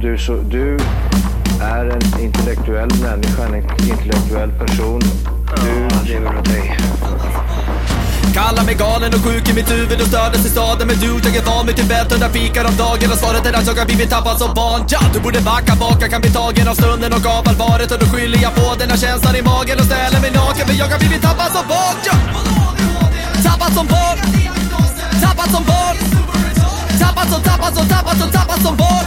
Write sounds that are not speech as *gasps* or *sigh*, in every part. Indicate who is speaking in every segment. Speaker 1: du, så, du är en intellektuell människa, en intellektuell person. Du lever av dig.
Speaker 2: Kallar mig galen och sjuk i mitt huvud och stördes i staden Men du, jag är van vid Tibet och där fikar om dagen Och svaret är att jag har blivit tappad som barn ja, Du borde backa bak, jag kan bli tagen av stunden och av allvaret Och då skyller jag på den här känslan i magen och ställer mig naken För jag har blivit tappad som barn ja. Tappad som barn Tappad som barn Tappad som, tappad som, tappad som, tappad som barn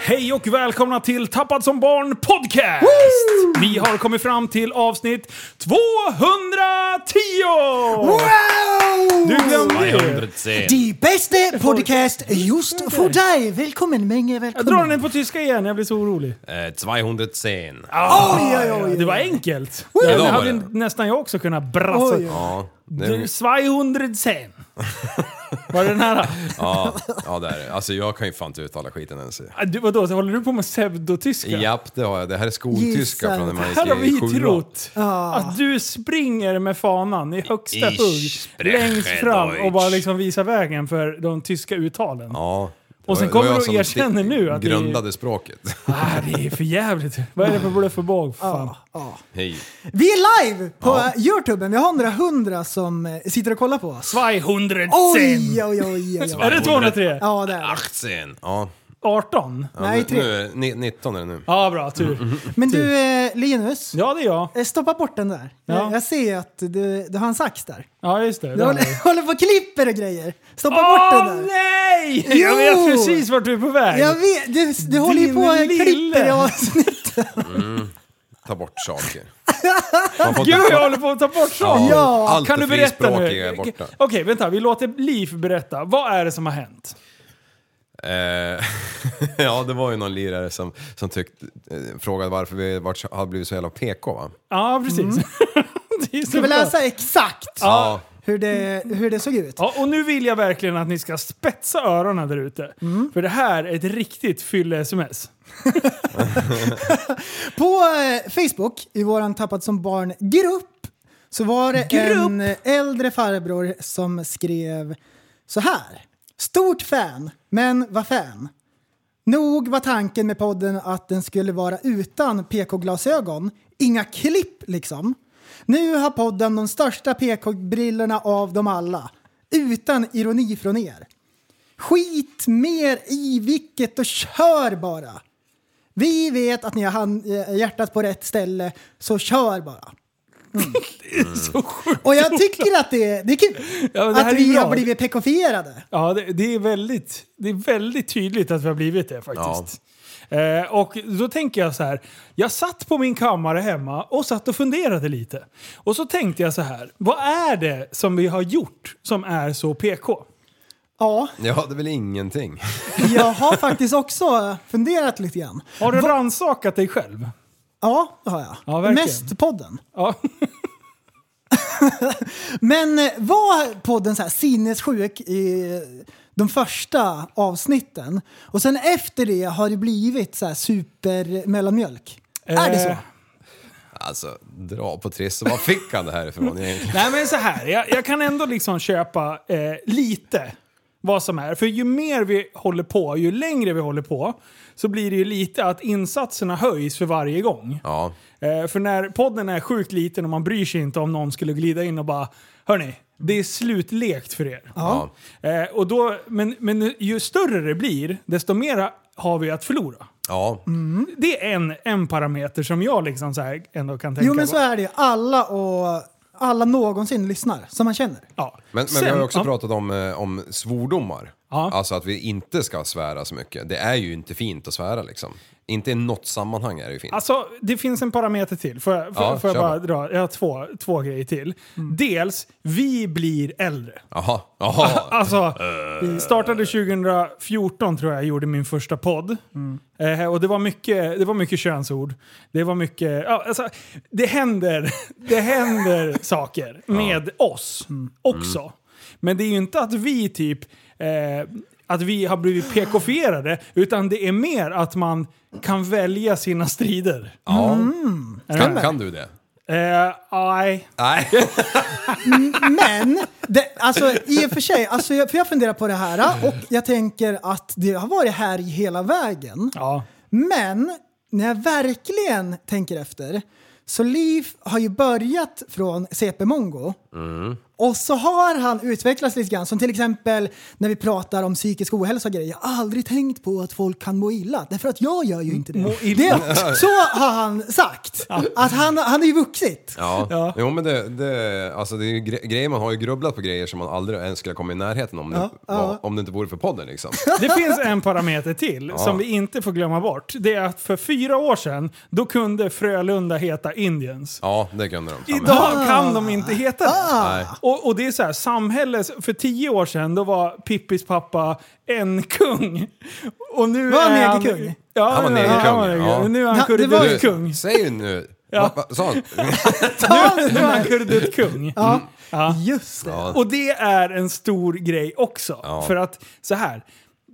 Speaker 3: Hej och välkomna till Tappad som barn podcast! Vi har kommit fram till avsnitt 210! Du glömde ju!
Speaker 4: Die beste Podcast just för dig! Välkommen, Menge,
Speaker 3: Jag drar
Speaker 4: välkommen!
Speaker 3: den på tyska igen, jag blir så orolig.
Speaker 5: Äh, 210.
Speaker 4: Oj, oj, oj!
Speaker 3: Det var enkelt.
Speaker 4: Ja,
Speaker 3: Det
Speaker 5: det var
Speaker 3: hade
Speaker 5: det.
Speaker 3: nästan jag också kunnat brassa.
Speaker 4: Oj, oj.
Speaker 5: Ja, det
Speaker 3: Du,
Speaker 5: är,
Speaker 3: 200 sen. Var det den här?
Speaker 5: ja, ja, det är det. Alltså jag kan ju fan inte uttala skiten ens.
Speaker 3: Ah, Du, vadå, så håller du på med pseudotyska?
Speaker 5: Japp, det har jag. Det här är skoltyska
Speaker 4: Gissa.
Speaker 5: från när man gick
Speaker 3: Här har
Speaker 5: i
Speaker 3: vi
Speaker 5: sjuan.
Speaker 3: trott att du springer med fanan i högsta
Speaker 5: Ich
Speaker 3: hugg
Speaker 5: spreche
Speaker 3: längst fram och
Speaker 5: Deutsch.
Speaker 3: bara liksom visar vägen för de tyska uttalen.
Speaker 5: Ja. det
Speaker 3: Och sen
Speaker 5: var- det var
Speaker 3: kommer
Speaker 5: jag
Speaker 3: du och
Speaker 5: som
Speaker 3: erkänner
Speaker 5: sti-
Speaker 3: nu att det är-
Speaker 5: Grundade språket. *laughs*
Speaker 3: Ah, det är för jävligt. Vad är det för bluff och båg? Fan.
Speaker 5: Hej.
Speaker 4: Vi är live på eh, Youtube, vi har några hundra som eh, sitter och kollar på oss.
Speaker 3: 200 sen.
Speaker 4: Oj, oj, oj, oj, oj.
Speaker 3: Är det 203?
Speaker 4: Ja, där.
Speaker 5: 18. Ja.
Speaker 3: 18? Ja,
Speaker 4: Nej,
Speaker 5: Nu
Speaker 4: tre.
Speaker 5: är det ni- 19 är det nu.
Speaker 3: bra.
Speaker 5: Mm,
Speaker 3: Tur.
Speaker 4: Men du, eh, Linus.
Speaker 3: Ja, det är jag.
Speaker 4: eh, Stoppa bort den där.
Speaker 3: Ja.
Speaker 4: Jag- Jag ser att du, du har en sax där.
Speaker 3: Ja, just det.
Speaker 4: Du
Speaker 3: det har
Speaker 4: håller, *laughs*
Speaker 3: jag.
Speaker 4: håller på och klipper och grejer. Stoppa bort
Speaker 3: Åh
Speaker 4: den där.
Speaker 3: nej!
Speaker 4: Jo!
Speaker 3: Jag vet precis vart du är på väg.
Speaker 4: Jag vet, du, du håller ju
Speaker 3: Din
Speaker 4: på och
Speaker 3: lille.
Speaker 4: klipper i *laughs* avsnitt.
Speaker 5: Ta bort
Speaker 3: *laughs*
Speaker 5: saker. Man får
Speaker 3: Gud, jag
Speaker 5: ta-
Speaker 3: håller på att ta bort saker.
Speaker 4: Ja.
Speaker 5: Allt
Speaker 3: Kan
Speaker 5: det
Speaker 3: du berätta nu?
Speaker 5: frispråkiga är borta.
Speaker 3: Okej, vänta. Vi låter Liv berätta. Vad är det som har hänt?
Speaker 5: Eh, *laughs* ja, det var ju någon lirare som, som tyckte, eh, frågade varför vi vart, så- hade blivit så jävla PK va?
Speaker 3: Ja, precis. *laughs* det är så
Speaker 4: Mm. Ska vi
Speaker 3: bra.
Speaker 4: läsa exakt
Speaker 5: Ja.
Speaker 4: hur det, hur det såg ut?
Speaker 3: Ja, och nu vill jag verkligen att ni ska spetsa öronen där ute.
Speaker 4: Mm.
Speaker 3: För det här är ett riktigt fylle-sms.
Speaker 4: På eh, Facebook, i våran Tappat som barn-grupp, så var det en eh, äldre farbror som skrev så här. Stort fan, men vad fan. Nog var tanken med podden att den skulle vara utan PK-glasögon. Inga klipp liksom. Nu har podden de största PK-brillorna av dem alla. Utan ironi från er. Skit mer i vilket och kör bara. Vi vet att ni har hand, eh, hjärtat på rätt ställe, så kör bara. Mm. och jag tycker att det, det är kul.
Speaker 3: Ja, men det här
Speaker 4: att
Speaker 3: är
Speaker 4: vi
Speaker 3: bra.
Speaker 4: har blivit pekofierade.
Speaker 3: Ja, det, det, är väldigt, det är väldigt tydligt att vi har blivit det faktiskt. Eh, och då tänker jag så här. Jag satt på min kammare hemma och satt och funderade lite. Och så tänkte jag så här. Vad är det som vi har gjort som är så PK?
Speaker 4: Ja,
Speaker 5: Ja, det är väl ingenting.
Speaker 4: jag har faktiskt också funderat lite grann.
Speaker 3: Har du rannsakat dig själv?
Speaker 4: Ja, det har jag.
Speaker 3: Ja, verkligen.
Speaker 4: Mest podden.
Speaker 3: Ja.
Speaker 4: Men eh, var podden så här sinnessjuk i de första avsnitten? Och sen efter det har det blivit så här supermellanmjölk? Är det
Speaker 3: Eh,
Speaker 4: så?
Speaker 5: Alltså, dra på triss. Var fick han det här ifrån egentligen?
Speaker 3: Nej men så här, jag, jag kan ändå liksom köpa eh, lite vad som är. För ju mer vi håller på, ju längre vi håller på, så blir det ju lite att insatserna höjs för varje gång.
Speaker 5: Ja.
Speaker 3: Eh, för när podden är sjukt liten och man bryr sig inte om någon skulle glida in och bara Hörni, det är slutlekt för er.
Speaker 5: ja.
Speaker 3: Eh, och då, men, men ju större det blir, desto mera har vi att förlora.
Speaker 5: Ja.
Speaker 3: Det är en, en parameter som jag liksom så här ändå kan tänka
Speaker 4: Jo men
Speaker 3: på.
Speaker 4: så är det ju. Alla och alla någonsin lyssnar som man känner.
Speaker 3: Ja.
Speaker 5: Men, men
Speaker 3: Sen-
Speaker 5: vi har ju också
Speaker 3: ja.
Speaker 5: pratat om, eh, om svordomar.
Speaker 3: Ja.
Speaker 5: Alltså att vi inte ska svära så mycket. Det är ju inte fint att svära liksom. Inte i något sammanhang är det ju fint.
Speaker 3: Alltså, det finns en parameter till. Får jag, får,
Speaker 5: Ja,
Speaker 3: får jag
Speaker 5: kör
Speaker 3: bara
Speaker 5: på.
Speaker 3: dra? Jag har två, två grejer till. Dels, vi blir äldre.
Speaker 5: Jaha, jaha.
Speaker 3: Alltså,
Speaker 5: Eh.
Speaker 3: startade 2014 tror jag jag gjorde min första podd. Eh, och det var, mycket, det var mycket könsord. Det var mycket... Ja, alltså, det händer, *laughs* det händer saker med oss också. Men det är ju inte att vi typ eh, att vi har blivit PK-fierade, utan det är mer att man kan välja sina strider.
Speaker 5: Ja.
Speaker 3: *laughs* Är du
Speaker 5: Kan,
Speaker 3: med?
Speaker 5: kan du det?
Speaker 3: Eh, nej.
Speaker 5: Nej.
Speaker 4: Men, det, alltså i och för sig, alltså, jag, för jag funderar på det här och jag tänker att det har varit här hela vägen.
Speaker 3: Ja.
Speaker 4: Men när jag verkligen tänker efter så Liv har ju börjat från CP Mongo.
Speaker 5: Mm.
Speaker 4: Och så har han utvecklats lite grann. Som till exempel när vi pratar om psykisk ohälsa och grejer. Jag har aldrig tänkt på att folk kan må illa. Därför att jag gör ju inte det. det *laughs* så har han sagt. Att han, han är ju vuxit.
Speaker 5: Ja.
Speaker 3: Ja.
Speaker 5: jo men det, det, alltså det är ju gre- grejer man har ju grubblat på grejer som man aldrig ens skulle komma i närheten om, det, var, om det inte vore för
Speaker 3: *laughs*
Speaker 5: podden liksom.
Speaker 3: Det finns en parameter till som vi inte får glömma bort. Det är att för fyra år sedan, då kunde Frölunda heta Indians.
Speaker 5: Ja, det kunde de. Ja, men-
Speaker 3: Idag kan de
Speaker 4: Ah.
Speaker 3: inte heta det.
Speaker 5: Nej.
Speaker 3: Och, och det är så här, samhället, för tio år sedan då var Pippis pappa en kung. Och nu
Speaker 4: Var han
Speaker 3: är
Speaker 4: negerkung?
Speaker 3: Ja,
Speaker 5: Han var
Speaker 3: nu är
Speaker 5: negerkung,
Speaker 3: negerkung.
Speaker 5: ja.
Speaker 3: Nu är han
Speaker 4: Ja, det var-
Speaker 5: Du,
Speaker 3: kurduttkung.
Speaker 5: Säg nu.
Speaker 3: Ja.
Speaker 5: Va, va, sa han?
Speaker 3: Nu, nu är han kurduttkung.
Speaker 4: Ja. Just det.
Speaker 3: Och det är en stor grej också. För att så här.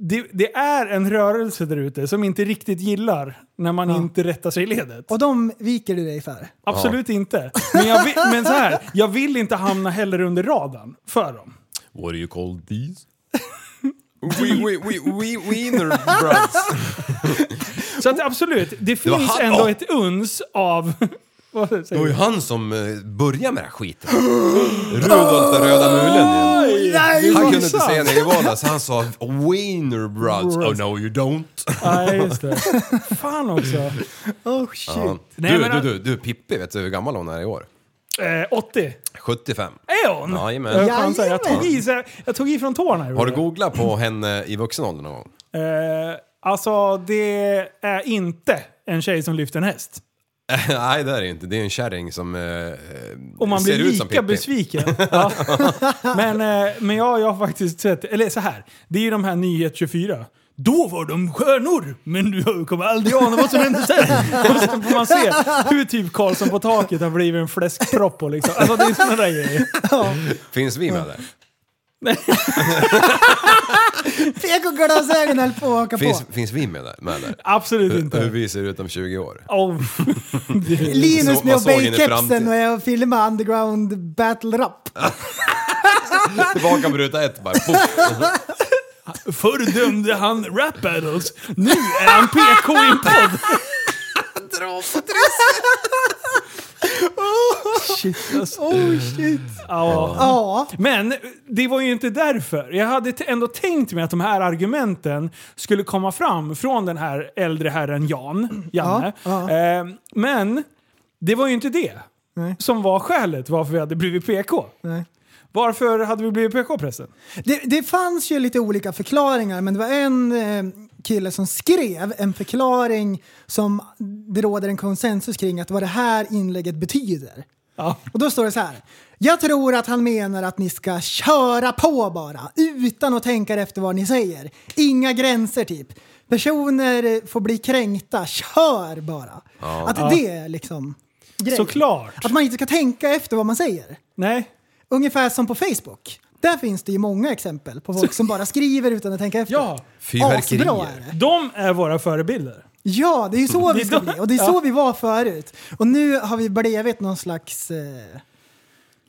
Speaker 3: Det, det är en rörelse där ute som inte riktigt gillar när man inte rättar sig i ledet.
Speaker 4: Och de viker du dig för.
Speaker 3: Absolut inte. Men, jag vill, men så här, jag vill inte hamna heller under radarn för dem.
Speaker 5: What do you call these? We, we, we, we, wiener brats.
Speaker 3: Så att absolut, det
Speaker 5: var
Speaker 3: finns
Speaker 5: han-
Speaker 3: ändå
Speaker 5: Åh!
Speaker 3: ett uns av... *laughs* Vad
Speaker 5: Det
Speaker 3: säger
Speaker 5: var
Speaker 3: du?
Speaker 5: ju han som eh, började med den här skiten. Rudolf den röda mulen igen.
Speaker 4: Nej,
Speaker 5: Han
Speaker 3: det
Speaker 5: kunde
Speaker 3: är
Speaker 5: inte
Speaker 3: sant.
Speaker 5: säga det i vardags, han sa wiener brats. Oh no you don't.
Speaker 3: Nej, just det. Fan också.
Speaker 4: Oh shit.
Speaker 3: Nej,
Speaker 5: du,
Speaker 3: men
Speaker 5: du,
Speaker 3: han-
Speaker 5: du, du, Pippi, vet du hur gammal hon är i år?
Speaker 3: Eh, 80.
Speaker 5: 75.
Speaker 3: Är hon?
Speaker 5: Jajamän.
Speaker 3: Jag, chansar. jag, tog i, så här- jag tog i från tårna.
Speaker 5: Har du googlat på henne i vuxen ålder någon gång? *laughs*
Speaker 3: Eh, alltså, det är inte en tjej som lyfter en häst.
Speaker 5: Nej det är det inte, det är en kärring som eh,
Speaker 3: Och man
Speaker 5: ser
Speaker 3: blir
Speaker 5: ut som
Speaker 3: lika
Speaker 5: Pippi.
Speaker 3: besviken.
Speaker 5: *laughs*
Speaker 3: Ja. men eh, men jag, jag har faktiskt sett, eller så här, det är ju de här Nyhet 24. Då var de stjärnor, men du kommer aldrig ana vad som hände
Speaker 5: *laughs*
Speaker 3: sen. Och sen får man se hur typ Karlsson på taket har blivit en fläskpropp och liksom. Alltså det är sådana där grejer.
Speaker 5: Finns vi med där?
Speaker 4: PK-glasögon höll på att åka
Speaker 5: Finns,
Speaker 4: på.
Speaker 5: finns vi med där? Med där?
Speaker 3: Absolut
Speaker 5: Hur
Speaker 3: inte.
Speaker 5: vi ser ut om 20 år?
Speaker 3: Oh,
Speaker 4: Linus
Speaker 5: Så-
Speaker 4: med
Speaker 5: vad såg in i
Speaker 4: obey-kepsen
Speaker 5: framtiden?
Speaker 4: och jag filmade underground battle rap.
Speaker 5: *laughs* Tillbaka på ruta ett bara, poff.
Speaker 3: *laughs* förr dömde han rap battles, nu är han PK i en podd.
Speaker 5: alltså.
Speaker 4: Oh shit.
Speaker 3: Ja.
Speaker 4: Ja.
Speaker 3: Men det var ju inte därför. Jag hade t- ändå tänkt mig att de här argumenten skulle komma fram från den här äldre herren Jan, Janne.
Speaker 4: Ja,
Speaker 3: Eh, men det var ju inte det som var skälet varför vi hade blivit PK.
Speaker 4: Nej.
Speaker 3: Varför hade vi blivit PK pressen?
Speaker 4: Det, det fanns ju lite olika förklaringar men det var en eh, kille som skrev en förklaring som det råder en konsensus kring att vad det här inlägget betyder.
Speaker 3: Ja.
Speaker 4: Och då står det så här. Jag tror att han menar att ni ska köra på bara, utan att tänka efter vad ni säger. Inga gränser typ. Personer får bli kränkta, kör bara. Att det är liksom grejen.
Speaker 3: Såklart.
Speaker 4: Att man inte ska tänka efter vad man säger.
Speaker 3: Nej.
Speaker 4: Ungefär som på Facebook. Där finns det ju många exempel på folk som bara skriver utan att tänka efter.
Speaker 3: Ja.
Speaker 5: Fyrverkerier.
Speaker 4: Asbra är det.
Speaker 3: De är våra förebilder.
Speaker 4: Ja, det är ju så vi
Speaker 3: är
Speaker 4: ska
Speaker 3: då- *laughs*
Speaker 4: bli och det är så vi var förut. Och nu har vi blivit någon slags... Eh,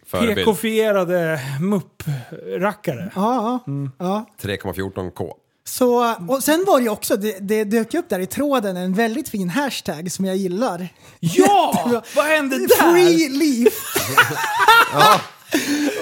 Speaker 5: Förebild.
Speaker 3: PK-fierade mupprackare.
Speaker 4: ja, ja.
Speaker 5: 3,14k.
Speaker 4: Så, och sen var det ju också, det, det dök upp där i tråden en väldigt fin hashtag som jag gillar.
Speaker 3: Ja! Vad hände där? *laughs*
Speaker 4: Free Leaf!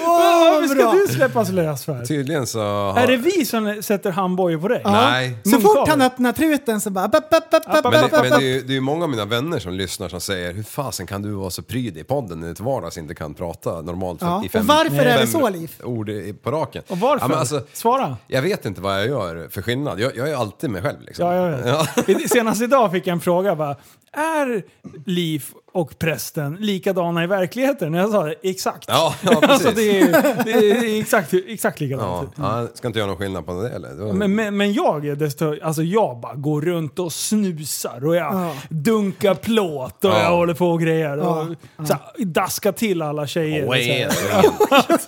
Speaker 3: Varför ska
Speaker 4: bra.
Speaker 3: du släppas lös för?
Speaker 5: Tydligen så... Har...
Speaker 3: Är det vi som sätter handbojor på dig?
Speaker 5: Nej.
Speaker 4: Så fort han
Speaker 3: Munkavle.
Speaker 4: öppnar truten så bara... Bap, bap, bap, bap,
Speaker 3: Men
Speaker 5: Men,
Speaker 4: bap,
Speaker 5: det, men det,
Speaker 4: bap.
Speaker 5: är ju, det är ju många av mina vänner som lyssnar som säger hur fasen kan du vara så pryd i podden när du till vardags inte kan prata normalt
Speaker 4: Ja,
Speaker 5: i fem,
Speaker 4: och varför är det
Speaker 5: fem
Speaker 4: så, Liv?
Speaker 5: ord i- på raken.
Speaker 3: Och varför?
Speaker 5: Ja, men alltså,
Speaker 3: Svara.
Speaker 5: jag vet inte vad jag gör för skillnad. Jag, jag är *laughs* alltid mig själv liksom.
Speaker 3: Ja, jag vet. Senast idag fick jag en fråga. Bara, är Liv och prästen likadana i verkligheten. Jag sa det, exakt.
Speaker 5: Ja, ja
Speaker 3: *laughs*
Speaker 5: precis.
Speaker 3: Alltså det är, det är exakt, exakt
Speaker 5: ja,
Speaker 3: likadant. typ.
Speaker 5: ja, ska inte göra någon skillnad på det eller? Det var-
Speaker 3: Men, men, men jag är desto, alltså jag bara går runt och snusar och jag
Speaker 4: Ja.
Speaker 3: dunkar plåt och
Speaker 5: Ja.
Speaker 3: jag håller på och grejer. Och
Speaker 4: Ja,
Speaker 3: Så här, daskar till alla tjejer.
Speaker 5: Oj,
Speaker 3: Så här.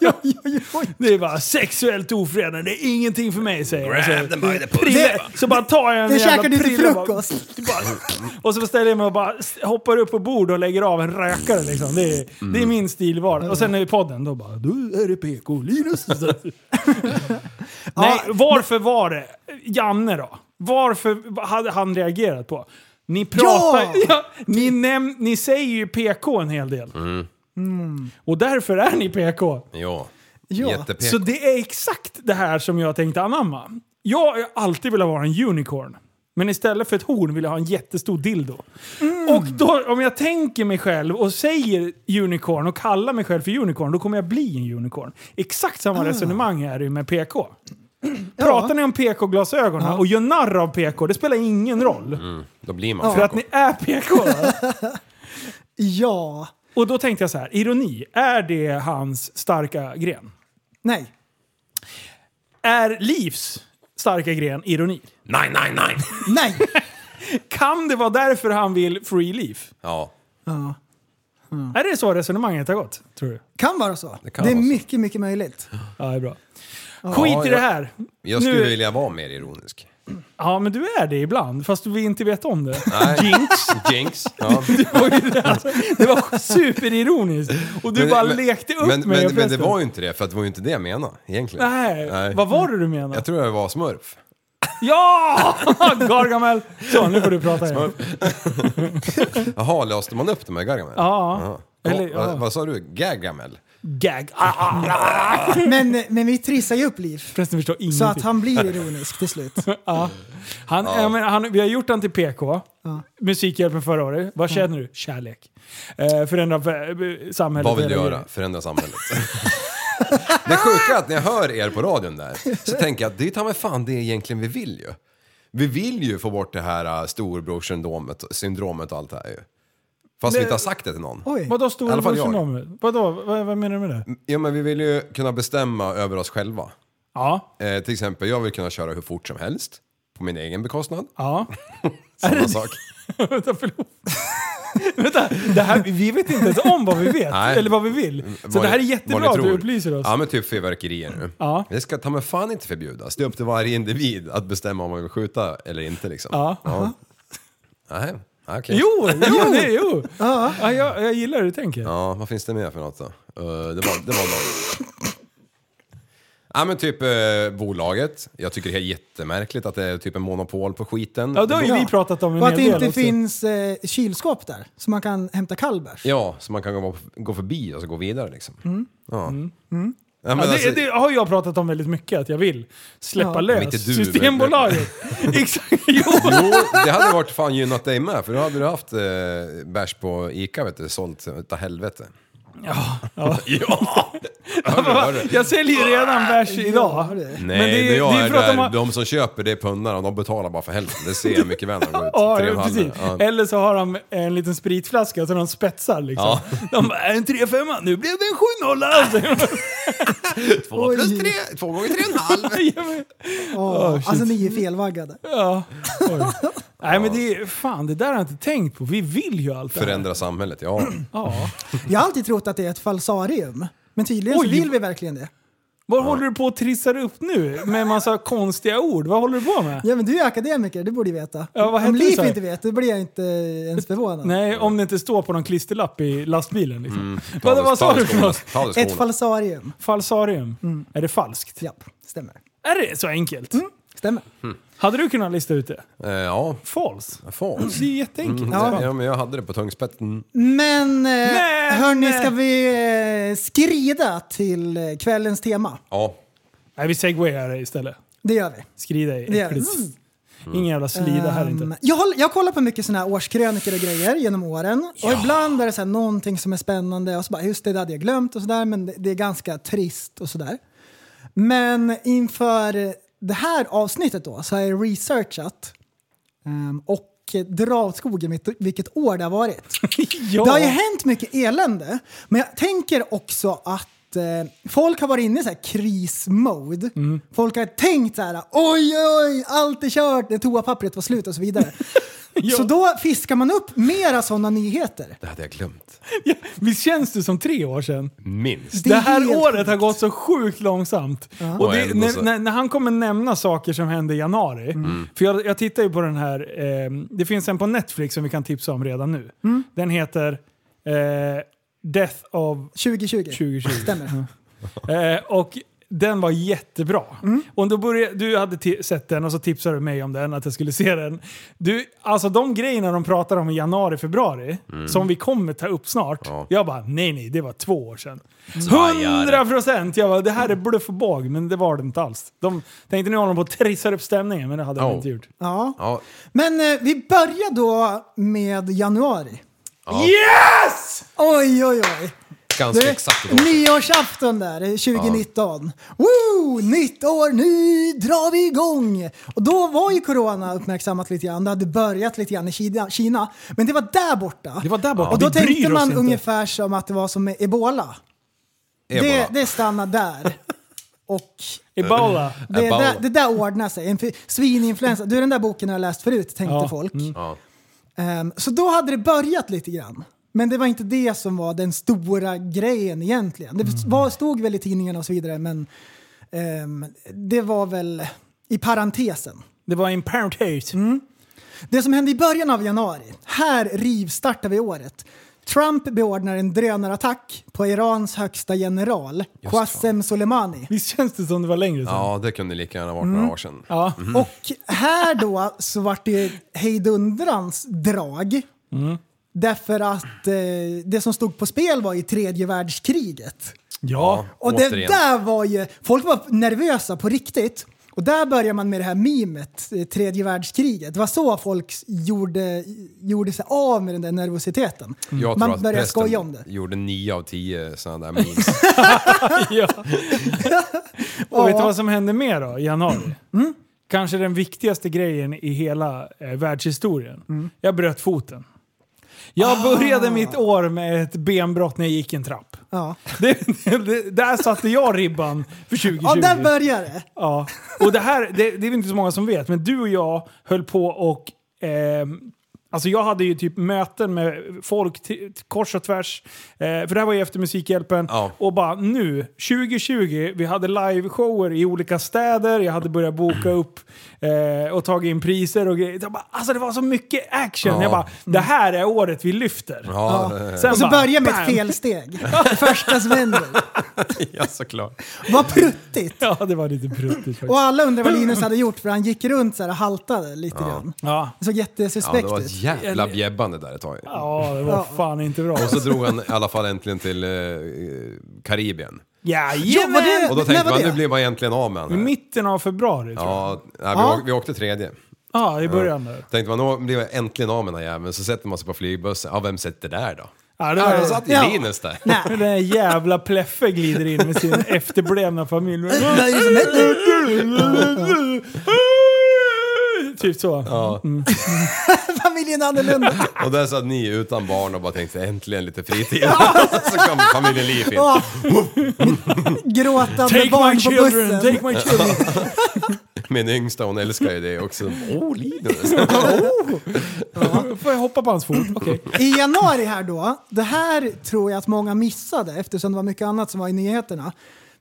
Speaker 5: oj, oj.
Speaker 3: Det är bara sexuellt ofredande, det är ingenting för mig säger jag. Alltså,
Speaker 5: Grab them by the pussy.
Speaker 3: Prille, så bara tar jag en
Speaker 4: Det
Speaker 3: jävla
Speaker 4: käkar du till
Speaker 3: prille och bara-
Speaker 4: frukost.
Speaker 3: bara, och så ställer jag mig och bara s- hoppar upp på bord och lägger av en rökare liksom. Det är, det är min stil i vardagen. Och sen i podden då bara du är det PK-Linus. *laughs* Nej, varför var det Janne då? Varför hade han reagerat på? Ni pratar... *laughs* Ja!
Speaker 4: Ja!
Speaker 3: ni, näm- ni säger ju PK en hel del. Mm. Och därför är ni PK.
Speaker 5: Ja,
Speaker 4: Ja.
Speaker 5: jättepek.
Speaker 3: Så det är exakt det här som jag tänkte anamma. Jag har alltid velat vara en unicorn. Men istället för ett horn vill jag ha en jättestor dildo. Och då, om jag tänker mig själv och säger unicorn och kallar mig själv för unicorn, då kommer jag bli en unicorn. Exakt samma resonemang är det ju med PK. Pratar ni om PK-glasögonen och gör narr av PK, det spelar ingen roll.
Speaker 5: mm. Då blir man
Speaker 3: För att ni är PK. va?
Speaker 4: Ja.
Speaker 3: och då tänkte jag så här, ironi, är det hans starka gren?
Speaker 4: Nej.
Speaker 3: Är Livs starka gren ironi?
Speaker 5: Nej, nej, nej!
Speaker 4: Nej.
Speaker 3: Kan det vara därför han vill free leaf?
Speaker 5: Ja, Mm.
Speaker 3: Är det så resonemanget har gått? Tror du?
Speaker 4: Kan vara så. Det,
Speaker 5: kan
Speaker 4: är
Speaker 5: vara så.
Speaker 4: mycket, mycket möjligt.
Speaker 3: Ja, det är bra. Skit
Speaker 5: Ja,
Speaker 3: i
Speaker 5: jag-
Speaker 3: det här.
Speaker 5: jag skulle
Speaker 3: Nu-
Speaker 5: vilja vara mer
Speaker 3: *laughs*
Speaker 5: ironisk.
Speaker 3: Ja, men du är det ibland, fast vi inte vet om det.
Speaker 5: Nej. Jinx!
Speaker 3: *laughs*
Speaker 5: Jinx! Ja.
Speaker 3: Det var superironiskt. Och du
Speaker 5: Men-
Speaker 3: bara
Speaker 5: men-
Speaker 3: lekte upp
Speaker 5: men,
Speaker 3: med
Speaker 5: men,
Speaker 3: det
Speaker 5: men det
Speaker 3: förresten.
Speaker 5: var ju inte det, för att det var ju inte det jag menade egentligen.
Speaker 3: Nej. vad var det du menade?
Speaker 5: Jag tror jag var smurf.
Speaker 3: Ja! *laughs* Gargamel! Så, nu får du prata igen.
Speaker 5: Jaha, löste man upp det med Gargamel?
Speaker 3: Ja. Eller,
Speaker 5: Eller,
Speaker 3: ja.
Speaker 5: Vad, vad sa du? Gargamel?
Speaker 3: Gag. Ah, ah, ah.
Speaker 4: Men, men vi trissar ju upp Liv.
Speaker 3: Förresten förstår ingenting.
Speaker 4: Så att han blir
Speaker 3: Mm.
Speaker 4: ironisk till slut.
Speaker 3: Ja. Han, jag menar, han, vi har gjort han till PK, Musikhjälpen förra året. Vad känner du? Kärlek. Eh, förändra eh, samhället.
Speaker 5: Vad vill du
Speaker 3: hela
Speaker 5: göra?
Speaker 3: grejen.
Speaker 5: Förändra samhället. *laughs* det sjuka är att när jag hör er på radion där så tänker jag att det är ta mig fan det egentligen vi vill ju. Vi vill ju få bort det här äh, storebrorssyndromet syndromet och allt det här ju. Fast vi inte har sagt det till någon.
Speaker 4: Oj.
Speaker 3: Vadå
Speaker 5: I alla fall
Speaker 3: storebrorsan
Speaker 5: jag. Mm.
Speaker 3: om? Vadå? Vad, vad menar du med det?
Speaker 5: Ja men vi vill ju kunna bestämma över oss själva.
Speaker 3: Ja.
Speaker 5: Eh, till exempel, jag vill kunna köra hur fort som helst. På min egen bekostnad.
Speaker 3: ja. *laughs*
Speaker 5: Samma sak.
Speaker 3: Vänta, förlåt. *laughs* Vänta, det här, vi vet inte ens om vad vi vet.
Speaker 5: Nej. Mm,
Speaker 3: Eller vad vi vill. Så
Speaker 5: Vad
Speaker 3: det här är
Speaker 5: ni-
Speaker 3: jättebra
Speaker 5: vad ni
Speaker 3: att du
Speaker 5: tror.
Speaker 3: upplyser oss.
Speaker 5: Ja men typ fyrverkerier nu.
Speaker 3: Ja.
Speaker 5: Det ska ta mig fan inte förbjudas. Det är upp till varje individ att bestämma om man vill skjuta eller inte liksom.
Speaker 3: Ja.
Speaker 5: Nej, okej.
Speaker 3: Jo,
Speaker 5: *laughs*
Speaker 3: jo, nej, jo. Ja, jag, jag gillar hur du tänker.
Speaker 5: Ja, vad finns det mer för något då? Eh, det var, det var något. Ja men typ eh, bolaget. Jag tycker det är jättemärkligt att det är typ en monopol på skiten.
Speaker 3: Ja, det har ju
Speaker 4: Ja.
Speaker 3: vi pratat om en
Speaker 4: Och att det
Speaker 3: hel del
Speaker 4: inte
Speaker 3: också.
Speaker 4: finns eh, kylskåp där. Så man kan hämta kallbärs.
Speaker 5: Ja, så man kan gå, gå förbi och så gå vidare liksom. Ja. Ja, men
Speaker 3: Mm. Ja, det,
Speaker 5: alltså,
Speaker 3: det har jag pratat om väldigt mycket, att jag vill släppa
Speaker 4: Ja.
Speaker 5: Men
Speaker 3: lös
Speaker 5: inte du,
Speaker 3: Systembolaget.
Speaker 5: *laughs*
Speaker 3: Exakt, jo.
Speaker 5: Jo, det hade varit fan gynnat dig med, för då hade du haft eh, bärs på Ica, vet du, sålt utav helvete.
Speaker 3: Ja.
Speaker 5: Ja!
Speaker 3: *laughs*
Speaker 5: Hör du, hör du?
Speaker 3: Jag säljer ju redan bärs idag.
Speaker 4: Ja, det-
Speaker 5: Nej,
Speaker 3: Men
Speaker 5: men
Speaker 3: det är-
Speaker 5: det, jag
Speaker 3: det är
Speaker 5: är
Speaker 3: för att de
Speaker 5: där,
Speaker 3: har-
Speaker 5: de, som köper det är pundare och de betalar bara för hälften. Det ser jag mycket väl när de går ut.
Speaker 3: *laughs* Ja,
Speaker 5: Tre och en
Speaker 3: ja,
Speaker 5: halv.
Speaker 3: precis.
Speaker 5: Ja.
Speaker 3: Eller så har de en liten spritflaska så de spetsar liksom.
Speaker 5: Ja.
Speaker 3: De bara, är det en 3-5 nu blev det en 7-0
Speaker 5: *laughs*
Speaker 3: alltså.
Speaker 5: Två plus
Speaker 4: Oj.
Speaker 5: tre, två gånger tre och en halv.
Speaker 4: *laughs*
Speaker 3: Ja, men-
Speaker 4: Åh,
Speaker 3: shit.
Speaker 4: alltså ni är felvaggade.
Speaker 3: ja. Oj. Nej men det är, fan det där har jag inte tänkt på. Vi vill ju allt det här.
Speaker 5: Förändra samhället, ja.
Speaker 3: Ja.
Speaker 4: Jag har alltid trott att det är ett falsarium. Men tydligen
Speaker 3: Oj.
Speaker 4: så vill vi verkligen det.
Speaker 3: Vad håller du på och trissar upp nu? Med en massa konstiga ord. Vad håller du på med?
Speaker 4: Ja men du är akademiker, det borde du veta.
Speaker 3: Ja, vad
Speaker 4: Om
Speaker 3: heter det,
Speaker 4: Liv
Speaker 3: sa jag?
Speaker 4: inte vet, då blir jag inte ens förvånad.
Speaker 3: Nej, om det inte står på någon klisterlapp i lastbilen. Liksom. *clears throat*
Speaker 5: Ta
Speaker 3: *laughs* vad,
Speaker 5: det-
Speaker 3: vad sa
Speaker 5: ta det
Speaker 3: du för
Speaker 5: skorna,
Speaker 3: något?
Speaker 5: Ta det
Speaker 4: Ett
Speaker 5: skorna.
Speaker 4: falsarium.
Speaker 3: Falsarium. Är det falskt?
Speaker 4: Japp, stämmer.
Speaker 3: Är det så enkelt?
Speaker 4: Stämmer.
Speaker 3: Hade du kunnat lista ut det?
Speaker 5: Eh, Ja,
Speaker 3: False. *clears throat*
Speaker 5: fas.
Speaker 3: Det är jätteenkelt.
Speaker 5: Ja. ja, men jag hade det på tungspetsen.
Speaker 4: Men eh,
Speaker 3: Men-
Speaker 4: hörni, ska vi eh, skrida till eh, kvällens tema?
Speaker 5: Ja.
Speaker 3: Nej, vi segwayar det istället.
Speaker 4: Det gör vi.
Speaker 3: Skrida i
Speaker 4: Det gör vi.
Speaker 3: äckligt.
Speaker 4: Mm.
Speaker 3: Ingen jävla slida här *laughs*
Speaker 4: Ehm,
Speaker 3: inte.
Speaker 4: jag, håll- jag kollar på mycket sådana här årskrönikor och grejer genom åren. Och ibland är det så här någonting som är spännande och så bara just det, det hade jag glömt och sådär. Men det, det är ganska trist och sådär. Men inför det här avsnittet då så har jag researchat ehm, och och dra åt skogen mitt, vilket år det har varit.
Speaker 3: Ja.
Speaker 4: Det har ju hänt mycket elände, men jag tänker också att eh, folk har varit inne i så här krismode. Folk har tänkt så här oj, oj, allt är kört, det toapappret var slut och så vidare. Så då fiskar man upp mera sådana nyheter.
Speaker 5: Det hade jag glömt.
Speaker 3: Ja, visst känns det som tre år sedan?
Speaker 5: Minst.
Speaker 4: Det
Speaker 3: Det,
Speaker 4: är
Speaker 3: här
Speaker 4: helt
Speaker 3: året
Speaker 4: sjukt.
Speaker 3: har gått så sjukt långsamt. Och
Speaker 5: Ja,
Speaker 3: det,
Speaker 5: ändå
Speaker 3: när,
Speaker 5: så.
Speaker 3: när, när han kommer nämna saker som hände i januari.
Speaker 4: Mm.
Speaker 3: För jag, jag tittar ju på den här, eh, det finns en på Netflix som vi kan tipsa om redan nu.
Speaker 4: Mm.
Speaker 3: Den heter eh, Death of
Speaker 4: 2020.
Speaker 3: 2020.
Speaker 4: Stämmer.
Speaker 3: Eh, och den var jättebra.
Speaker 5: Mm.
Speaker 3: Och då började, du hade ti- sett den och så tipsade du mig om den, att jag skulle se den. Du, alltså de grejerna de pratar om i januari, februari,
Speaker 5: Mm.
Speaker 3: som vi kommer ta upp snart. Jag bara, nej nej, det var två år sedan.
Speaker 5: Mm.
Speaker 3: Hundra procent! Jag bara, det här är bluff och båg, men det var det inte alls. De tänkte nu håller de på och trissar upp stämningen, men det hade de
Speaker 5: Ja.
Speaker 3: inte gjort.
Speaker 4: Ja.
Speaker 5: Ja.
Speaker 4: Men eh, vi börjar då med januari.
Speaker 3: Yes!
Speaker 4: Oj, oj, oj.
Speaker 5: Ganska exakt ett år sedan.
Speaker 4: nyårsafton där, eh, 2019. Woo! Nytt år, nu drar vi igång! Och då var ju corona uppmärksammat lite grann. Det hade börjat lite grann i Kina, Kina. men det var där borta.
Speaker 3: Det var där borta.
Speaker 4: Och då
Speaker 3: Vi bryr
Speaker 4: tänkte
Speaker 3: oss
Speaker 4: man
Speaker 3: inte.
Speaker 4: ungefär som att det var som med ebola. Det,
Speaker 5: Ebola.
Speaker 4: det
Speaker 3: *laughs*
Speaker 4: stannar där. Och
Speaker 3: Ebola.
Speaker 4: det,
Speaker 5: Ebola.
Speaker 4: där, det där ordnar sig. En fi- svininfluensa. Du, den där boken har jag läst förut, tänkte
Speaker 3: Ja, Mm.
Speaker 4: folk.
Speaker 5: Ja.
Speaker 4: Ehm, så då hade det börjat lite grann. Men det var inte det som var den stora grejen egentligen. Det var, stod väl i tidningarna och så vidare, men ehm, det var väl i parentesen.
Speaker 3: Det var en parentage.
Speaker 5: Mm.
Speaker 4: Det som hände i början av januari, här rivstartar vi året. Trump beordrar en drönarattack på Irans högsta general, Qasem Soleimani.
Speaker 3: Visst känns det som det var längre sedan?
Speaker 5: ja, det kunde lika gärna varit några år sedan.
Speaker 3: Ja.
Speaker 4: Och här då så vart det hejdundrans drag. Därför att eh, det som stod på spel var ju tredje världskriget.
Speaker 3: ja.
Speaker 4: Och det
Speaker 5: Återigen.
Speaker 4: där var ju, folk var nervösa på riktigt. Och där börjar man med det här mimet, eh, tredje världskriget. Det var så folk gjorde, gjorde sig av med den där nervositeten.
Speaker 5: Mm. Jag tror
Speaker 4: Mm. Man
Speaker 5: att
Speaker 4: började
Speaker 5: prästen
Speaker 4: skoja om det.
Speaker 5: gjorde nio av tio sådana där memes.
Speaker 3: *laughs* ja. Och vet du vad som hände mer då i januari? Kanske den viktigaste grejen i hela eh, världshistorien. Jag bröt foten. Jag började mitt år med ett benbrott när jag gick en trapp.
Speaker 4: Ja,
Speaker 3: Det, *laughs* det, det, där satte jag ribban för 2020.
Speaker 4: ja där börjar det.
Speaker 3: Ja. Och det här, det, det är väl inte så många som vet, men du och jag höll på och... ehm, alltså jag hade ju typ möten med folk t- t- kors och tvärs. Eh, för det här var ju efter Musikhjälpen.
Speaker 5: Ja.
Speaker 3: Och bara nu, 2020, vi hade liveshower i olika städer. Jag hade börjat
Speaker 5: *clears throat*
Speaker 3: boka upp eh, och tagit in priser och grejer. Jag bara, alltså det var så mycket action.
Speaker 5: Ja. Mm.
Speaker 3: Jag bara, det här är året vi lyfter.
Speaker 5: Ja,
Speaker 3: Sen
Speaker 4: Och så
Speaker 3: bara,
Speaker 4: börjar med ett
Speaker 3: bam!
Speaker 4: felsteg. *laughs* Det första som händer.
Speaker 5: ja såklart.
Speaker 4: Vad pruttigt.
Speaker 3: Ja, det var lite pruttigt faktiskt.
Speaker 4: Och alla undrar vad Linus hade gjort för han gick runt så här och haltade lite grann.
Speaker 3: Ja.
Speaker 4: Det såg
Speaker 5: Ja, det
Speaker 4: jättesuspekt
Speaker 5: var
Speaker 4: ut.
Speaker 5: ett jävla bjäbbande där ett tag.
Speaker 3: ja, det var fan inte bra.
Speaker 5: Och så drog han i alla fall äntligen till eh, eh, Karibien.
Speaker 4: Ja, var det-
Speaker 3: Jajamän!
Speaker 5: Och då
Speaker 4: När
Speaker 5: tänkte
Speaker 4: var
Speaker 5: man,
Speaker 4: det?
Speaker 5: nu blir man egentligen av med han
Speaker 3: I
Speaker 5: här.
Speaker 3: mitten av februari tror jag.
Speaker 5: Ja, nej, vi,
Speaker 4: Ja.
Speaker 5: åkte, vi åkte tredje.
Speaker 3: Ja, i början där.
Speaker 5: Tänkte man, nu blir jag äntligen av med den här jäveln. Så sätter man sig på flygbussen. Ja, vem sätter där då?
Speaker 3: Ja, det
Speaker 5: Ja, då
Speaker 3: var
Speaker 5: satt ju
Speaker 4: Ja.
Speaker 5: Linus där.
Speaker 3: *laughs*
Speaker 4: Nej.
Speaker 3: den där jävla Pleffe glider in med *laughs* sin efterblivna familj.
Speaker 4: Vad är det som händer?
Speaker 3: typ så.
Speaker 5: Ja.
Speaker 4: Familjen Annorlunda.
Speaker 5: Och där satt ni utan barn och bara tänkte äntligen lite fritid. *laughs* så kom familjen Liv in.
Speaker 4: Ja. Gråtande
Speaker 3: Take
Speaker 4: barn
Speaker 3: my
Speaker 4: på
Speaker 3: children,
Speaker 4: bussen.
Speaker 3: take my *laughs* children.
Speaker 5: Min yngsta hon älskar ju det också.
Speaker 3: Oh,
Speaker 5: Åh, Linus!
Speaker 3: Får jag hoppa på hans fot? *laughs* Okej.
Speaker 4: I januari här då, det här tror jag att många missade eftersom det var mycket annat som var i nyheterna.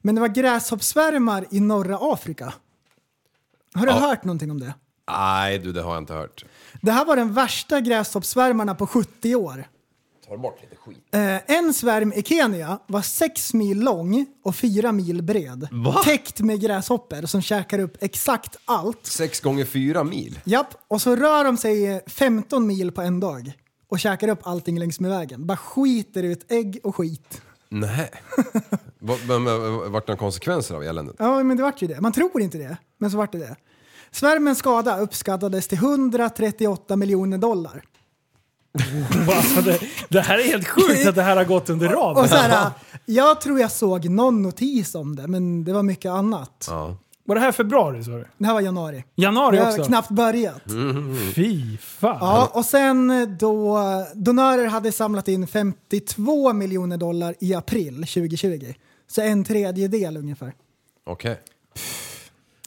Speaker 4: Men det var gräshoppsvärmar i norra Afrika. Har du
Speaker 5: Ja.
Speaker 4: hört någonting om det?
Speaker 5: Nej du, det har jag inte hört.
Speaker 4: Det här var den värsta gräshoppsvärmarna på 70 år.
Speaker 5: Tar bort lite skit.
Speaker 4: Eh, en svärm i Kenya var 6 mil lång och 4 mil bred. Täckt med gräshoppor som käkar upp exakt allt.
Speaker 5: Sex gånger fyra mil.
Speaker 4: Japp, och så rör de sig 15 mil på en dag och käkar upp allting längs med vägen. Bara skiter ut ägg och skit.
Speaker 5: Nej. *laughs* Va- men- men Vart det några konsekvenser av eländet?
Speaker 4: Ja, men det vart ju det. Man tror inte det, men så vart det det. Svärmens skada uppskattades till 138 miljoner dollar.
Speaker 3: Alltså, det, det här är helt sjukt att det här har gått under radarn.
Speaker 4: Och så här, jag tror jag såg någon notis om det, men det var mycket annat.
Speaker 5: Ja.
Speaker 3: Var det här februari sa du?
Speaker 4: Det här var januari.
Speaker 3: Januari
Speaker 4: Jag
Speaker 3: också?
Speaker 4: har knappt börjat.
Speaker 3: Fy fan.
Speaker 4: Ja, och sen då donörer hade samlat in 52 miljoner dollar i april 2020. Så en tredjedel ungefär.
Speaker 5: Okej.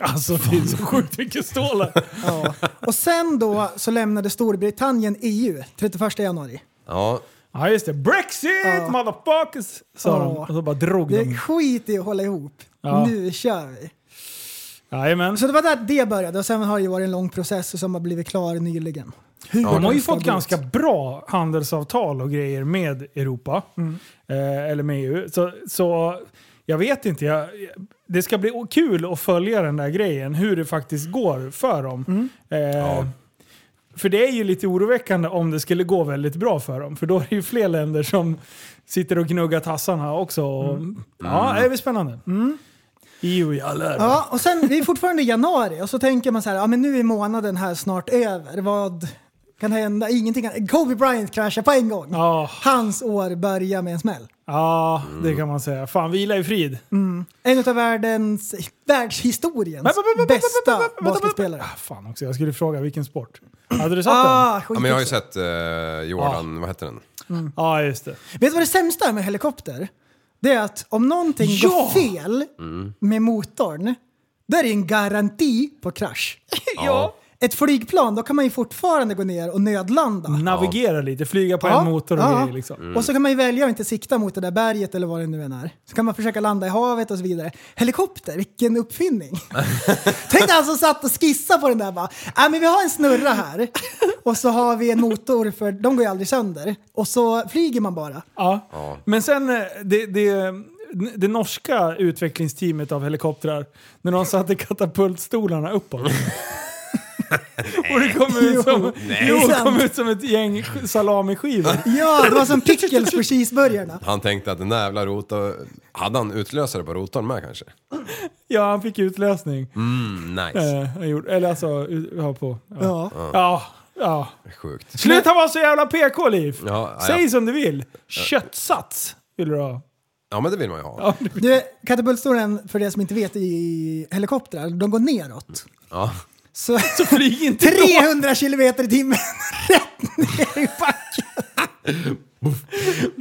Speaker 3: Alltså det är så sjukt mycket stålar.
Speaker 4: *laughs* Ja. Och sen då så lämnade Storbritannien EU 31 januari.
Speaker 5: Ja.
Speaker 3: Ja just det. Brexit
Speaker 4: Ja.
Speaker 3: motherfuckers! Sa de.
Speaker 4: Ja.
Speaker 3: Och så bara drog
Speaker 4: Det är
Speaker 3: de.
Speaker 4: skit i att hålla ihop.
Speaker 3: Ja.
Speaker 4: Nu kör vi.
Speaker 3: Jajamän.
Speaker 4: Så det var där det började och sen har det ju varit en lång process som har blivit klar nyligen. Hur
Speaker 3: De har ju
Speaker 4: den ska
Speaker 3: fått
Speaker 4: gå
Speaker 3: ganska
Speaker 4: ut.
Speaker 3: bra handelsavtal och grejer med Europa. Eh, eller med EU. Så, så jag vet inte. Jag, det ska bli o- kul att följa den där grejen. Hur det faktiskt går för dem. Eh,
Speaker 5: Ja.
Speaker 3: För det är ju lite oroväckande om det skulle gå väldigt bra för dem. För då är det ju fler länder som sitter och gnuggar tassarna också. Och, Ja, det är väl spännande. EU i alla Mm. ja.
Speaker 4: Ja, och sen vi är fortfarande i januari och så tänker man så här, ja men nu är månaden här snart över. Vad kan hända? Ingenting kan... Kobe Bryant kraschar på en gång.
Speaker 3: Ja,
Speaker 4: Hans år börjar med en smäll.
Speaker 3: ja, det kan man säga. Fan, vila i frid.
Speaker 4: En av världens, världshistoriens
Speaker 3: Men, men, men, men, men, men,
Speaker 4: bästa
Speaker 3: men, men,
Speaker 4: basketspelare.
Speaker 3: Ah, fan också, jag skulle fråga vilken sport. Hade du satt
Speaker 4: Ah,
Speaker 5: ja,
Speaker 4: skit
Speaker 5: men jag har ju
Speaker 4: också.
Speaker 5: sett eh, Jordan, vad heter den?
Speaker 3: den? Ja, ah, just det.
Speaker 4: Vet du vad det sämsta är med helikopter? Det är att om någonting går
Speaker 3: Ja!
Speaker 4: fel
Speaker 5: Mm.
Speaker 4: med motorn, då är det en garanti på *laughs* krasch.
Speaker 5: Ja.
Speaker 4: Ett flygplan, då kan man ju fortfarande gå ner och nödlanda.
Speaker 3: Navigera lite, flyga på
Speaker 4: Ja,
Speaker 3: en motor och
Speaker 4: ja.
Speaker 3: grejer liksom.
Speaker 4: Och så kan man ju välja att inte sikta mot det där berget eller vad det nu än är. Så kan man försöka landa i havet och så vidare. Helikopter, vilken *laughs* uppfinning! Tänk dig han som satt och skissade på den där bara. Äh, men vi har en snurra här och så har vi en motor för de går ju aldrig sönder. Och så flyger man bara.
Speaker 3: Ja. Men sen eh, det, det, det norska utvecklingsteamet av helikoptrar, när de satte katapultstolarna uppåt. Och det kom
Speaker 4: Jo,
Speaker 3: ut som,
Speaker 4: nej.
Speaker 3: jo,
Speaker 4: Det är
Speaker 3: det kom
Speaker 4: sant.
Speaker 3: ut som ett gäng salamiskivor.
Speaker 4: Ja, det var som pickles på cheeseburgarna.
Speaker 5: Han tänkte att den där jävla rotorn... Hade han utlösare på rotorn med kanske?
Speaker 3: Ja, han fick utlösning.
Speaker 5: Mm, nice.
Speaker 3: Eh, han gjorde, eller alltså, ut- ja, på. Ja.
Speaker 4: Ja.
Speaker 3: Ja, ja.
Speaker 5: Sjukt.
Speaker 3: Sluta vara så jävla PK-liv!
Speaker 5: Ja, ja.
Speaker 3: Säg som du vill. Köttsats vill du
Speaker 5: *laughs*
Speaker 3: ha.
Speaker 5: Ja men det vill man ju ha.
Speaker 4: Du, katapultstolen, för det som inte vet, i helikoptrar, de går neråt.
Speaker 5: Ja.
Speaker 4: Så
Speaker 3: Flyg inte då!
Speaker 4: 300 kilometer i timmen *laughs* rätt ner i backen.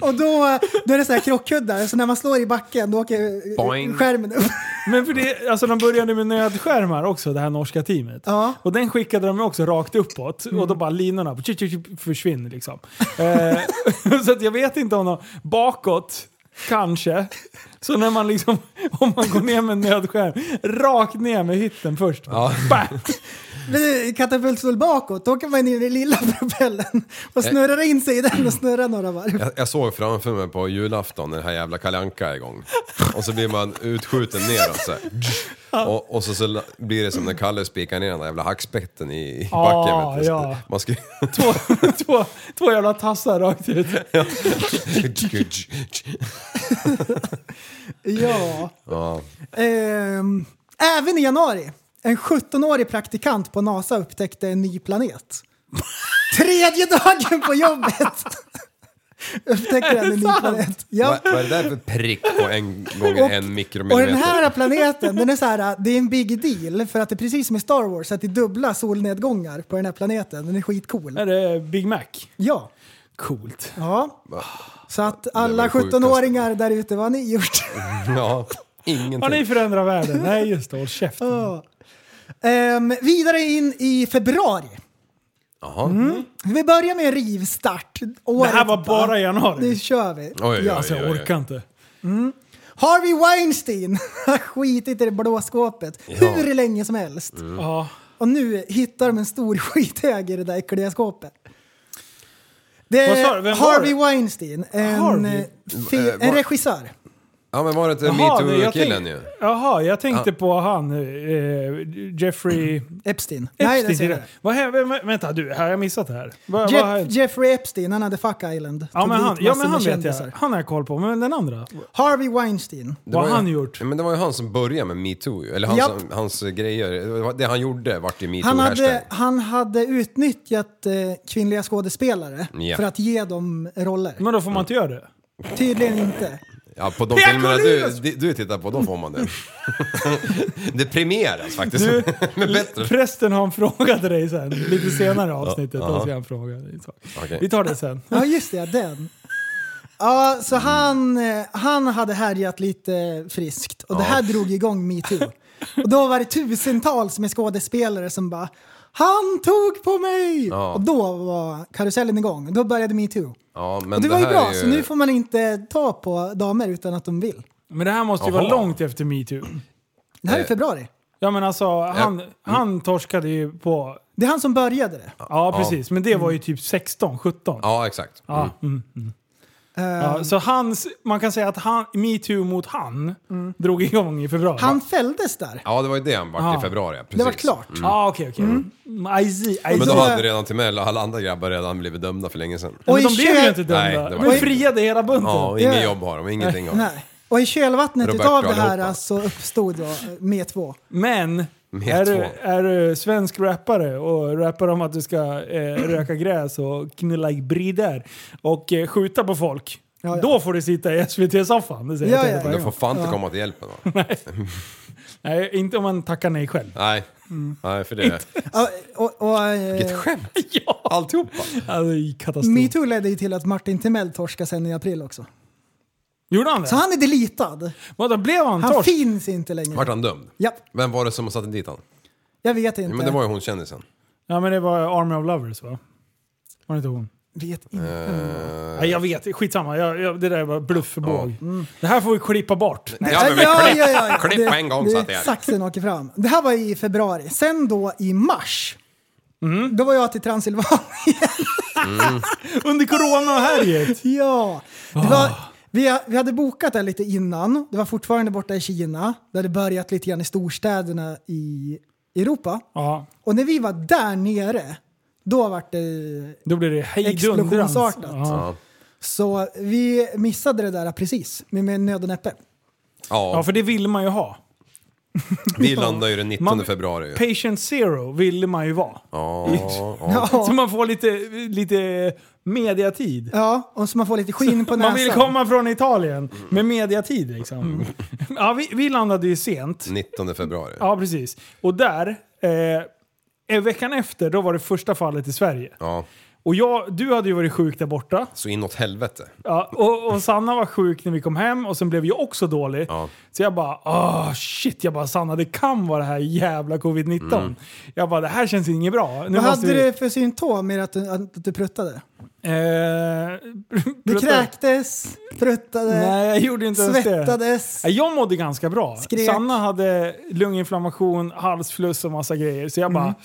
Speaker 4: Och då, då är det så här krockkuddar, så när man slår i backen då åker
Speaker 5: Boing.
Speaker 4: skärmen upp.
Speaker 3: Men för det, alltså de började med nödskärmar också, det här norska teamet.
Speaker 4: Ja.
Speaker 3: Och den skickade de också rakt uppåt och då bara linorna tju, tju, tju, försvinner liksom. eh, *laughs* så att jag vet inte om de, bakåt, kanske. Så när man liksom, *laughs* om man går ner med en nödskärm, rakt ner med hytten först. Bam!
Speaker 4: Men Katapultstol bakåt, då åker man ner i den lilla propellen och snurrar in sig i den och snurrar några varv.
Speaker 5: Jag, jag såg framför mig på julafton när den här jävla Kalle Anka är igång. Och så blir man utskjuten neråt så här. Och, och så, så la- blir det som när Kalle spikar ner den där jävla hackspetten i, i backen.
Speaker 3: Ah,
Speaker 5: vet du.
Speaker 3: ja.
Speaker 5: Man ska... *laughs*
Speaker 3: Två, *laughs* två, två jävla tassar rakt ut.
Speaker 4: Ja.
Speaker 5: ja.
Speaker 4: Ehm, även i januari. En 17-årig praktikant på NASA upptäckte en ny planet. Tredje dagen på jobbet *laughs* upptäckte han en ny
Speaker 3: sant?
Speaker 4: planet.
Speaker 5: Vad
Speaker 4: Ja.
Speaker 5: vad är det där för prick på en gånger en
Speaker 3: Mm.
Speaker 4: Och
Speaker 5: mikromillimeter?
Speaker 4: den här planeten, den är så här, det är en big deal för att det är precis som i Star Wars, att det är dubbla solnedgångar på den här planeten. Den är skitcool.
Speaker 3: Är det Big Mac?
Speaker 4: Ja.
Speaker 3: Coolt.
Speaker 4: ja.
Speaker 3: Ah.
Speaker 4: Så att alla
Speaker 5: det sjukaste.
Speaker 4: 17-åringar där ute, vad har
Speaker 3: *laughs*
Speaker 4: ni gjort?
Speaker 5: Ja,
Speaker 3: Har ni
Speaker 5: ingenting.
Speaker 3: förändrat världen? Nej, just det. Håll käften.
Speaker 4: Ja. Ehm, vidare in i februari.
Speaker 5: Jaha.
Speaker 3: Mm.
Speaker 4: Vi börjar med en rivstart.
Speaker 3: Det
Speaker 4: Året,
Speaker 3: här var bara i
Speaker 4: Nu
Speaker 3: januari.
Speaker 4: kör vi.
Speaker 5: Oj, oj,
Speaker 3: Alltså,
Speaker 5: oj, Mm.
Speaker 3: jag
Speaker 5: oj.
Speaker 3: orkar inte.
Speaker 4: Harvey Weinstein *laughs* har skitit i det blå skåpet hur länge som helst.
Speaker 3: Ja.
Speaker 4: Och nu hittar de en stor *laughs* skithög i det där äckliga skåpet. Det
Speaker 3: Vad sa du?
Speaker 4: är
Speaker 3: Vem var
Speaker 4: Harvey
Speaker 3: det?
Speaker 4: Weinstein, en,
Speaker 3: Harvey?
Speaker 4: eh, fi-
Speaker 5: Eh, var-
Speaker 4: en regissör.
Speaker 5: Ja men var det inte
Speaker 3: det- jag
Speaker 5: metoo-killen
Speaker 3: tänk-
Speaker 5: ju?
Speaker 3: Jaha, jag tänkte på han, eh, Jeffrey...
Speaker 4: Epstein. Nej, det
Speaker 3: Epstein.
Speaker 4: ser
Speaker 3: Nej,
Speaker 4: jag.
Speaker 3: vad hände? vä- Vänta du, har jag missat det här? Vad, vad har
Speaker 4: Jeff,
Speaker 3: hänt?
Speaker 4: Jeffrey Epstein, han hade Fuck Island.
Speaker 3: ja,
Speaker 4: Tog
Speaker 3: men
Speaker 4: dit
Speaker 3: han, ja
Speaker 4: massor
Speaker 3: men
Speaker 4: med
Speaker 3: han vet jag,
Speaker 4: kändisar.
Speaker 3: han har jag koll på. Men den andra?
Speaker 4: Harvey Weinstein.
Speaker 5: Det
Speaker 3: Vad
Speaker 5: var
Speaker 3: har
Speaker 5: ju-
Speaker 3: han gjort?
Speaker 5: Ja, Men det var ju han som började med metoo ju. Eller hans,
Speaker 4: Japp.
Speaker 5: hans grejer. Det var- Det han gjorde vart ju
Speaker 4: Han
Speaker 5: metoo-hashtag.
Speaker 4: hade, han hade utnyttjat eh, kvinnliga skådespelare
Speaker 5: Ja.
Speaker 4: för att ge dem roller.
Speaker 3: Men då får man inte göra det?
Speaker 4: Tydligen inte.
Speaker 5: Ja, på de
Speaker 3: Pia
Speaker 5: filmerna du,
Speaker 3: Cornelius!
Speaker 5: du tittar på, då får
Speaker 4: *laughs*
Speaker 5: man det. det premieras faktiskt.
Speaker 3: Du-
Speaker 5: *laughs* Men bättre.
Speaker 3: Prästen har en fråga till dig sen, lite senare i avsnittet. då ska han fråga dig en sak.
Speaker 5: Okej.
Speaker 3: Vi tar det sen.
Speaker 4: Ja, just det. ja, Den. Ja, så han, eh, han hade härjat lite friskt och det här drog igång metoo. Och då var det tusentals med skådespelare som bara “Han tog på mig!”
Speaker 5: Ja.
Speaker 4: Och då var karusellen igång. Då började metoo.
Speaker 5: Ja, men
Speaker 4: Och det var ju
Speaker 5: här
Speaker 4: bra,
Speaker 5: är
Speaker 4: så nu får man inte ta på damer utan att de vill.
Speaker 3: Men det här måste ju
Speaker 5: Jaha.
Speaker 3: vara långt efter metoo.
Speaker 4: Det här är
Speaker 5: Eh.
Speaker 4: februari.
Speaker 3: Ja men alltså, han, han torskade ju på...
Speaker 4: Det är han som började det.
Speaker 3: Ja precis, men det var ju typ 16, 17.
Speaker 5: Mm. Ja, exakt. Mm.
Speaker 3: Ja, mm. Ja, så hans, man kan säga att han, metoo mot han
Speaker 5: Mm.
Speaker 3: drog igång i februari.
Speaker 4: Han fälldes där.
Speaker 5: Ja, det var ju det han vart
Speaker 3: Ja.
Speaker 5: i februari. Precis.
Speaker 4: Det var klart.
Speaker 3: Ja ah, okej okej. Mm, I see, I see.
Speaker 5: Men då
Speaker 4: Så-
Speaker 5: hade redan Timell och alla andra grabbar redan blivit dömda för länge sedan.
Speaker 3: Men
Speaker 4: Och i
Speaker 3: de blev ju
Speaker 4: kö-
Speaker 3: inte dömda.
Speaker 5: Nej, det var
Speaker 3: de
Speaker 5: inte
Speaker 3: blev
Speaker 5: det.
Speaker 3: friade hela bunten.
Speaker 5: Ja, och inget
Speaker 4: Ja.
Speaker 5: jobb har de, ingenting har de.
Speaker 4: Nej. Och i kölvattnet
Speaker 5: Roberto
Speaker 4: utav det här
Speaker 5: allihopa.
Speaker 4: så uppstod då eh, metoo.
Speaker 3: Men,
Speaker 5: Med
Speaker 3: är
Speaker 5: två.
Speaker 3: du, är du svensk rappare och rappar om att du ska eh, röka gräs och knulla i brider och eh, skjuta på folk.
Speaker 4: Ja, ja.
Speaker 3: Då får du sitta i SVT-soffan. Det säger
Speaker 4: Ja,
Speaker 3: jag till dig
Speaker 4: ja, ja.
Speaker 3: varje
Speaker 5: De får
Speaker 3: gång.
Speaker 5: fan inte komma till hjälpen
Speaker 4: *laughs*
Speaker 5: va?
Speaker 3: Nej, inte om man tackar nej själv.
Speaker 5: Nej.
Speaker 4: Mm.
Speaker 5: Nej, för det...
Speaker 4: Ja, och, och, eh,
Speaker 5: Vilket skämt!
Speaker 3: *laughs* Ja,
Speaker 5: Alltihopa!
Speaker 3: alltså, det är katastrof.
Speaker 4: Metoo ledde ju till att Martin Timell torskade sen i april också.
Speaker 3: Gjorde han det?
Speaker 4: Så han är deletad.
Speaker 3: Vadå, blev han,
Speaker 4: Han
Speaker 3: torsk?
Speaker 4: finns inte längre.
Speaker 5: Vart han dömd?
Speaker 4: Ja,
Speaker 5: Vem var det som satte dit han?
Speaker 4: jag vet inte.
Speaker 5: Ja, men det var ju hon kändisen.
Speaker 3: Ja, men det var Army of Lovers va? Var det inte hon?
Speaker 4: Vet
Speaker 5: Eh,
Speaker 4: inte.
Speaker 3: Nej, jag vet, skitsamma. Jag, jag, det där var bluff för båg. Det här får vi klippa
Speaker 4: *laughs*
Speaker 3: bort.
Speaker 5: Ja, men vi klipp, klipp
Speaker 4: Det-
Speaker 5: på en gång
Speaker 4: det-
Speaker 5: så att det är.
Speaker 4: Saxen åker fram. Det här var i februari. Sen då i mars.
Speaker 5: Mm.
Speaker 4: Då var jag till Transylvanien.
Speaker 3: Under corona-härjet.
Speaker 4: *laughs* ja. Det var,
Speaker 5: Ah.
Speaker 4: vi, vi hade bokat det lite innan. Det var fortfarande borta i Kina. Det hade börjat lite grann i storstäderna i Europa.
Speaker 3: Ja,
Speaker 4: Och när vi var där nere, då var det
Speaker 3: då blir det hejdundrans.
Speaker 4: Explosionsartat.
Speaker 3: Ja.
Speaker 5: Ja.
Speaker 4: Så vi missade det där precis, med, med nöd och näppe.
Speaker 3: Ja,
Speaker 5: Ja,
Speaker 3: för det vill man ju ha.
Speaker 5: vi landade ju den 19
Speaker 3: Man-
Speaker 5: februari ju.
Speaker 3: Patient zero ville man ju vara.
Speaker 5: Ja, ja.
Speaker 4: Ja,
Speaker 3: Så man får lite, lite mediatid.
Speaker 4: ja och så man får lite skinn på Äh,
Speaker 3: *laughs*
Speaker 4: näsan.
Speaker 3: Man vill komma från Italien med mediatid liksom. Ja, vi, vi landade ju sent.
Speaker 5: 19 februari.
Speaker 3: Ja, precis. Och där, eh, en veckan efter, då var det första fallet i Sverige.
Speaker 5: Ja,
Speaker 3: Och jag, du hade ju varit sjuk där borta.
Speaker 5: så inåt helvete.
Speaker 3: Ja, och, och Sanna var sjuk när vi kom hem och sen blev jag också dålig.
Speaker 5: Ja.
Speaker 3: Så jag bara, ah shit, jag bara Sanna det kan vara det här jävla covid-19. Jag bara, det här känns inget bra. Nu
Speaker 4: Vad
Speaker 3: måste
Speaker 4: hade
Speaker 3: vi...
Speaker 4: du för symptom med att du, att du pruttade?
Speaker 3: Eh, *laughs*
Speaker 4: Du
Speaker 3: pruttar-
Speaker 4: kräktes, pruttade,
Speaker 3: Nej, jag gjorde inte ens det.
Speaker 4: svettades.
Speaker 3: Nej, Jag mådde ganska bra.
Speaker 4: Skrek.
Speaker 3: Sanna hade lunginflammation, halsfluss och massa grejer. Så jag bara,
Speaker 4: Mm.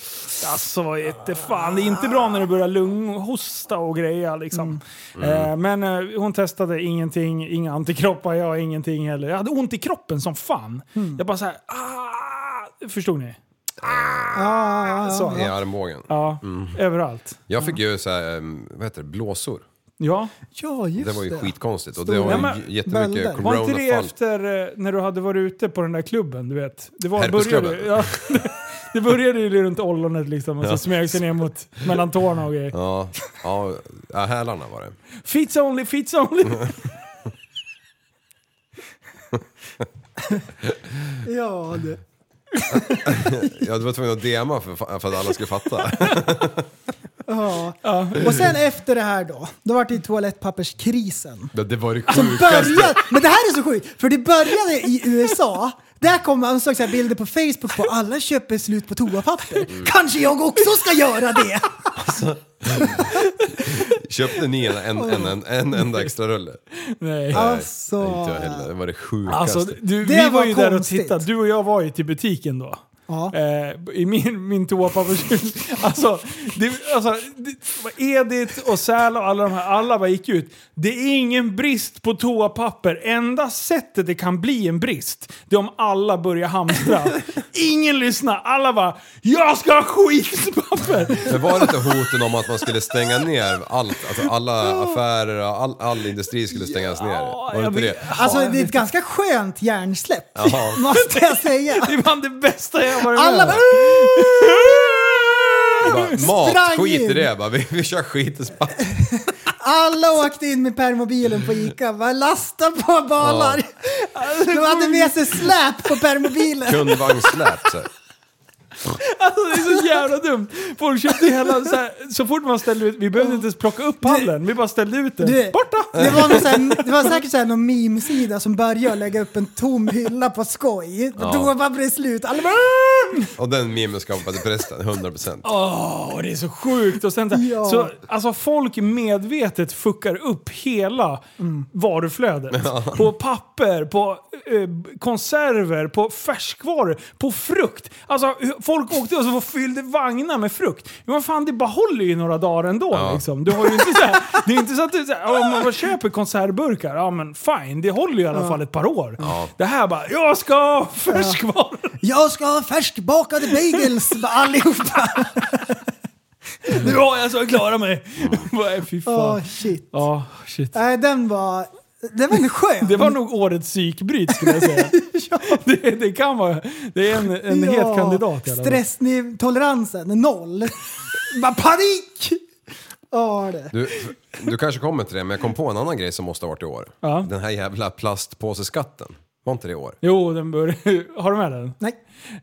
Speaker 3: alltså vad är det fan, det är inte bra när det börjar lunghosta och grejer liksom.
Speaker 4: Mm.
Speaker 3: Eh, men eh, hon testade ingenting, inga antikroppar, jag ingenting heller. Jag hade ont i kroppen som fan.
Speaker 4: Mm.
Speaker 3: Jag bara såhär, ah! förstod ni?
Speaker 4: Ah,
Speaker 3: Så,
Speaker 5: I armbågen.
Speaker 3: ja, överallt.
Speaker 5: Jag fick ju så här, ehm, vad heter det, blåsor.
Speaker 3: Ja.
Speaker 4: ja, just
Speaker 5: Det var ju skitkonstigt och det
Speaker 4: Stora-
Speaker 5: var
Speaker 3: Ja, men-
Speaker 5: ju jättemycket
Speaker 4: bölder.
Speaker 3: Var inte det
Speaker 5: coronafall.
Speaker 3: efter eh, när du hade varit ute på den där klubben? Du vet? Det, var,
Speaker 5: Herpesklubben?
Speaker 3: började, ja, *laughs* det, det började ju runt ollonet liksom och så smög sig ner mot, mellan tårna och grejer.
Speaker 5: Ja, ja, ja, hälarna var det.
Speaker 3: Fits only, fits
Speaker 5: *laughs*
Speaker 3: only!
Speaker 4: Ja, det.
Speaker 5: Jag var tvungen att DMa för, fa- för att alla
Speaker 3: *laughs*
Speaker 5: skulle fatta.
Speaker 4: Ja. Och sen efter det här då, då var det ju toalettpapperskrisen.
Speaker 5: Det, det var det
Speaker 3: Alltså,
Speaker 4: Som
Speaker 5: sjukaste.
Speaker 4: började, men det här är så sjukt, för det började i USA. Där kom man såg så här bilder på Facebook på alla köper slut på toapapper.
Speaker 3: Mm.
Speaker 4: Kanske jag också ska göra det!
Speaker 5: Köpte ni en, en, en, en, en enda extra rulle?
Speaker 3: Nej.
Speaker 4: Alltså,
Speaker 5: Nej, inte jag heller. Det var det sjukaste.
Speaker 3: Alltså, du,
Speaker 4: Det
Speaker 3: vi var,
Speaker 4: var
Speaker 3: ju där och
Speaker 4: konstigt.
Speaker 3: tittade. Du och jag var ju till butiken då.
Speaker 4: Ja.
Speaker 3: Eh, I min, min toapappers... alltså, det, alltså det, var Edith och Säl och alla de här, alla bara gick ut. Det är ingen brist på toapapper. Enda sättet det kan bli en brist, det är om alla börjar
Speaker 4: *laughs*
Speaker 3: hamstra. ingen lyssnar. Alla bara “Jag ska ha skitpapper!”
Speaker 5: Men var det inte hoten om att man skulle stänga ner allt? Alltså alla affärer, och all, all industri skulle stängas ner? Var det
Speaker 3: jag
Speaker 5: inte
Speaker 3: vet.
Speaker 5: det?
Speaker 4: Alltså det är ett ganska skönt hjärnsläpp,
Speaker 5: Ja.
Speaker 4: *laughs* måste jag säga.
Speaker 3: *laughs* Det var det bästa jag varit med
Speaker 4: Alla bara,
Speaker 3: om.
Speaker 5: Bara, mat,
Speaker 4: Sprang
Speaker 5: skit i
Speaker 4: in.
Speaker 5: det bara. Vi, vi kör skitens papper.
Speaker 4: Alla åkte in med permobilen på Ica. Bara lasta på balar. *laughs* De hade med sig släp på permobilen.
Speaker 5: Kundvagnssläp. så här.
Speaker 3: Alltså det är så jävla dumt. Folk köpte hela, så, här, så fort man ställde ut, vi behövde inte ens plocka upp pallen, vi bara ställde ut
Speaker 4: Du-
Speaker 3: den. Borta!
Speaker 4: Det var, någon så här, det var säkert så här någon meme-sida som började lägga upp en tom hylla på skoj. Då var det slut. Alla bara, "Aah!"
Speaker 5: Och den memen skapade prästen, 100%.
Speaker 3: Åh, det är så sjukt! Och sen, så här-
Speaker 4: Ja.
Speaker 3: så, alltså folk medvetet fuckar upp hela varuflödet. På papper, på eh, konserver, på färskvaror, på frukt. Alltså hur- folk åkte och så fyllde vagnar med frukt. Men vad fan, det bara håller ju några dagar ändå. Liksom. Du har ju inte så här, det är inte så att du, så här, om man bara köper konservburkar, ja men fine, det håller ju i alla fall ett par år. Det här bara, jag ska ha färskvaror!
Speaker 4: Jag ska ha färskbakade bagels. Bara Allihopa.
Speaker 3: *laughs* Nu har jag så jag klarar mig! *laughs* Mm. Fy fan.
Speaker 4: Åh shit.
Speaker 3: Ja, shit.
Speaker 4: Nej, den var... Den var inte skön.
Speaker 3: Det var nog årets psykbryt skulle jag säga. det, det kan vara. Det är en, en het kandidat i alla fall.
Speaker 4: Stresstoleransen, noll. Bara panik! Ja, det.
Speaker 5: Du, du kanske kommer till det, men jag kom på en annan grej som måste ha varit i år.
Speaker 3: Ja.
Speaker 5: Den här jävla plastpåseskatten. Var inte det i år?
Speaker 3: Jo, den bör... *laughs* Har du med den?
Speaker 4: Nej.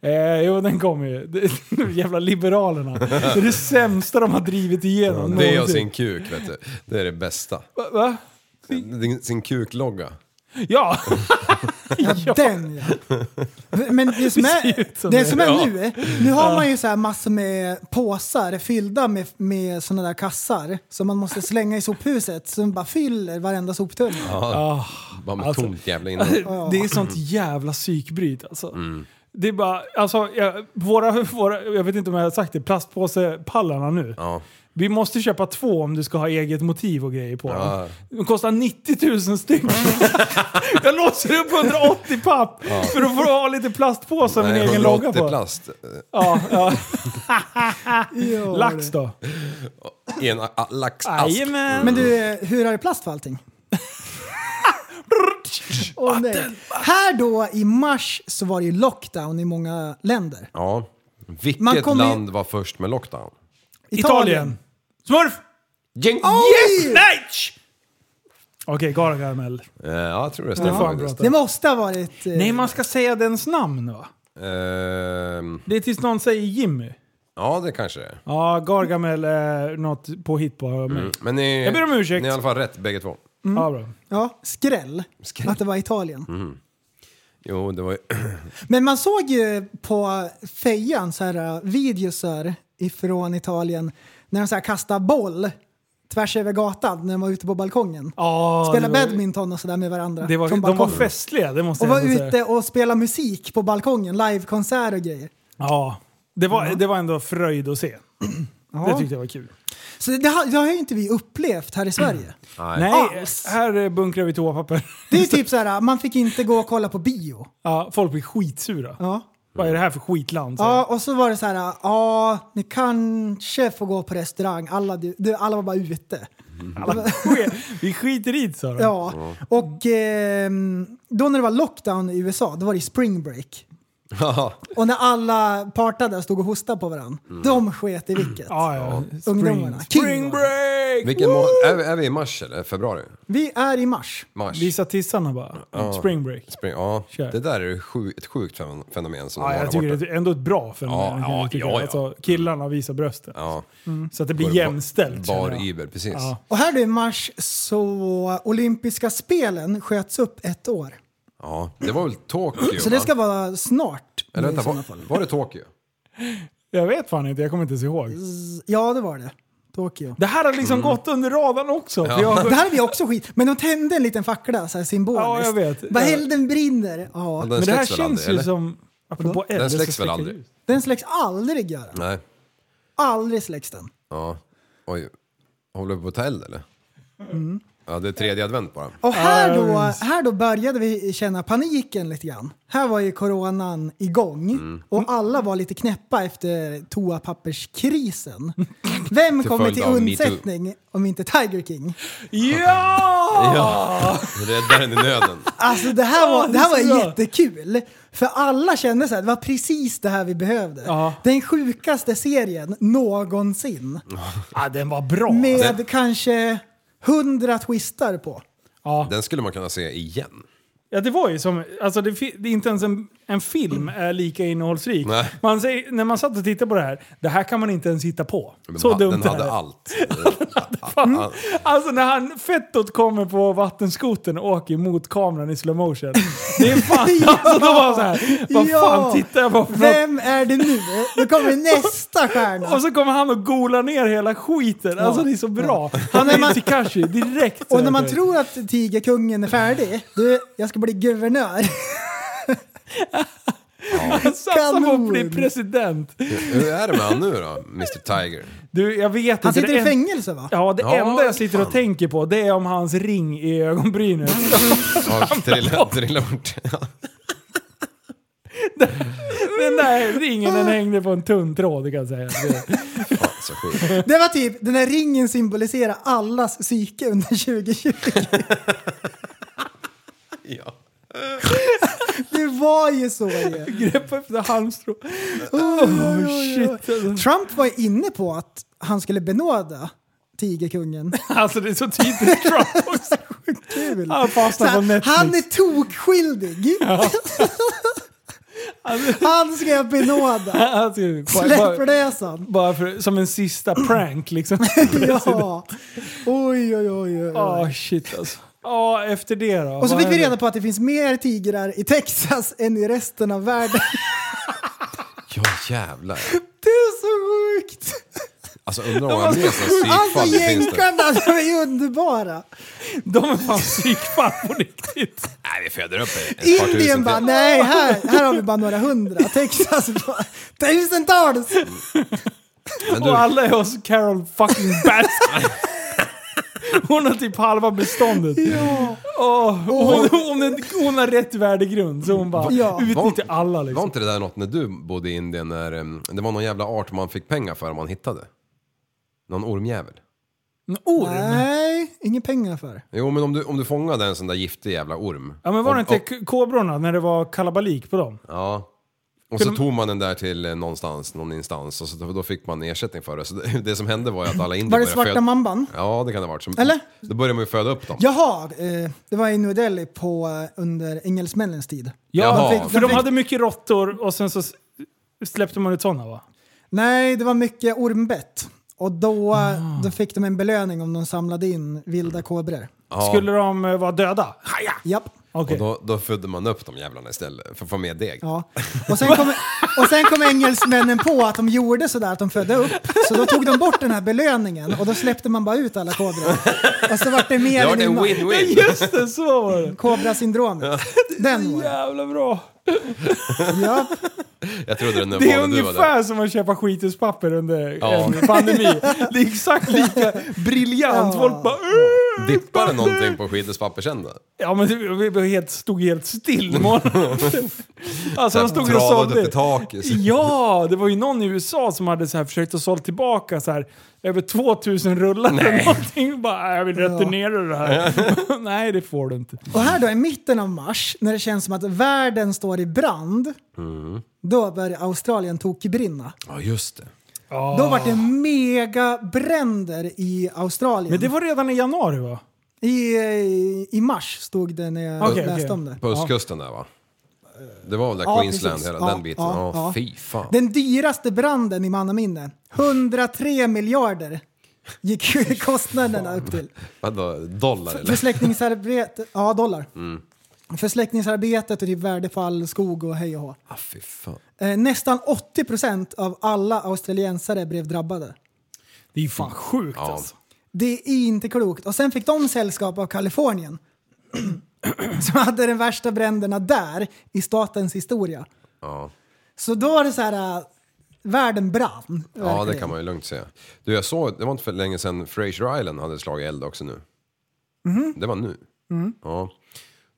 Speaker 3: Eh, jo, den kommer ju. Det- De jävla liberalerna. Det är det sämsta de har drivit igenom
Speaker 5: Det och
Speaker 3: någonsin.
Speaker 5: sin kuk, vet du. Det är det bästa.
Speaker 3: Va? va?
Speaker 5: Din, sin kuklogga.
Speaker 3: Ja!
Speaker 4: Ja, den ja. Men det som
Speaker 3: ser
Speaker 4: är,
Speaker 3: ut som *laughs*
Speaker 4: det
Speaker 3: det.
Speaker 4: som är
Speaker 5: Ja.
Speaker 4: nu, nu har man ju så här massor med påsar fyllda med, med sådana där kassar som man måste slänga i sophuset som bara fyller varenda soptunna.
Speaker 5: Ja. Bara med
Speaker 3: alltså.
Speaker 5: tomt jävla innehåll.
Speaker 3: Det är sånt jävla psykbryt alltså.
Speaker 5: Mm.
Speaker 3: Det är bara, alltså, jag, våra, våra, jag vet inte om jag har sagt det, plastpåsepallarna nu.
Speaker 5: Ja.
Speaker 3: Vi måste köpa två om du ska ha eget motiv och grejer på
Speaker 5: Ja.
Speaker 3: dem. De kostar 90 000 styck. *laughs* jag låser upp 180 papp för att få ha lite plastpåsar med
Speaker 5: Nej, eh,
Speaker 3: egen logga
Speaker 5: 180
Speaker 3: på.
Speaker 5: plast.
Speaker 3: Ja, ja.
Speaker 4: Ja,
Speaker 3: Lax
Speaker 4: det.
Speaker 3: då?
Speaker 5: I en a- a- laxask.
Speaker 3: Jajamän.
Speaker 4: Men du, hur har du plast
Speaker 3: *laughs*
Speaker 4: för allting? Åh, nej. Här då i mars så var det ju lockdown i många länder.
Speaker 5: Ja.
Speaker 4: Man
Speaker 5: Vilket
Speaker 4: kommer ju-
Speaker 5: land var först med lockdown?
Speaker 3: Italien. Smurf!
Speaker 5: Gäng...
Speaker 4: Yes!
Speaker 3: Nej! tsch! Okej, Gargamel.
Speaker 5: Eh, Ja, jag tror det stämmer
Speaker 3: Ja.
Speaker 5: faktiskt.
Speaker 4: Det måste ha varit... eh,
Speaker 3: Nej, man ska säga dens namn va?
Speaker 5: Ehm,
Speaker 3: Det är tills någon säger Jimmy.
Speaker 5: ja, det kanske det är.
Speaker 3: Ja, Gargamel är något påhitt på mig.
Speaker 5: Men ni,
Speaker 3: Jag ber om ursäkt.
Speaker 5: ni är i alla fall rätt bägge två.
Speaker 3: Ja, bra.
Speaker 4: Ja, skräll.
Speaker 5: Skräll.
Speaker 4: Att det var Italien.
Speaker 3: Mm.
Speaker 5: Jo, det var ju... *laughs*
Speaker 4: Men man såg ju på fejan så här videosar ifrån Italien när de så här kastar boll tvärs över gatan när de var ute på balkongen.
Speaker 3: Ja,
Speaker 4: Spela
Speaker 3: Ah, det var-
Speaker 4: badminton och sådär med varandra.
Speaker 3: Det var,
Speaker 4: från
Speaker 3: de var
Speaker 4: balkongen.
Speaker 3: festliga, det måste
Speaker 4: och
Speaker 3: jag
Speaker 4: var
Speaker 3: ändå säga.
Speaker 4: ute och spela musik på balkongen, livekonsert och grejer.
Speaker 3: Ja, det var,
Speaker 4: Mm.
Speaker 3: det var ändå fröjd att se. Det tyckte jag Mm. var kul.
Speaker 4: Så det, har, det har ju inte vi upplevt här i Sverige.
Speaker 5: Nej.
Speaker 3: Nej,
Speaker 4: Alls.
Speaker 3: här eh, bunkrar vi toapapper. *laughs*
Speaker 4: Det är typ så här, man fick inte gå och kolla på bio.
Speaker 3: Ja, folk blir skitsura.
Speaker 4: Ja.
Speaker 3: Vad är det här för skitland? säger
Speaker 4: Ja, och så var det så här, ja, ni kanske får gå på restaurang. Alla, du, alla var bara ute.
Speaker 3: Mm.
Speaker 4: *laughs*
Speaker 3: de. Vi skiter i det, sa de.
Speaker 4: Ja, och ehm, då när det var lockdown i USA, då var det spring break. Och när alla partade och stod och hostade på varandra, de sket i vilket.
Speaker 3: Mm. Ja, ja.
Speaker 4: Ungdomarna.
Speaker 3: Spring, spring
Speaker 4: King.
Speaker 3: break!
Speaker 5: Vilken må- är, vi- är vi i mars eller februari?
Speaker 4: Vi är i mars.
Speaker 5: Mars?
Speaker 3: Visa tissarna bara. Spring break.
Speaker 5: Spring, ja.
Speaker 3: Kör.
Speaker 5: Det där är sju, ett sjukt fen- fenomen som
Speaker 3: Ja,
Speaker 5: de har
Speaker 3: jag
Speaker 5: där
Speaker 3: tycker
Speaker 5: borta.
Speaker 3: det är ändå ett bra fenomen.
Speaker 5: Ja,
Speaker 3: kan jag
Speaker 5: ja,
Speaker 3: tycka.
Speaker 5: ja, ja.
Speaker 3: Alltså, killarna visar brösten.
Speaker 5: Ja.
Speaker 4: Mm.
Speaker 3: Så att det blir jämställt. känner
Speaker 5: Bar
Speaker 3: jag.
Speaker 5: Iber, precis.
Speaker 3: Ja.
Speaker 4: Och här då i mars så olympiska spelen sköts upp ett år.
Speaker 5: Ja, Det var väl Tokyo?
Speaker 4: Så det
Speaker 5: va?
Speaker 4: ska vara snart. nu
Speaker 5: Eller
Speaker 4: i
Speaker 5: vänta,
Speaker 4: sådana
Speaker 5: var,
Speaker 4: fall.
Speaker 5: var det Tokyo?
Speaker 3: Jag vet fan inte, jag kommer inte ens ihåg.
Speaker 4: Mm. Ja, det var det. Tokyo.
Speaker 3: Det här har liksom
Speaker 5: Mm.
Speaker 3: gått under radarn också. För
Speaker 5: *laughs*
Speaker 3: jag,
Speaker 4: Det här är vi också skit. Men de tände en liten fackla så här symboliskt.
Speaker 3: Ja, jag vet.
Speaker 4: Bara
Speaker 3: Ja.
Speaker 4: elden brinner. Ja.
Speaker 3: men
Speaker 5: Den
Speaker 3: det här
Speaker 5: släcks väl
Speaker 3: känns
Speaker 5: aldrig,
Speaker 3: ju
Speaker 5: eller?
Speaker 3: som... Apropå eld,
Speaker 5: Den
Speaker 3: så
Speaker 5: släcks väl
Speaker 3: det
Speaker 5: aldrig?
Speaker 3: ut.
Speaker 4: Den släcks aldrig, Göran.
Speaker 5: Nej.
Speaker 4: Aldrig släcks den.
Speaker 5: Ja. Oj. Håller vi på att ta eld eller?
Speaker 3: Mm.
Speaker 5: Ja, det är tredje advent bara.
Speaker 4: Och här då, här då började vi känna paniken lite grann. Här var ju coronan igång
Speaker 5: Mm.
Speaker 4: och alla var lite knäppa efter toapapperskrisen. Vem
Speaker 5: Till
Speaker 4: kommer
Speaker 5: följd
Speaker 4: till
Speaker 5: av
Speaker 4: undsättning om inte Tiger King?
Speaker 3: Ja!
Speaker 5: Ja! Räddaren i nöden.
Speaker 4: Alltså det här var,
Speaker 3: det
Speaker 4: det här
Speaker 3: är så
Speaker 4: var
Speaker 3: bra.
Speaker 4: jättekul. För alla kände så här, det var precis det här vi behövde.
Speaker 3: Ja.
Speaker 4: Den sjukaste serien någonsin.
Speaker 3: ja! Den var bra.
Speaker 4: Med kanske hundra twistar på.
Speaker 3: Ja.
Speaker 5: Den skulle man kunna se igen.
Speaker 3: ja, det var ju som... Alltså det, fi- det är inte ens en, en film är lika innehållsrik.
Speaker 5: Nej.
Speaker 3: Man säger, när man satt och tittade på det här, det här kan man inte ens hitta på.
Speaker 5: Den,
Speaker 3: Så
Speaker 5: ha-
Speaker 3: dumt
Speaker 5: den
Speaker 3: är
Speaker 5: hade
Speaker 3: det.
Speaker 5: allt.
Speaker 3: Fan. Alltså när han fettot kommer på vattenskoten och åker mot kameran i slow motion. Det är fan, *laughs* alltså då var jag så här. Vad fan tittar jag på för något?
Speaker 4: Vem är det nu? Nu kommer nästa stjärna.
Speaker 3: Och så kommer han och golar ner hela skiten. Alltså det är så bra. Han är Tikashi direkt.
Speaker 4: Och när man tror att tigerkungen är färdig, du, jag ska bli guvernör. *laughs*
Speaker 3: Satsa på att bli
Speaker 4: kanon.
Speaker 3: president.
Speaker 5: Hur är det med han nu då, Mr Tiger?
Speaker 3: Du, jag vet
Speaker 4: Han
Speaker 3: inte. det
Speaker 4: sitter i
Speaker 3: en-
Speaker 4: fängelse va?
Speaker 3: Ja, det
Speaker 5: Ja,
Speaker 3: enda jag sitter och tänker på det är om hans ring i ögonbrynet. *laughs*
Speaker 5: Har trillat, trillat *laughs* bort.
Speaker 3: Den där ringen den hängde på en tunn tråd kan jag säga. Det-
Speaker 5: Fan, så sjukt.
Speaker 4: Det var typ, den här ringen symboliserar allas psyke under 2020.
Speaker 3: *laughs*
Speaker 5: Ja.
Speaker 4: Det var ju så ju.
Speaker 3: *laughs* Grepp efter halmstrå.
Speaker 4: Oh,
Speaker 3: shit. alltså.
Speaker 4: Trump var inne på att han skulle benåda
Speaker 3: *laughs*
Speaker 4: tigerkungen.
Speaker 3: Alltså det är så typiskt Trump också. *laughs*
Speaker 4: Kul.
Speaker 3: Han fastnar på
Speaker 4: Så här,
Speaker 3: Netflix.
Speaker 4: han är tokskyldig. *laughs* Han *laughs* ska jag benåda.
Speaker 3: *laughs* Alltså, *laughs* bara, bara, *laughs*
Speaker 4: Släpplösan.
Speaker 3: bara för, som en sista prank
Speaker 4: *laughs*
Speaker 3: liksom.
Speaker 4: Ja. Oj, oj, oj. oj.
Speaker 3: Åh shit alltså. Ja, efter det då.
Speaker 4: Och så fick vi reda på att det finns mer tigrar i Texas än i resten av världen. *laughs*
Speaker 5: ja, jävlar.
Speaker 4: Det är så sjukt!
Speaker 5: Alltså undrar hur många mer sådana psykfall
Speaker 4: Alltså
Speaker 5: det finns där.
Speaker 4: jänkarna, de är ju underbara!
Speaker 3: De är fan psykfall på *laughs* riktigt.
Speaker 5: Nej, vi föder upp ett par tusen
Speaker 4: Indien
Speaker 5: till.
Speaker 4: bara, nej här, här har vi bara några hundra. Texas bara, tusentals!
Speaker 5: Men
Speaker 3: Och
Speaker 5: du,
Speaker 3: alla är hos Carol fucking *laughs* Baskin. Hon har typ halva beståndet.
Speaker 4: Ja.
Speaker 3: Åh, hon, hon, är- hon har rätt värdegrund så hon bara
Speaker 4: Ja.
Speaker 3: utnyttjar alla
Speaker 5: var
Speaker 3: liksom.
Speaker 5: inte det där något när du bodde i Indien när em, det var någon jävla art man fick pengar för om man hittade? Någon ormjävel?
Speaker 3: En orm?
Speaker 4: Nej, inga pengar för.
Speaker 5: Jo, men om du, om du fångade en sån där giftig jävla orm.
Speaker 3: Ja men var det
Speaker 5: och,
Speaker 3: inte
Speaker 5: Och,
Speaker 3: k- kobrorna när det var kalabalik på dem?
Speaker 5: ja. Och så tog man den där till eh, någonstans, någon instans och så, då fick man ersättning för det. Så det, *laughs* det som hände var ju att alla indier
Speaker 4: Var det
Speaker 5: började
Speaker 4: svarta
Speaker 5: föda-
Speaker 4: mamban?
Speaker 5: Ja, det kan det ha varit. Som,
Speaker 4: Eller?
Speaker 5: Då började man ju föda upp dem.
Speaker 4: Jaha, eh, det var i New Delhi på, eh, under engelsmännens tid.
Speaker 5: Jaha.
Speaker 4: de fick-
Speaker 3: För de
Speaker 4: fick-
Speaker 3: hade mycket råttor och sen så s- släppte man ut sådana va?
Speaker 4: Nej, det var mycket ormbett. Och då,
Speaker 5: Ah.
Speaker 4: då fick de en belöning om de samlade in vilda kobror.
Speaker 5: Ja.
Speaker 3: Skulle de eh, vara döda? Haja!
Speaker 4: Japp.
Speaker 3: Okej.
Speaker 5: Och då, då födde man upp de jävlarna istället för att få mer deg.
Speaker 4: Ja. Och,
Speaker 5: *laughs*
Speaker 4: sen kom, och sen kom engelsmännen på att de gjorde sådär att de födde upp. Så då tog de bort den här belöningen och då släppte man bara ut alla kobror. Och så vart det
Speaker 5: Det
Speaker 4: mer
Speaker 5: var
Speaker 4: än
Speaker 5: en
Speaker 4: innan.
Speaker 5: win-win.
Speaker 3: Just det, så var
Speaker 5: *laughs*
Speaker 3: det!
Speaker 4: Kobrasyndromet. Den var det.
Speaker 3: Jävla bra!
Speaker 4: Ja.
Speaker 5: Jag trodde den
Speaker 3: Det är
Speaker 5: var när du var där.
Speaker 3: ungefär som att köpa skithuspapper under
Speaker 5: Ja.
Speaker 3: en pandemi. Det är exakt
Speaker 5: *laughs*
Speaker 3: lika briljant.
Speaker 4: Ja.
Speaker 3: Folk bara "Åh,
Speaker 5: Dippade
Speaker 3: papper!"
Speaker 5: någonting på skidespapper sen då?
Speaker 3: Ja men det- vi var helt, stod helt still
Speaker 5: *laughs*
Speaker 3: morgonen efter. Alltså de stod och
Speaker 5: Travade upp
Speaker 3: sålde.
Speaker 5: i taket.
Speaker 3: Ja, *laughs* det var ju någon i USA som hade så här försökt att sålt tillbaka så här, över 2000 rullar eller någonting. Bara, "Äh, jag vill returnera det *laughs* här. Nej, det får du inte.
Speaker 4: Och här då i mitten av mars, när det känns som att världen står i brand,
Speaker 5: Mm.
Speaker 4: då börjar Australien tokbrinna.
Speaker 5: Ja, just det.
Speaker 3: Ah.
Speaker 4: Då vart det mega bränder i Australien.
Speaker 3: Men det var redan i januari va?
Speaker 4: I, i- I mars stod det när jag
Speaker 3: Okej,
Speaker 4: läste
Speaker 3: okej.
Speaker 4: om det.
Speaker 5: På östkusten där va? Det var väl där
Speaker 4: Ja,
Speaker 5: Queensland,
Speaker 4: precis.
Speaker 5: hela
Speaker 4: Ja,
Speaker 5: den biten.
Speaker 4: ja,
Speaker 5: Ja,
Speaker 4: ja.
Speaker 5: fy fan.
Speaker 4: Den dyraste branden i mannaminne. 103 miljarder gick ju kostnaderna upp till.
Speaker 5: Vadå, dollar eller? Mm.
Speaker 4: Försläckningsarbetet, ja dollar. Försläckningsarbetet och typ värdefall, skog och hej och hå.
Speaker 5: Ah, fy fan.
Speaker 4: Eh, nästan 80% av alla australiensare blev drabbade.
Speaker 3: Det är ju fan sjukt
Speaker 5: Ja.
Speaker 3: alltså.
Speaker 4: Det är inte klokt. Och sen fick de sällskap av Kalifornien. *clears throat* Som hade den värsta bränderna där i statens historia.
Speaker 5: Ja.
Speaker 4: Så då var det så här, äh, världen brann.
Speaker 5: ja, det kan man ju lugnt säga. Du, jag såg, det var inte för länge sedan Fraser Island hade slagit eld också nu.
Speaker 3: Mhm.
Speaker 5: Det var nu. Ja.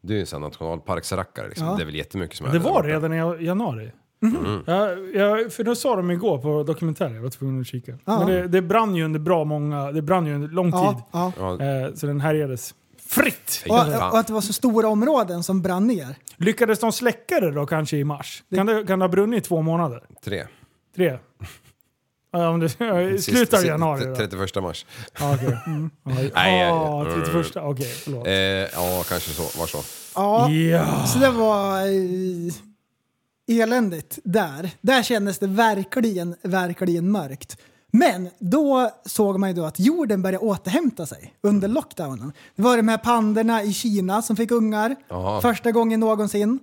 Speaker 5: Det är ju sån nationalparksrackare liksom. Det är väl jättemycket som är
Speaker 3: Det Mm.
Speaker 5: där
Speaker 3: var
Speaker 5: borta.
Speaker 3: redan i ja- januari. Mhm. Ja, ja, för då sa de igår på dokumentären, jag var tvungen att kika. Men det, det brann ju under bra många, det brann ju under lång tid.
Speaker 4: Ja, ja.
Speaker 5: Ja,
Speaker 3: Eh, så den härjades fritt.
Speaker 5: fy
Speaker 4: Och, och
Speaker 5: fan.
Speaker 4: att det var så stora områden som brann ner.
Speaker 3: Lyckades de släcka det då kanske i mars? Kan det, kan det ha brunnit i två månader?
Speaker 5: Tre.
Speaker 3: Tre? Ja,
Speaker 5: *laughs*
Speaker 3: om du, *laughs* slutet
Speaker 5: Sist-
Speaker 3: av
Speaker 5: si-
Speaker 3: januari
Speaker 5: t-
Speaker 3: då?
Speaker 5: 31 mars.
Speaker 3: Ja, okej. Mm.
Speaker 5: *laughs* Nej, jag-
Speaker 3: Ja, 31. Okej, förlåt.
Speaker 5: Eh, ja, kanske så. Var så.
Speaker 4: Ja,
Speaker 3: Ja.
Speaker 4: så det var eh, eländigt där. Där kändes det verkligen, verkligen mörkt. Men då såg man ju då att jorden började återhämta sig under lockdownen. Det var de här pandorna i Kina som fick ungar
Speaker 5: Jaha.
Speaker 4: första gången någonsin.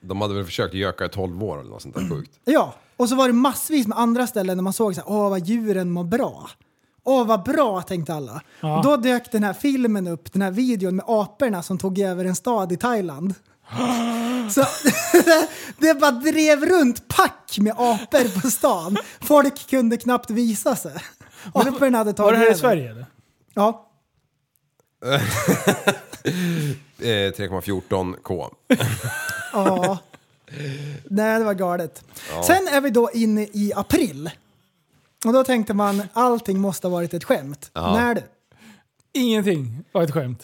Speaker 5: De hade väl försökt göka i 12 år eller
Speaker 3: *clears throat*
Speaker 5: något sånt där sjukt.
Speaker 4: Ja, och så var det massvis med andra ställen där man såg så här, åh vad djuren mår bra. Åh vad bra, tänkte alla. Och då dök den här filmen upp, den här videon med aporna som tog över en stad
Speaker 3: *gasps*
Speaker 4: i Thailand. Så *laughs* det bara drev runt pack med apor på stan. Folk kunde knappt
Speaker 3: *laughs*
Speaker 4: visa sig. Aporna hade tagit
Speaker 3: Var det här
Speaker 4: över.
Speaker 3: i Sverige eller?
Speaker 4: Ja.
Speaker 5: Eh, 3,14K.
Speaker 4: Ja. *laughs* Nej, det var galet. Sen är vi då inne i april. Och då tänkte man, allting måste ha varit ett skämt. När du.
Speaker 3: Ingenting var ett skämt.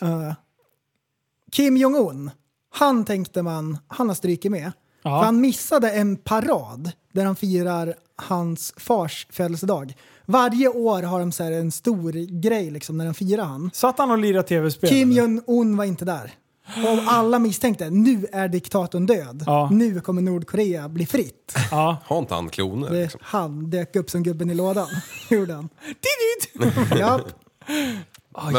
Speaker 4: Kim Jong-Un, han tänkte man, han har strykit med.
Speaker 3: Ja.
Speaker 4: För han missade en parad där han firar hans fars födelsedag. Varje år har de så här en stor grej liksom när de firar han.
Speaker 3: Satt han och lirade tv-spel?
Speaker 4: Kim
Speaker 3: eller?
Speaker 4: Jong-Un var inte där. Och alla misstänkte, nu är diktatorn död.
Speaker 3: Ja.
Speaker 4: Nu kommer Nordkorea
Speaker 3: *laughs*
Speaker 4: bli fritt.
Speaker 3: Ja.
Speaker 5: Har inte han kloner
Speaker 4: Det,
Speaker 5: liksom?
Speaker 4: Han dök upp som gubben i lådan. *laughs* Gjorde han. ja,
Speaker 5: Men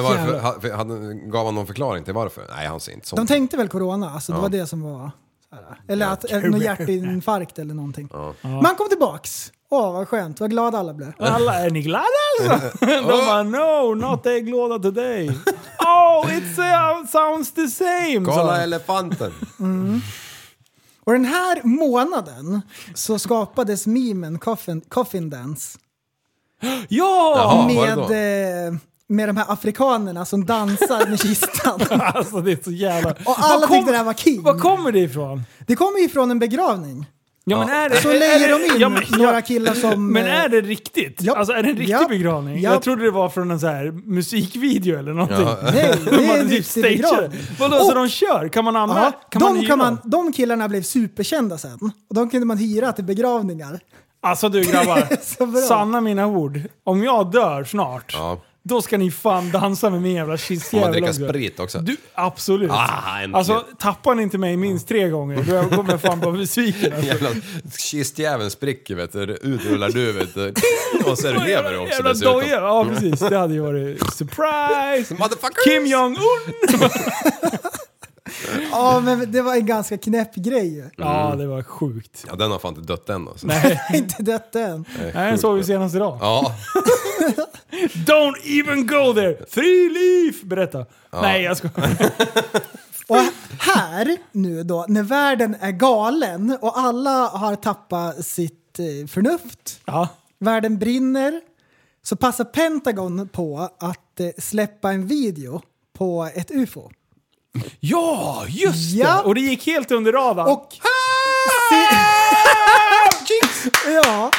Speaker 5: varför?
Speaker 3: jävlar.
Speaker 5: Ha- för- hade- Gav han någon förklaring till varför? Nej, han ser inte
Speaker 4: de
Speaker 5: sånt.
Speaker 4: tänkte väl corona, alltså, det var det som var... så här. Eller att, eller någon hjärtinfarkt eller någonting. Man kom tillbaks. Åh, vad skönt. Vad glada alla blev.
Speaker 3: *laughs* Alla, är ni glada alltså?
Speaker 5: *laughs*
Speaker 3: De bara no, not ägglåda today. Oh, it so- sounds the same! sa
Speaker 5: Kolla
Speaker 3: han. *laughs*
Speaker 5: elefanten!
Speaker 4: Och den här månaden så skapades memen Coffin, coffin Dance.
Speaker 3: Ja!
Speaker 5: Jaha, var det
Speaker 4: Med,
Speaker 5: då?
Speaker 4: eh, med de här afrikanerna som dansar med
Speaker 3: *laughs*
Speaker 4: kistan.
Speaker 3: *laughs* Alltså det är så jävla...
Speaker 4: Och alla
Speaker 3: Var kom-
Speaker 4: tyckte det här var king.
Speaker 3: Var kommer det ifrån?
Speaker 4: Det kommer ju från en begravning.
Speaker 3: Ja, men är det,
Speaker 4: Så
Speaker 3: är- är
Speaker 4: lägger
Speaker 3: det-
Speaker 4: de in
Speaker 3: ja, men- ja.
Speaker 4: några killar som...
Speaker 3: Men är
Speaker 4: eh,
Speaker 3: det riktigt?
Speaker 4: Japp.
Speaker 3: Alltså är det en riktig
Speaker 4: Japp.
Speaker 3: begravning?
Speaker 4: Japp.
Speaker 3: Jag trodde det var från en så här musikvideo eller någonting.
Speaker 5: Ja.
Speaker 4: Nej,
Speaker 3: De
Speaker 4: det är
Speaker 3: hade
Speaker 4: en
Speaker 3: typ
Speaker 4: riktig
Speaker 3: stageat.
Speaker 4: begravning.
Speaker 3: Vadå, så de kör? Kan man använda?
Speaker 4: Ja,
Speaker 3: kan
Speaker 4: de,
Speaker 3: man hyra?
Speaker 4: kan man, de killarna blev superkända sen. Och de kunde man hyra till begravningar. *laughs*
Speaker 3: Alltså du grabbar,
Speaker 4: Så *laughs* bra.
Speaker 3: sanna mina ord. Om jag dör snart,
Speaker 5: Ja.
Speaker 3: då ska ni fan dansa med min jävla
Speaker 5: Får man dricka
Speaker 3: kistjävel.
Speaker 5: sprit också?
Speaker 3: Du, absolut.
Speaker 5: Ah, äntligen.
Speaker 3: alltså tappar ni inte mig minst tre gånger, då kommer jag fan vara besviken.
Speaker 5: *laughs*
Speaker 3: Alltså.
Speaker 5: Jävla kistjäveln spricker vet du, utrullar du
Speaker 3: *laughs*
Speaker 5: vet du. Och så lever du också
Speaker 3: Jävla
Speaker 5: dessutom.
Speaker 3: doja. Ja precis, det hade ju varit
Speaker 5: *laughs*
Speaker 3: surprise!
Speaker 5: Motherfuckers!
Speaker 3: Kim Jong-Un!
Speaker 4: Ja, men det var en ganska knäpp grej ju.
Speaker 3: Ja, det var sjukt.
Speaker 5: Ja, den har fan inte dött än alltså.
Speaker 3: Nej,
Speaker 4: Inte detta än.
Speaker 3: den såg vi senast idag.
Speaker 5: Ja,
Speaker 3: Don't even go there! Free leaf! Berätta. Nej, jag ska...
Speaker 4: Och här nu då, när världen är galen och alla har tappat sitt eh, förnuft,
Speaker 3: Ja.
Speaker 4: världen brinner, så passar Pentagon på att eh, släppa en video på ett UFO.
Speaker 3: Ja, just
Speaker 4: Ja.
Speaker 3: det! Och det gick helt under radarn.
Speaker 4: Och... Se- ja,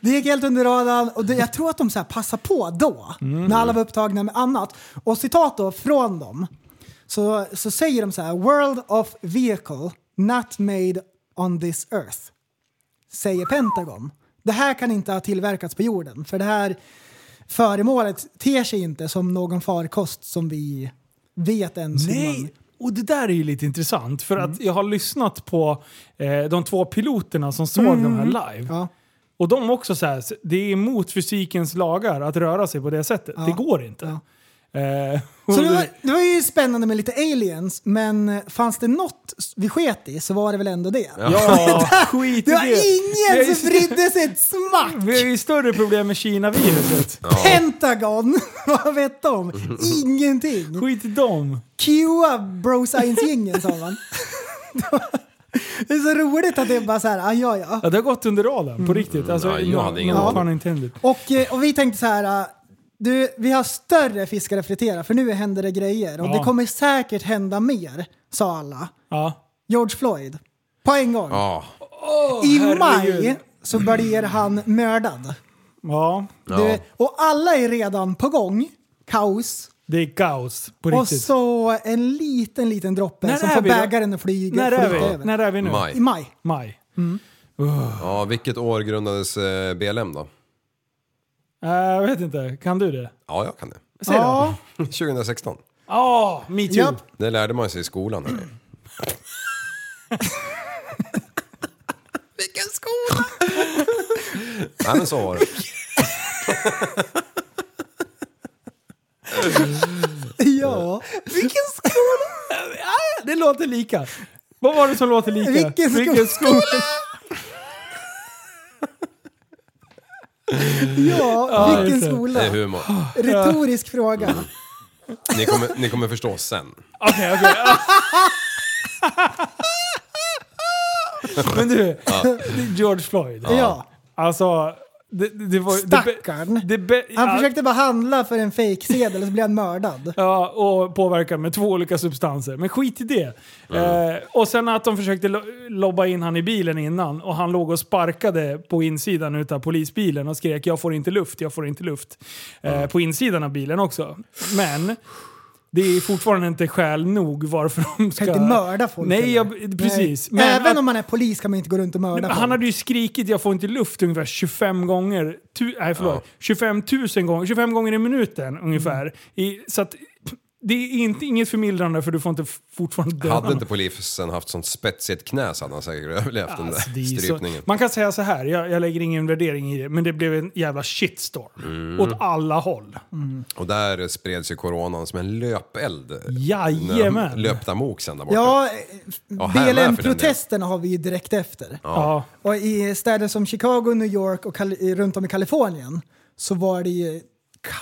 Speaker 4: det gick helt under radarn och det, jag tror att de så här passade på då, när alla var upptagna med annat. Och citat då från dem, så, så säger de så här “World of vehicle not made on this earth” säger Pentagon. Det här kan inte ha tillverkats på jorden, för det här föremålet ter sig inte som någon farkost som vi vet ens hur man
Speaker 3: Nej, och det där är ju lite intressant för att jag har lyssnat på eh, de två piloterna som såg de här live.
Speaker 4: Ja.
Speaker 3: Och de också så här, s- det är emot fysikens lagar att röra sig på det sättet. Det går inte. Eh, och
Speaker 4: Så det
Speaker 3: det-
Speaker 4: var, det var ju spännande med lite aliens, men eh, fanns det något vi sket i så var det väl ändå *laughs* det.
Speaker 3: Ja, skit i
Speaker 4: Det
Speaker 3: det.
Speaker 4: var
Speaker 3: Vi
Speaker 4: ingen
Speaker 3: har
Speaker 4: som
Speaker 3: ju-
Speaker 4: brydde sig ett
Speaker 3: Vi har
Speaker 4: smack!
Speaker 3: ju större problem med Kina-viruset.
Speaker 4: Pentagon, *laughs* vad vet de? Ingenting!
Speaker 3: Skit i dem.
Speaker 4: Cua bro science-gängen sa man. *laughs* Det är så roligt att det är bara så här, ah, ja ja.
Speaker 3: Ja, det har gått under radarn på riktigt. Alltså,
Speaker 5: Ja, Mm. jag hade ingen
Speaker 3: no,
Speaker 5: aning.
Speaker 3: no, intended.
Speaker 4: Och, eh, och vi tänkte så här, ah, du, vi har större fiskar att fritera för nu händer det grejer och
Speaker 3: Ja.
Speaker 4: det kommer säkert hända mer, sa alla.
Speaker 3: Ja.
Speaker 4: George Floyd, på en gång.
Speaker 5: ja.
Speaker 4: I
Speaker 3: herregud.
Speaker 4: maj så blir han mördad.
Speaker 3: ja,
Speaker 4: Du, och alla är redan på gång. Kaos.
Speaker 3: det är kaos på
Speaker 4: Och
Speaker 3: riktigt.
Speaker 4: så en liten, liten droppe
Speaker 3: När
Speaker 4: som
Speaker 3: är
Speaker 4: får
Speaker 3: vi då?
Speaker 4: bägaren att flyga.
Speaker 3: När är,
Speaker 4: flyta
Speaker 3: vi?
Speaker 4: över.
Speaker 3: När är vi nu?
Speaker 4: I
Speaker 5: Maj.
Speaker 4: maj.
Speaker 3: Maj.
Speaker 5: Ja, vilket år grundades eh, BLM då?
Speaker 3: Eh, Jag vet inte, kan du det?
Speaker 5: Ja, jag
Speaker 3: *laughs*
Speaker 5: kan det.
Speaker 3: Säg då.
Speaker 4: Ja,
Speaker 5: 2016.
Speaker 3: Ja, Ah, *laughs* me too.
Speaker 4: Japp.
Speaker 5: Det lärde man sig i skolan. Eller?
Speaker 4: vilken
Speaker 5: *laughs*
Speaker 4: skola!
Speaker 5: Nej, men så var det.
Speaker 4: *laughs* Ja, vilken skola!
Speaker 3: Ah, Det låter lika. Vad var det som låter lika? *laughs*
Speaker 4: Vilken skola!
Speaker 3: skola?
Speaker 4: *laughs* Ja, vilken
Speaker 3: just det.
Speaker 4: skola!
Speaker 5: Det är humor.
Speaker 4: Retorisk fråga.
Speaker 5: Ni kommer, ni kommer förstå sen.
Speaker 3: Okej, okej. Men du, *laughs* George Floyd.
Speaker 4: Ja.
Speaker 3: Alltså, det, det var... det be-
Speaker 4: Stackarn.
Speaker 3: Det be-
Speaker 4: Han
Speaker 3: ja,
Speaker 4: försökte bara handla för en fejksedel och så blev han mördad.
Speaker 3: Ja, och påverkan med två olika substanser. Men skit i det. Eh, och sen att de försökte lo- lobba in han i bilen innan och han låg och sparkade på insidan utav polisbilen och skrek “Jag får inte luft, jag får inte luft” eh, på insidan av bilen också. Men det är fortfarande inte skäl nog varför de ska...
Speaker 4: Kan inte mörda folk.
Speaker 3: Nej,
Speaker 4: eller?
Speaker 3: jag, precis.
Speaker 4: Nej.
Speaker 3: Men
Speaker 4: Även
Speaker 3: att-
Speaker 4: om man är polis kan man inte gå runt och mörda
Speaker 3: han hade ju skrikit “jag får inte luft” ungefär 25 gånger. Tu, nej, förlåt. 25 000 gånger. 25 gånger i minuten ungefär.
Speaker 5: Mm.
Speaker 3: I, så att, det är inte, inget förmildrande för du får inte f- fortfarande döda
Speaker 5: Hade
Speaker 3: någon.
Speaker 5: inte polisen haft sånt spetsigt knä så hade han säkert överlevt den
Speaker 3: Alltså, det
Speaker 5: där
Speaker 3: är ju så-
Speaker 5: strypningen.
Speaker 3: Man kan säga så här, jag, jag lägger ingen värdering i det, men det blev en jävla shitstorm.
Speaker 5: Mm.
Speaker 3: Åt alla håll.
Speaker 5: Och där spreds ju coronan som en löpeld. När de
Speaker 3: Jajamän.
Speaker 5: löpte amok sen där borta.
Speaker 4: Ja,
Speaker 5: Ja, här med för den
Speaker 4: BLM-protesterna har vi ju direkt efter.
Speaker 3: Ja.
Speaker 4: Och i städer som Chicago, New York och Kal- i- runt om i Kalifornien så var det ju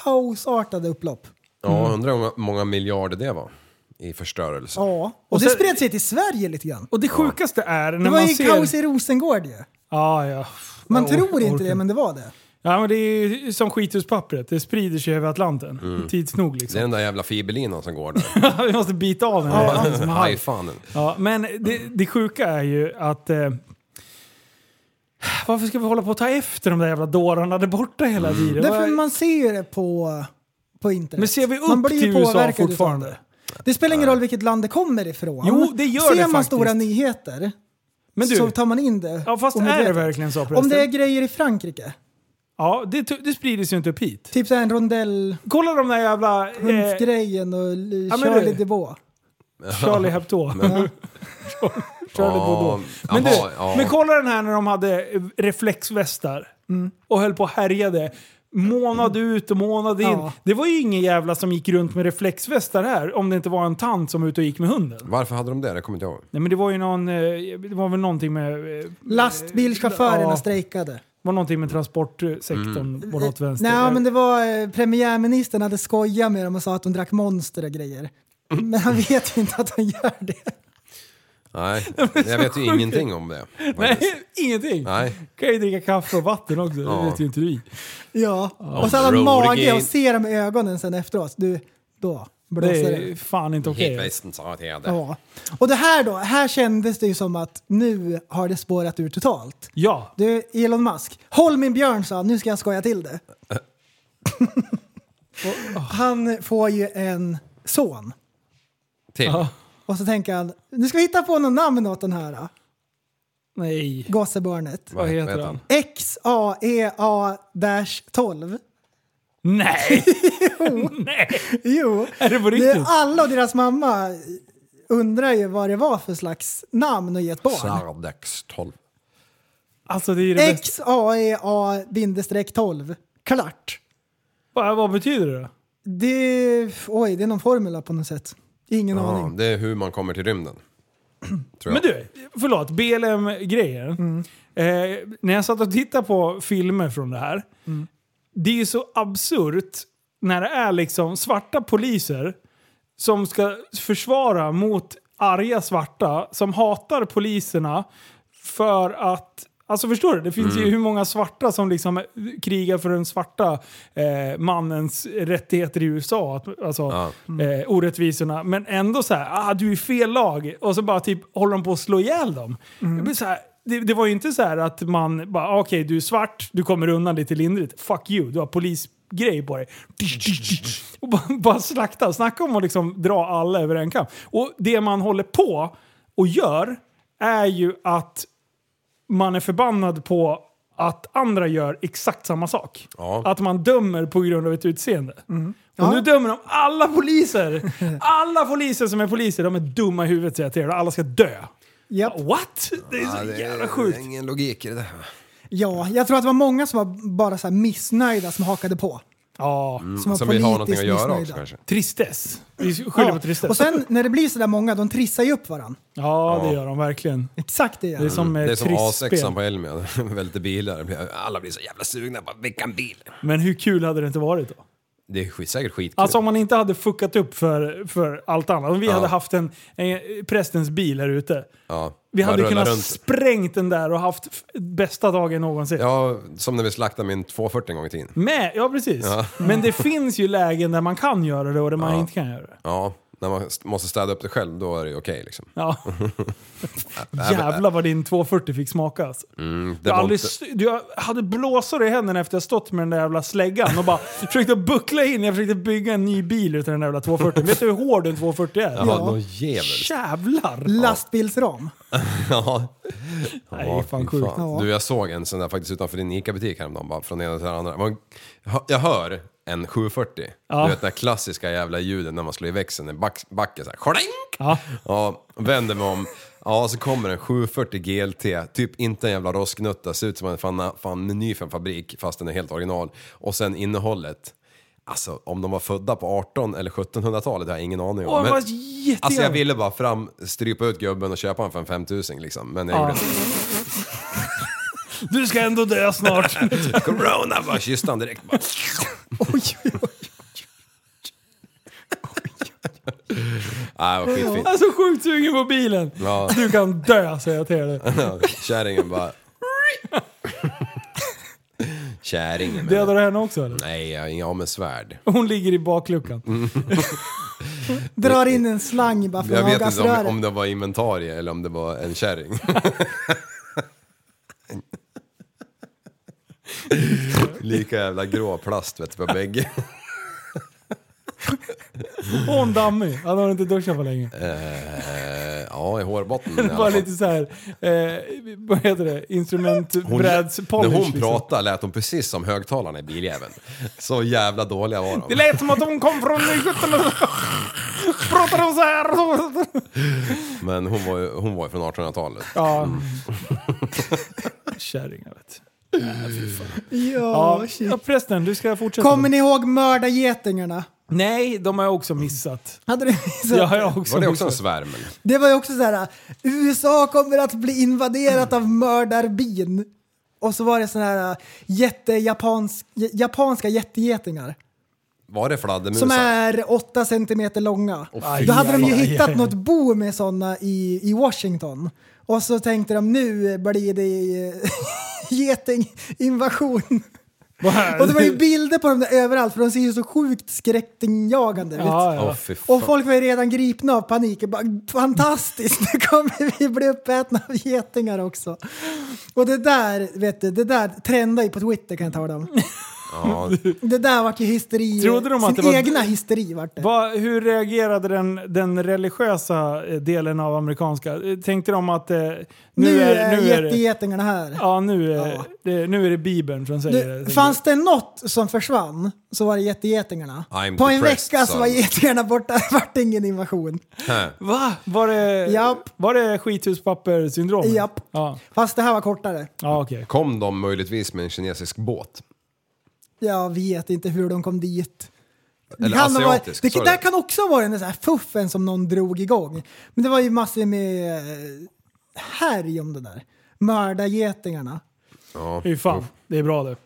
Speaker 4: kaosartade upplopp.
Speaker 5: ja undrar hur många- många miljarder det var i förstörelse.
Speaker 4: Ja, och,
Speaker 3: Och
Speaker 4: det
Speaker 3: sen-
Speaker 4: spred sig till Sverige lite grann.
Speaker 3: Och det sjukaste är när
Speaker 4: Det var
Speaker 3: man
Speaker 4: ju
Speaker 3: ser...
Speaker 4: kaos i Rosengård ju.
Speaker 3: ja, ja.
Speaker 4: Man
Speaker 3: Jag or-
Speaker 4: tror inte
Speaker 3: orkar
Speaker 4: det, men det var det.
Speaker 3: Ja, men det är ju som schituspappret, det sprider sig över Atlanten.
Speaker 5: Mm.
Speaker 3: Tids nog
Speaker 5: Det
Speaker 3: liksom.
Speaker 5: är den där jävla fiberlinan som går
Speaker 3: *laughs*
Speaker 5: där.
Speaker 3: Vi måste bita av den. här som halm.
Speaker 5: Hajfanen.
Speaker 3: Ja, men det, det sjuka är ju att... Eh, varför ska vi hålla på att ta efter de där jävla dårarna där borta hela tiden?
Speaker 4: Därför
Speaker 3: Vad-
Speaker 4: man ser ju det på, på internet.
Speaker 3: Men ser vi upp
Speaker 4: man blir ju
Speaker 3: till USA
Speaker 4: påverkad utav
Speaker 3: fortfarande?
Speaker 4: det. Det spelar ingen roll vilket land det kommer ifrån.
Speaker 3: Jo, det gör
Speaker 4: Ser
Speaker 3: det
Speaker 4: man
Speaker 3: faktiskt.
Speaker 4: stora nyheter
Speaker 3: Men du,
Speaker 4: så tar man in det.
Speaker 3: ja, fast är det
Speaker 4: omedvetet.
Speaker 3: verkligen så
Speaker 4: Om
Speaker 3: förresten?
Speaker 4: det är grejer i Frankrike,
Speaker 3: Ja, det, t- det sprider sig ju inte upp hit.
Speaker 4: typ så här en rondell
Speaker 3: Kolla de där jävla... Eh,
Speaker 4: hundsgrejen och li-
Speaker 3: ja, men
Speaker 4: Charlie
Speaker 3: du-
Speaker 4: Debois.
Speaker 3: Charlie Hebdo. Charlie Hebdo. Men, du,
Speaker 5: jaha, ja.
Speaker 3: men kolla den här när de hade eh, reflexvästar
Speaker 4: Mm.
Speaker 3: och höll på och härjade. Månad ut och månad in.
Speaker 4: Ja.
Speaker 3: Det var ju ingen jävla som gick runt med reflexvästar här om det inte var en tant som var ute och gick med hunden.
Speaker 5: Varför hade de det? Det kommer inte jag ihåg.
Speaker 3: Nej men det var ju någon, eh, det var väl någonting med, eh,
Speaker 4: Lastbilschaufförerna
Speaker 3: Ja.
Speaker 4: strejkade.
Speaker 3: var någonting med transportsektorn både åt vänster.
Speaker 4: Eh, Nej, men det var eh, premiärministern hade skojat med dem och sa att de drack monster och grejer. Men han vet ju inte att de gör det.
Speaker 5: *laughs* Nej, jag vet ju ingenting om det.
Speaker 3: Nej,
Speaker 5: faktiskt.
Speaker 3: *laughs* ingenting!
Speaker 5: Nej.
Speaker 3: Kan ju dricka kaffe och vatten också,
Speaker 5: Ja.
Speaker 3: det vet ju inte vi.
Speaker 4: Ja. Och så hade
Speaker 5: rolig
Speaker 4: han mage
Speaker 5: grej.
Speaker 4: och ser dem i ögonen sen efteråt. Du, då
Speaker 3: Det
Speaker 4: blåser det.
Speaker 3: är fan inte okej.
Speaker 5: Hitvästen sa att jag hade.
Speaker 4: Ja. Och det här då, här kändes det ju som att nu har det spårat ur totalt.
Speaker 3: Ja,
Speaker 4: Du, Elon Musk. Håll min björn sa han, nu ska jag skoja
Speaker 3: *laughs*
Speaker 4: till det. Och han får ju en son.
Speaker 5: Till.
Speaker 4: Och så tänker han, nu ska vi hitta på något namn åt den här. då.
Speaker 3: nej.
Speaker 4: Gossebarnet.
Speaker 3: Vad heter han?
Speaker 4: E XAEA-12.
Speaker 3: Nej! *laughs* nej!
Speaker 4: Jo,
Speaker 3: Är det på
Speaker 4: det är
Speaker 3: riktigt?
Speaker 4: alla och deras mamma undrar ju vad det var för slags namn att ge ett barn.
Speaker 5: Sardex 12.
Speaker 3: Alltså det är ju det bästa.
Speaker 4: E XAEA-12. Klart.
Speaker 3: Vad, vad betyder det då?
Speaker 4: Det, oj, det är någon formula på något sätt. Ingen
Speaker 5: Ja,
Speaker 4: aning.
Speaker 5: det är hur man kommer
Speaker 3: *clears throat*
Speaker 5: till rymden. Tror
Speaker 3: Men
Speaker 5: jag.
Speaker 3: du, förlåt, BLM-grejer. Eh, när jag satt och tittade på filmer från det här. Det är ju så absurt när det är liksom svarta poliser som ska försvara mot arga svarta som hatar poliserna för att Alltså förstår du? Det finns ju hur många svarta som liksom eh, krigar för den svarta eh, mannens rättigheter i USA. Att, alltså eh, orättvisorna. Men ändå så här, ah du är i fel lag. Och så bara typ håller de på att slå ihjäl dem. Det, blir så här, det, det var ju inte så här att man bara, ah, okej du är svart, du kommer undan lite lindrigt. Fuck you, du har polisgrej på dig. Och bara, bara slakta. Snacka om att liksom dra alla över en kam. Och det man håller på och gör är ju att man är förbannad på att andra gör exakt samma sak.
Speaker 5: Ja.
Speaker 3: Att man dömer på grund av ett utseende.
Speaker 4: Mm. Ja.
Speaker 3: Och nu dömer de alla
Speaker 4: *laughs*
Speaker 3: poliser! Alla poliser som är poliser, de är dumma i huvudet säger jag till er. Alla ska dö.
Speaker 4: Japp.
Speaker 3: What? Det är så
Speaker 5: det är-
Speaker 3: jävla
Speaker 5: det är
Speaker 3: sjukt.
Speaker 5: Ingen logik i det där.
Speaker 4: Ja, jag tror att det var många som var bara så här missnöjda som hakade på.
Speaker 3: Ja,
Speaker 4: Som var
Speaker 5: Som vill ha någonting
Speaker 4: politiskt
Speaker 5: att göra också
Speaker 4: missnöjda.
Speaker 5: kanske.
Speaker 3: tristess. Vi skyller
Speaker 4: Ja.
Speaker 3: på tristess.
Speaker 4: Och sen när det blir så där många, de trissar ju upp Mm. varandra.
Speaker 3: ja, det gör de verkligen.
Speaker 4: Exakt det
Speaker 3: Det är
Speaker 4: gör
Speaker 3: som,
Speaker 5: Mm. Det är
Speaker 3: eh,
Speaker 5: som
Speaker 3: trissspel.
Speaker 5: A6 på Elmia, *laughs* Det är väldigt bilar. Det blir- Alla blir så jävla sugna på att väcka en bil.
Speaker 3: Men hur kul hade det inte varit då?
Speaker 5: Det är skit, säkert skitkul.
Speaker 3: Alltså om man inte hade fuckat upp för, för allt annat. Om vi hade haft en, en prästens bil här ute.
Speaker 5: ja.
Speaker 3: Vi
Speaker 5: Man
Speaker 3: hade
Speaker 5: rullar
Speaker 3: kunnat
Speaker 5: runt.
Speaker 3: sprängt den där och haft f- bästa dagen någonsin.
Speaker 5: Ja, som när vi slaktade min 240 en gång i tiden.
Speaker 3: Med, ja precis. Men det finns ju lägen där man kan göra det och där man inte kan göra det.
Speaker 5: Ja, när man st- måste städa upp det själv, då är det okej liksom. *laughs*
Speaker 3: Ja. Jävlar vad din 240 fick smaka alltså.
Speaker 5: Det
Speaker 3: Du, har
Speaker 5: var
Speaker 3: aldrig,
Speaker 5: inte-
Speaker 3: st- du har- hade blåsor i händerna efter jag stått med den där jävla släggan
Speaker 5: *laughs*
Speaker 3: och bara försökte buckla in. Jag försökte bygga en ny bil utan den där jävla 240. Vet du hur hård en 240 är?
Speaker 5: Jaha, någon jävel.
Speaker 3: *laughs* Jävlar!
Speaker 4: Lastbilsram.
Speaker 5: Ja.
Speaker 3: Nej, fan
Speaker 5: fy
Speaker 3: sjukt.
Speaker 4: Ja.
Speaker 5: Du, jag såg en sån där faktiskt utanför din ICA-butik häromdagen, bara från ena till den andra. Man, jag hör en 740.
Speaker 3: Ja.
Speaker 5: Du vet den där klassiska jävla ljuden när man slår i växeln, en back, backe såhär. Ja.
Speaker 3: Ja.
Speaker 5: ja, vänder mig om. Ja, så kommer en 740 GLT, typ inte en jävla rosknutta, ser ut som en fan, fan meny för en fabrik, fast den är helt original. Och sen innehållet. Alltså om de var födda på 18 eller 1700-talet har jag ingen aning om.
Speaker 3: Åh,
Speaker 5: Men-
Speaker 3: vad jättegärna.
Speaker 5: Alltså jag ville bara fram, strypa ut gubben och köpa honom för en 5000 liksom. Men jag gjorde inte
Speaker 3: Du ska ändå dö snart.
Speaker 5: *laughs* det. Corona bara kysste han direkt. Bara. Nej, det var skitfint.
Speaker 3: Jag är så sjukt sugen på bilen.
Speaker 5: Ja,
Speaker 3: Du kan dö säger jag till dig.
Speaker 5: *laughs* kärringen bara... Kärringen men...
Speaker 3: Dödar du henne också eller?
Speaker 5: Nej, jag har inga av med svärd.
Speaker 3: Hon ligger i bakluckan.
Speaker 5: Mm.
Speaker 4: Drar in en slang bara
Speaker 5: Jag
Speaker 4: från
Speaker 5: vet inte om,
Speaker 4: avgasröret.
Speaker 5: om det var inventarie eller om det var en kärring. Lika jävla grå plast vet du på bägge.
Speaker 3: Och hon dammig. Han har inte duschat på länge.
Speaker 5: Eh, ja, i
Speaker 3: *laughs*
Speaker 5: hårbotten i alla
Speaker 3: Bara
Speaker 5: fall.
Speaker 3: lite så här, eh, vad heter det, liksom.
Speaker 5: När
Speaker 3: instrumentbrädspolish.
Speaker 5: hon pratade lät hon precis som högtalarna i biljäveln. Så jävla dåliga var de.
Speaker 3: Det lät som att hon kom från 1700 Pratade hon så här.
Speaker 5: Men hon var ju, hon var ju från 1800-talet.
Speaker 3: Ja. *laughs* Kärringar vet du.
Speaker 4: Ja,
Speaker 3: Ja,
Speaker 4: shit.
Speaker 3: ja, förresten, du ska fortsätta.
Speaker 4: Kommer ni ihåg mördargetingarna?
Speaker 3: Nej, de har jag också missat.
Speaker 4: Hade ni *laughs* missat?
Speaker 3: Jag har jag också
Speaker 5: Var det också en
Speaker 3: missat.
Speaker 5: svärm? eller?
Speaker 4: Det var ju också så här, USA kommer att bli invaderat av mördarbin. Och så var det sådana här jättejapansk, j- japanska jättegetingar.
Speaker 5: Var det
Speaker 4: Som
Speaker 5: fladdermusar?
Speaker 4: är 8 centimeter långa.
Speaker 3: fy
Speaker 4: Då hade de ju
Speaker 3: fan.
Speaker 4: hittat något bo med sådana i, i Washington. Och så tänkte de nu blir det eh, *laughs* getinginvasion. Och det
Speaker 3: *laughs*
Speaker 4: var ju bilder på dem där överallt för de ser ju så sjukt skräckinjagande ut.
Speaker 3: Ja,
Speaker 5: Åh
Speaker 3: ja.
Speaker 5: fy fan.
Speaker 4: Och folk var ju redan gripna av panik. och Bara, Fantastiskt, nu kommer vi *laughs* bli uppätna av getingar också. Och det där, vet du, det där trendade ju på Twitter kan jag
Speaker 3: *laughs*
Speaker 4: tala om.
Speaker 5: Ja,
Speaker 4: Det där vart ju hysteri,
Speaker 3: Trodde de att
Speaker 4: sin
Speaker 3: det var-
Speaker 4: egna hysteri vart det.
Speaker 3: Vad- hur reagerade den, den religiösa eh, delen av amerikanska? Eh, Tänkte de att eh, nu,
Speaker 4: Nu
Speaker 3: är,
Speaker 4: är
Speaker 3: nu är det...
Speaker 4: jättegetingarna här.
Speaker 3: Ja, nu är,
Speaker 4: Ja.
Speaker 3: Det, nu är det Bibeln som säger det.
Speaker 4: Du,
Speaker 3: tänker
Speaker 4: fanns det något som försvann så var det jättegetingarna.
Speaker 5: I'm
Speaker 4: På en
Speaker 5: depressed,
Speaker 4: vecka
Speaker 5: sa
Speaker 4: så var
Speaker 5: de.
Speaker 4: getingarna borta, *laughs* vart ingen invasion.
Speaker 3: jag. Va? Var det,
Speaker 4: Japp.
Speaker 3: var det skithuspapper-syndromet?
Speaker 4: Japp.
Speaker 3: Ja,
Speaker 4: Fast det här var kortare.
Speaker 3: ja okej.
Speaker 5: kom de möjligtvis med en kinesisk båt?
Speaker 4: Jag vet inte hur de kom dit. Det
Speaker 5: Eller
Speaker 4: kan ha varit-
Speaker 5: asiatisk?
Speaker 4: det,
Speaker 5: sorry.
Speaker 4: det där kan också ha varit den där fuffen som någon drog igång. Men det var ju massor med eh, härj om det där. Mördargetingarna.
Speaker 5: Ja.
Speaker 3: Fy fan, det är bra det.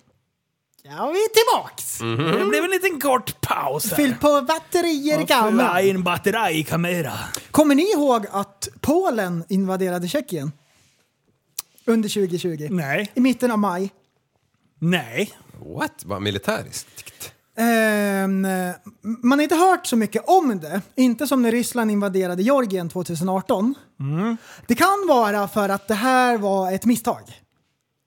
Speaker 4: Ja, vi är tillbaks!
Speaker 5: Mm.
Speaker 3: Mm. Det blev en liten kort paus
Speaker 4: Fyll på batterier i kameran.
Speaker 3: in batteri i kamera.
Speaker 4: Kommer ni ihåg att Polen invaderade Tjeckien? Under 2020.
Speaker 3: Nej.
Speaker 4: I mitten av maj.
Speaker 3: Nej.
Speaker 5: What? Vad militäriskt?
Speaker 4: Ehm, man har inte hört så mycket om det. Inte som när Ryssland invaderade Georgien 2018. Det kan vara för att det här var ett misstag.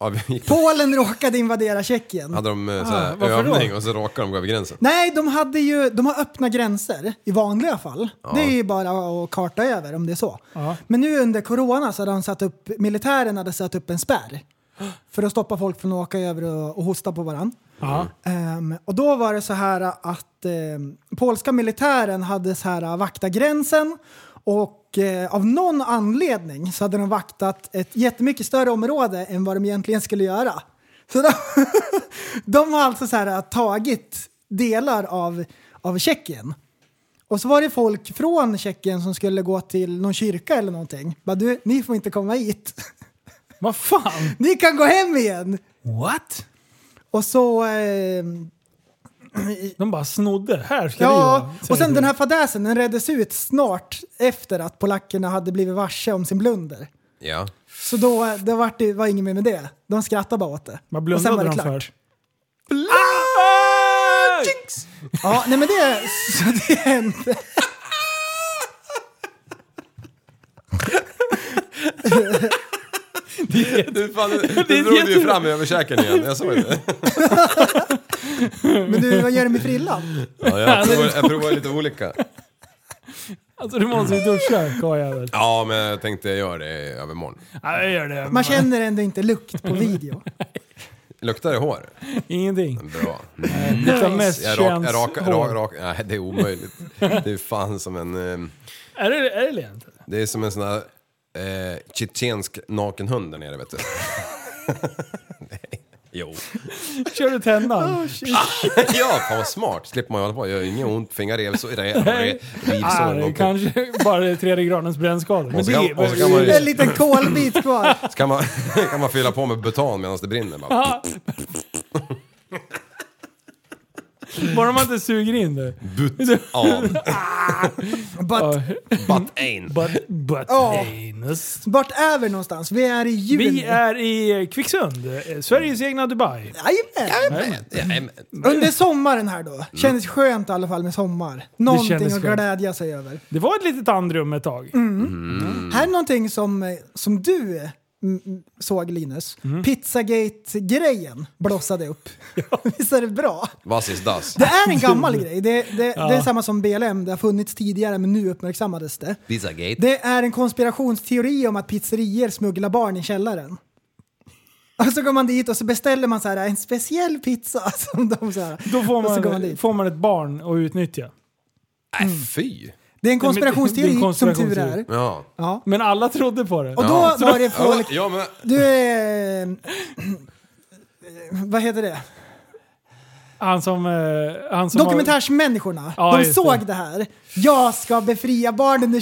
Speaker 5: Ja, vi gick-
Speaker 4: Polen råkade invadera Tjeckien.
Speaker 5: Hade de eh, så här,
Speaker 3: Ah, varför då?
Speaker 5: övning och så råkade de gå över gränsen?
Speaker 4: Nej, de, hade ju, de har öppna gränser i vanliga fall. Det är ju bara att karta över om det är så. Men nu under corona så hade de satt upp, militären hade satt upp en spärr. *gasps* för att stoppa folk från att åka över och, och hosta på varandra.
Speaker 3: Ja.
Speaker 4: Ehm, och då var det så här att ehm, polska militären hade så här vakta gränsen och eh, av någon anledning så hade de vaktat ett jättemycket större område än vad de egentligen skulle göra. Så de, *laughs* de har alltså så här tagit delar av, av Tjeckien. Och så var det folk från Tjeckien som skulle gå till någon kyrka eller någonting. Bara, du, ni får inte komma hit. *laughs*
Speaker 3: Vad fan?
Speaker 4: Ni kan gå hem igen!
Speaker 3: What?
Speaker 4: Och så ehm,
Speaker 3: De bara snodde. Här ska det
Speaker 4: Ja,
Speaker 3: vara,
Speaker 4: och
Speaker 3: säger
Speaker 4: sen
Speaker 3: du.
Speaker 4: den här fadäsen den reddes ut snart efter att polackerna hade blivit varse om sin blunder.
Speaker 5: Ja.
Speaker 4: Så då, då var det var inget mer med det. De skrattade bara åt det.
Speaker 3: Vad
Speaker 4: Och sen var
Speaker 3: blundade
Speaker 4: det
Speaker 3: de
Speaker 4: klart.
Speaker 3: för?
Speaker 4: Ja, nej men det, så det hände.
Speaker 5: Du, fan, du, du drog ju fram överkäken igen, jag
Speaker 3: *laughs*
Speaker 5: såg det.
Speaker 4: Men du, vad gör du med frillan?
Speaker 5: Ja, jag, provar, jag provar lite olika.
Speaker 3: Alltså du måste ju duscha, karljävel.
Speaker 5: Ja, men jag tänkte jag gör det övermorgon.
Speaker 3: Nej, jag gör det.
Speaker 4: Man känner ändå inte lukt på video.
Speaker 5: Luktar det hår?
Speaker 3: Ingenting.
Speaker 5: Bra. Mm.
Speaker 3: Luktar mest
Speaker 5: Jag rak, jag
Speaker 3: känns
Speaker 5: rak, rak,
Speaker 3: hår.
Speaker 5: rak, nej, det är omöjligt. Det är fan som en... ehm,
Speaker 3: Är det, är det lent?
Speaker 5: Det är som en sån här eh, tjetjensk nakenhund där nere, vet du. *laughs* Nej. Jo. *laughs*
Speaker 3: Kör du
Speaker 4: Oh,
Speaker 3: tändan?
Speaker 5: Ja, fan vad smart. Slipper man ju hålla på. Gör inget ont. Fingerrev så... Rev, rev, rev,
Speaker 3: Ah, det är kanske bara det tredje gradens brännskador. Men
Speaker 5: Och så
Speaker 3: det
Speaker 5: kan- och så kan man ju-
Speaker 3: är...
Speaker 4: En liten kolbit kvar.
Speaker 5: Så kan man, *laughs* kan man fylla på med butan medan det brinner. Bara.
Speaker 3: Ja. Bara man inte suger in det.
Speaker 5: But
Speaker 3: *laughs*
Speaker 5: av.
Speaker 4: Bart,
Speaker 5: Butt ain.
Speaker 3: But, but
Speaker 4: Ja.
Speaker 3: anus.
Speaker 4: vart är vi någonstans? Vi är i juni.
Speaker 3: Vi är i Kvicksund, eh, Sveriges egna Dubai.
Speaker 4: Jajamän. Under sommaren här då. Kändes skönt i alla fall med sommar. Någonting
Speaker 3: kändes
Speaker 4: att
Speaker 3: skönt.
Speaker 4: glädja sig över.
Speaker 3: Det var ett litet andrum ett tag.
Speaker 4: Mm. Här är någonting som, eh, som du mm, såg Linus. Pizzagate-grejen blossade upp. *laughs* Visst är det bra?
Speaker 5: Vad is das?
Speaker 4: Det är en gammal grej. Det, det, det är samma som BLM. Det har funnits tidigare men nu uppmärksammades det.
Speaker 5: Pizzagate.
Speaker 4: Det är en konspirationsteori om att pizzerier smugglar barn i källaren. Och så går man dit och så beställer man så här, en speciell pizza. *laughs* Som de så här.
Speaker 3: Då får
Speaker 4: och så går
Speaker 3: man,
Speaker 4: man dit.
Speaker 3: får man ett barn att utnyttja.
Speaker 5: Nej, fy.
Speaker 4: Det är en konspirationsteori
Speaker 3: det är en
Speaker 4: som tur
Speaker 3: konspirationsteori.
Speaker 4: är.
Speaker 5: Ja.
Speaker 4: Ja.
Speaker 3: Men alla trodde på det.
Speaker 4: Och då
Speaker 5: Ja.
Speaker 4: var det
Speaker 5: Ja,
Speaker 4: folk...
Speaker 5: ja, men...
Speaker 4: Du är... vad heter det?
Speaker 3: Han som... Eh, han som Har,
Speaker 4: Dokumentärsmänniskorna.
Speaker 3: Ja,
Speaker 4: de
Speaker 3: just
Speaker 4: såg
Speaker 3: det.
Speaker 4: det. här. Jag ska befria barnen ur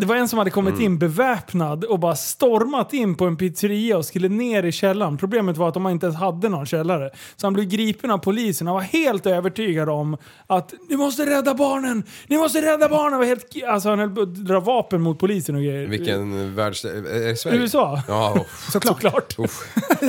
Speaker 3: *laughs*
Speaker 4: *laughs*
Speaker 3: det var en som hade kommit in beväpnad och bara stormat in på en pizzeria och skulle ner i källaren. Problemet var att de inte ens hade någon källare. Så han blev gripen av polisen. Han var helt övertygad om att ni måste rädda barnen! Ni måste rädda barnen! Var helt, alltså han höll på att dra vapen mot polisen och grejer.
Speaker 5: Vilken världs... Är det Sverige?
Speaker 3: USA.
Speaker 5: Ja, uff.
Speaker 4: Såklart.
Speaker 3: Klart.
Speaker 5: Uff,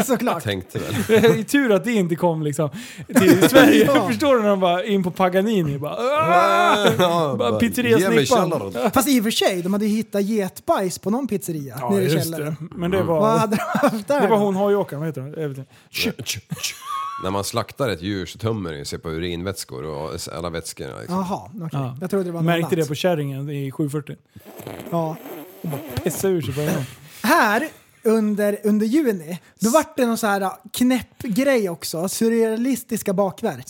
Speaker 4: Såklart.
Speaker 5: tänkte väl.
Speaker 3: *laughs* Det
Speaker 5: *laughs*
Speaker 3: är tur att det inte kom liksom till Sverige.
Speaker 4: Ja.
Speaker 3: Förstår du när de bara in på Paganini bara... "Ah!"
Speaker 5: *laughs* Ja, bara,
Speaker 3: pizzeria
Speaker 5: ge mig
Speaker 3: snippan.
Speaker 5: källaren.
Speaker 4: Fast i och för sig, de hade ju hittat getbajs på någon pizzeria nere i källaren.
Speaker 3: Men
Speaker 5: Mm.
Speaker 3: det var...
Speaker 4: Vad hade de haft där?
Speaker 3: Det var
Speaker 4: då?
Speaker 3: hon hojåkaren, vad heter hon? Jag vet inte.
Speaker 5: När man slaktar ett djur så tömmer det sig på urinvätskor och alla vätskor. Liksom.
Speaker 4: Jaha, okej.
Speaker 3: Ja.
Speaker 4: Jag trodde det var något
Speaker 3: Märkte det
Speaker 4: annat.
Speaker 3: på kärringen i 740.
Speaker 4: Ja.
Speaker 3: Pissa ur sig på en gång.
Speaker 4: Här under, under juni, då vart det någon så här knäpp grej också. Surrealistiska bakverk.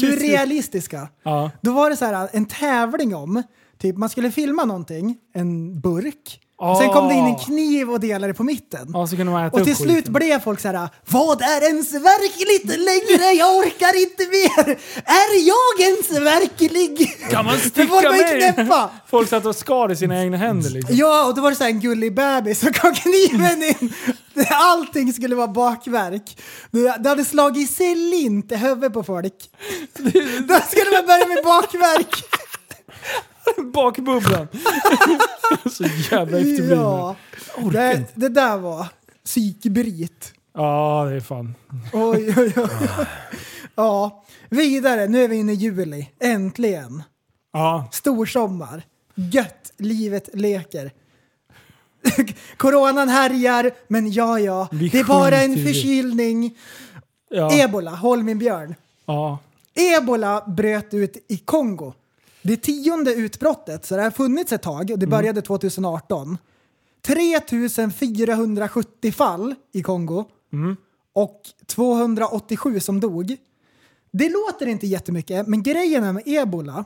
Speaker 4: Surrealistiska.
Speaker 3: Ja.
Speaker 4: Då var det så här en tävling om, typ man skulle filma någonting, en burk. Och sen kom det in en kniv och delade på mitten.
Speaker 3: Ah. Ja, så kunde man äta
Speaker 4: och till
Speaker 3: upp
Speaker 4: slut
Speaker 3: skiten.
Speaker 4: blev folk så här, vad är ens verkligt längre? Jag orkar inte mer! Är jag ens verklig?
Speaker 3: Kan man
Speaker 4: Det får
Speaker 3: sticka
Speaker 4: man ju
Speaker 3: mig?
Speaker 4: knäppa!
Speaker 3: Folk satt och skar i sina egna
Speaker 4: *laughs*
Speaker 3: händer liksom.
Speaker 4: Ja, och då var det så här en gullig bebis *laughs* som kom kniven in. Allting skulle vara bakverk. Det det hade slagit sig lint i huvudet
Speaker 3: *laughs*
Speaker 4: på folk. Då skulle man börja med bakverk.
Speaker 3: Bakbubblan. *laughs* så jävla efterbliven. Ja.
Speaker 4: Ja. Det, det där var psykbryt.
Speaker 3: ja, det är fan.
Speaker 4: Oj, oj, oj.
Speaker 3: Ah.
Speaker 4: Ja, vidare. Nu är vi inne i juli. Äntligen.
Speaker 3: Ja.
Speaker 4: Storsommar. Gött. Livet leker. *laughs* Coronan härjar, men ja, ja.
Speaker 3: Vi
Speaker 4: Det är bara en
Speaker 3: skiter i det.
Speaker 4: förkylning.
Speaker 3: Ja.
Speaker 4: Ebola, håll min björn.
Speaker 3: ja.
Speaker 4: Ebola bröt ut i Kongo. Det tionde utbrottet, så det har funnits ett tag
Speaker 3: Mm.
Speaker 4: och det började 2018. 3470 fall i Kongo
Speaker 3: Mm.
Speaker 4: och 287 som dog. Det låter inte jättemycket, men grejen är med ebola,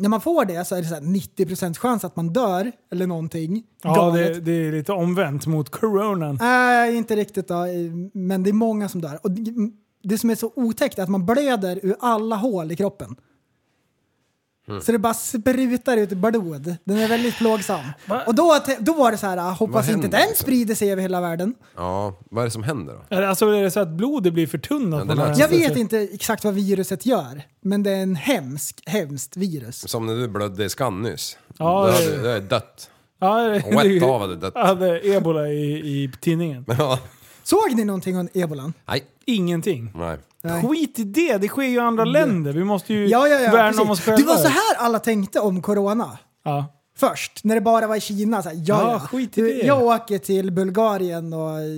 Speaker 4: när man får det så är det så här 90% chans att man dör eller någonting.
Speaker 3: Ja,
Speaker 4: Galet.
Speaker 3: det, det är lite omvänt mot coronan.
Speaker 4: Nej, inte riktigt då, men det är många som dör. Och det- det som är så otäckt är att man blöder ur alla hål i kroppen.
Speaker 5: Mm.
Speaker 4: Så det bara sprutar ut blod. Den är väldigt plågsam. Och då, då var det så här, ah,
Speaker 5: Vad
Speaker 4: hoppas
Speaker 5: händer
Speaker 4: inte den
Speaker 5: liksom? Alltså,
Speaker 4: sprider sig över hela världen.
Speaker 5: Ja, vad är det som händer då?
Speaker 3: Eller, Alltså är det så att blodet blir förtunnat?
Speaker 5: Ja, det
Speaker 3: på
Speaker 5: lät
Speaker 3: något
Speaker 4: Jag
Speaker 3: sätt?
Speaker 4: vet inte exakt vad viruset gör, men det är en hemsk, hemskt virus.
Speaker 5: Som när du blödde i skan nyss.
Speaker 3: Ja,
Speaker 5: det,
Speaker 3: det-
Speaker 5: hade, det är dött.
Speaker 3: Ja, det-
Speaker 5: Och ett av hade dött.
Speaker 3: Jag hade ebola i, i tidningen.
Speaker 5: Ja.
Speaker 4: Såg ni någonting om ebolan?
Speaker 5: Nej.
Speaker 3: Ingenting.
Speaker 5: Nej.
Speaker 4: Nej.
Speaker 3: Skit i det, det sker ju i andra länder. Vi måste ju
Speaker 4: Ja, ja, ja,
Speaker 3: värna
Speaker 4: precis.
Speaker 3: om oss själva.
Speaker 4: Det var så här alla tänkte om corona.
Speaker 3: Ja.
Speaker 4: först, när det bara var i Kina. Så här, ja,
Speaker 3: Ja,
Speaker 4: ja.
Speaker 3: skit i
Speaker 4: Du,
Speaker 3: det.
Speaker 4: Jag åker till Bulgarien och eh,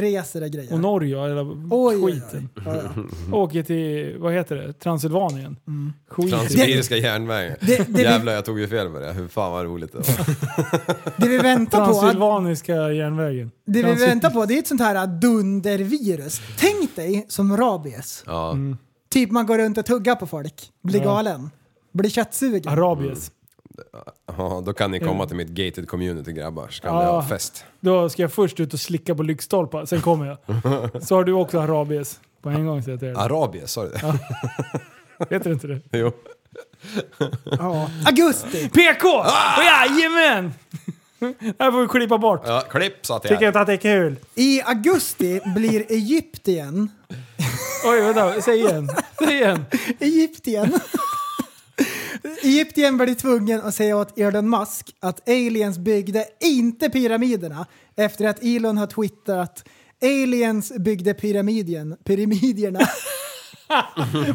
Speaker 4: reser och grejer.
Speaker 3: Och Norge, eller
Speaker 4: Oj, oj, oj.
Speaker 3: skiten.
Speaker 4: Ja, ja.
Speaker 3: Åker till, vad heter det, Transylvanien.
Speaker 4: Mm.
Speaker 3: Skit i det.
Speaker 5: Transsibiriska järnvägen.
Speaker 4: det- det-
Speaker 5: Jävlar, jag tog ju fel på det. Hur fan vad roligt det var.
Speaker 4: Det vi väntar på,
Speaker 3: Transylvaniska järnvägen.
Speaker 4: det vi
Speaker 3: Transyl-
Speaker 4: väntar på det är ett sånt här dundervirus. Tänk dig som rabies.
Speaker 5: Ja.
Speaker 4: Typ man går runt och tuggar på folk, blir
Speaker 3: Ja.
Speaker 4: galen, blir köttsugen.
Speaker 3: Arabies.
Speaker 5: ja, då kan ni komma till mitt gated community grabbar, så kan vi
Speaker 3: Ja.
Speaker 5: ha fest.
Speaker 3: Då ska jag först ut och slicka på lyktstolpar, sen kommer jag.
Speaker 5: *laughs*
Speaker 3: Så har du också arabies. På en gång säger jag
Speaker 5: Arabien, sa du det?
Speaker 3: det. Heter det inte det?
Speaker 5: Jo.
Speaker 4: Ja. Augusti!
Speaker 3: PK! Ah! Jajamän! Det här får vi klippa bort.
Speaker 5: Ja, klipp sa
Speaker 3: Tycker
Speaker 5: jag.
Speaker 3: inte att det är kul.
Speaker 4: I augusti blir Egypten,
Speaker 3: Oj, vänta. Säg igen. Säg igen.
Speaker 4: *laughs* Egypten. Egypten blev tvungen att säga åt Elon Musk att aliens byggde inte pyramiderna efter att Elon har twittrat aliens byggde pyramiden,
Speaker 3: *laughs*
Speaker 4: pyramiderna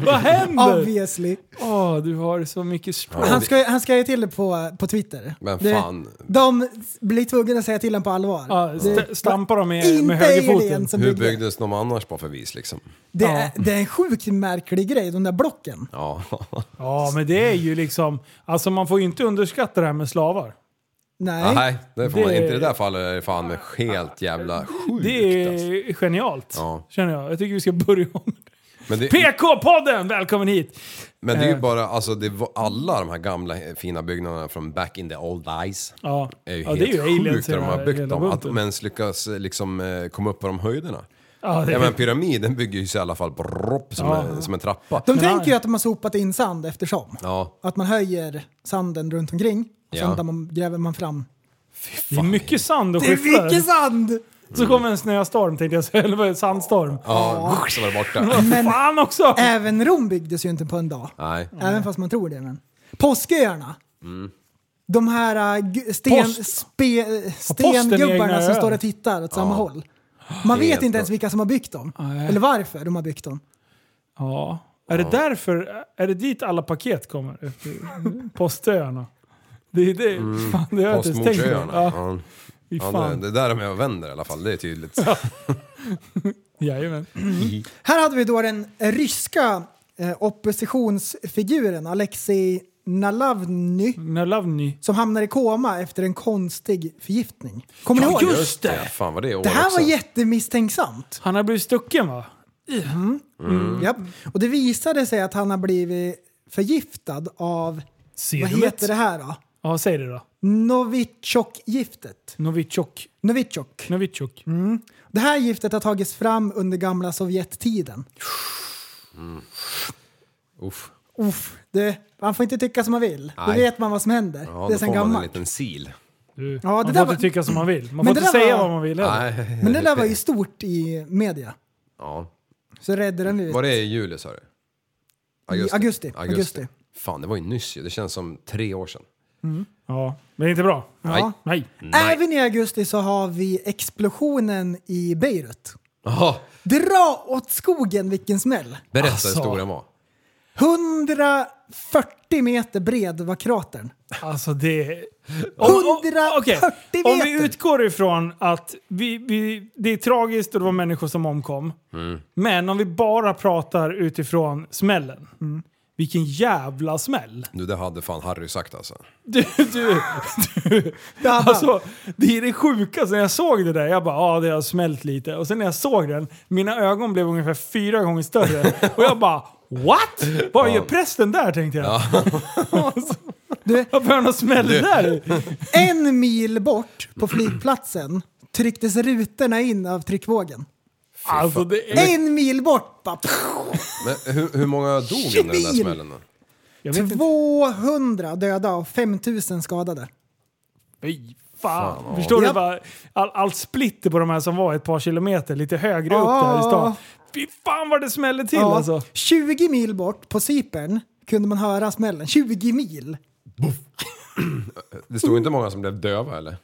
Speaker 3: Vad
Speaker 5: Ah,
Speaker 3: händer?
Speaker 4: obviously.
Speaker 3: Åh, du har så mycket språk.
Speaker 4: Han ska, han ska ju till det på, på Twitter.
Speaker 5: Men
Speaker 4: Det-
Speaker 5: fan.
Speaker 4: De blir tvungna att säga till honom på allvar.
Speaker 3: Ja, st- stampar de med, med
Speaker 4: inte
Speaker 3: högerfoten.
Speaker 4: alien som
Speaker 5: Hur
Speaker 4: byggde.
Speaker 5: byggdes de annars på för vis liksom?
Speaker 4: Det, är, det är en sjukt märklig grej, de där blocken.
Speaker 5: Ja.
Speaker 3: Ja, men det är ju liksom... Alltså man får ju inte underskatta det här med slavar.
Speaker 4: Nej.
Speaker 5: Nej, det får man
Speaker 3: Det-
Speaker 5: inte. I det där fallet är det fan med helt jävla sjukt
Speaker 3: Det
Speaker 5: alltså.
Speaker 3: är genialt,
Speaker 5: Ja.
Speaker 3: känner jag. Jag tycker vi ska börja om.
Speaker 5: Men det,
Speaker 3: PK-podden! Välkommen hit!
Speaker 5: men det är
Speaker 3: eh.
Speaker 5: ju bara, alltså det var alla de här gamla eh, fina byggnaderna från back in the old days.
Speaker 3: Ja,
Speaker 5: är ju
Speaker 3: ja
Speaker 5: helt
Speaker 3: det är ju aliens
Speaker 5: sjukt
Speaker 3: i
Speaker 5: hur de
Speaker 3: den
Speaker 5: har
Speaker 3: här
Speaker 5: byggt
Speaker 3: hela
Speaker 5: dem. Att
Speaker 3: bunten.
Speaker 5: de ens lyckas eh, liksom, eh, komma upp på de höjderna.
Speaker 3: Ja, det
Speaker 5: Ja, men
Speaker 3: är,
Speaker 5: pyramiden bygger ju sig i alla fall bropp, som,
Speaker 3: Ja.
Speaker 5: en, som en trappa.
Speaker 4: De
Speaker 3: Men
Speaker 4: tänker
Speaker 3: nej.
Speaker 4: ju att de har sopat in sand eftersom.
Speaker 5: Ja,
Speaker 4: Att man höjer sanden runt omkring och sen
Speaker 5: Ja.
Speaker 4: där man, gräver man fram.
Speaker 3: det är mycket sand och
Speaker 4: Det är
Speaker 3: skyfflar.
Speaker 4: mycket sand!
Speaker 3: Så kommer en snöstorm tänkte jag säga, eller vad är det? sandstorm.
Speaker 5: ja så var det borta.
Speaker 4: Men-
Speaker 3: Fan också!
Speaker 4: Även Rom byggdes ju inte på en dag.
Speaker 5: Nej.
Speaker 4: Även fast man tror det. Men. Påsköarna.
Speaker 5: Mm.
Speaker 4: De här äh, gu- sten,
Speaker 3: Post.
Speaker 4: spe, äh,
Speaker 3: posten i egna
Speaker 4: stengubbarna som
Speaker 3: ö.
Speaker 4: står och tittar åt samma håll. Man
Speaker 5: Helt
Speaker 4: vet inte ens vilka som har byggt dem.
Speaker 3: Nej.
Speaker 4: Eller varför de har byggt dem.
Speaker 3: Ja. Är det därför, är det dit alla paket kommer? Efter Postöarna. Det är det. Fan, det har jag inte ens tänkt på.
Speaker 5: Mm. Postmordsöarna.
Speaker 3: Ja,
Speaker 5: Ja.
Speaker 3: fy
Speaker 5: Ja, det,
Speaker 3: fan.
Speaker 5: det där är med och vänder i alla fall, det är tydligt.
Speaker 3: Jajamän.
Speaker 4: Här hade vi då den äh, ryska eh, oppositionsfiguren Alexei Nalavny
Speaker 3: När love ni?
Speaker 4: som hamnar i koma efter en konstig förgiftning. Kommer ni
Speaker 3: Ja,
Speaker 4: ihåg?
Speaker 3: just det!
Speaker 5: Ja, fan vad det är
Speaker 4: Det här
Speaker 5: också.
Speaker 4: var jättemisstänksamt.
Speaker 3: Han har blivit stucken va?
Speaker 5: Mm.
Speaker 4: Japp. Och det visade sig att han har blivit förgiftad av, vad
Speaker 3: Serumet?
Speaker 4: heter det här då?
Speaker 3: Ja, säg det då.
Speaker 4: Novichok-giftet.
Speaker 3: Novichok.
Speaker 4: Novichok.
Speaker 3: Novichok.
Speaker 4: Det här giftet har tagits fram under gamla Sovjettiden.
Speaker 5: Uff.
Speaker 4: Uff, det, man får inte tycka som man vill. Då
Speaker 5: Nej.
Speaker 4: vet man vad som händer.
Speaker 5: Ja,
Speaker 4: det är sen
Speaker 5: då får man en
Speaker 4: gammalt.
Speaker 5: liten sil.
Speaker 3: Du,
Speaker 4: Ja,
Speaker 3: man
Speaker 4: det där
Speaker 3: får
Speaker 4: var-
Speaker 3: inte tycka som man vill. Man
Speaker 4: Men
Speaker 3: får
Speaker 4: det
Speaker 3: inte
Speaker 4: där
Speaker 3: säga
Speaker 4: var-
Speaker 3: vad man vill heller.
Speaker 5: Nej.
Speaker 4: Men det där var ju stort i media.
Speaker 5: Ja.
Speaker 4: Så räddade den ut.
Speaker 5: Var det i juli sa du?
Speaker 4: I augusti. Augusti.
Speaker 5: Fan, det var ju nyss ju. Det känns som tre år sedan.
Speaker 3: Ja, men det är inte bra.
Speaker 5: Nej.
Speaker 3: Nej.
Speaker 4: Även i augusti så har vi explosionen i Beirut.
Speaker 5: Jaha,
Speaker 4: Dra åt skogen vilken smäll!
Speaker 5: berätta
Speaker 3: Alltså.
Speaker 5: hur stor den var.
Speaker 4: 140 meter bred var kratern.
Speaker 3: Alltså det...
Speaker 4: 140
Speaker 3: okej.
Speaker 4: meter.
Speaker 3: Om vi utgår ifrån att vi, vi, det är tragiskt och det var människor som omkom. Men om vi bara pratar utifrån smällen. Mm. Vilken jävla smäll!
Speaker 5: Du, det hade fan Harry sagt alltså.
Speaker 3: Du, *laughs* du, du. Alltså, det är det sjukaste. När jag såg det där, jag bara ja, det har smält lite. Och sen när jag såg den, mina ögon blev ungefär fyra gånger *laughs* större. Och jag bara what? Vad gör prästen där tänkte jag. Alltså, Varför har han smäll där?
Speaker 4: En mil bort på flygplatsen trycktes rutorna in av tryckvågen.
Speaker 3: Alltså det är...
Speaker 4: En mil bort! Bara,
Speaker 5: Men hur, hur många dog under den där
Speaker 4: Kevin!
Speaker 5: smällen då?
Speaker 3: Jag vet inte.
Speaker 4: 200 döda och 5000 skadade.
Speaker 3: Fy Fan. Förstår du?
Speaker 4: Japp.
Speaker 3: Bara, all, allt splitter på de här som var ett par kilometer lite högre upp
Speaker 4: Ja.
Speaker 3: där i stan. Fy fan vad det smäller till
Speaker 4: Ja,
Speaker 3: alltså.
Speaker 4: 20 mil bort på Cypern kunde man höra smällen. 20 mil!
Speaker 5: Det stod inte många som blev döva eller?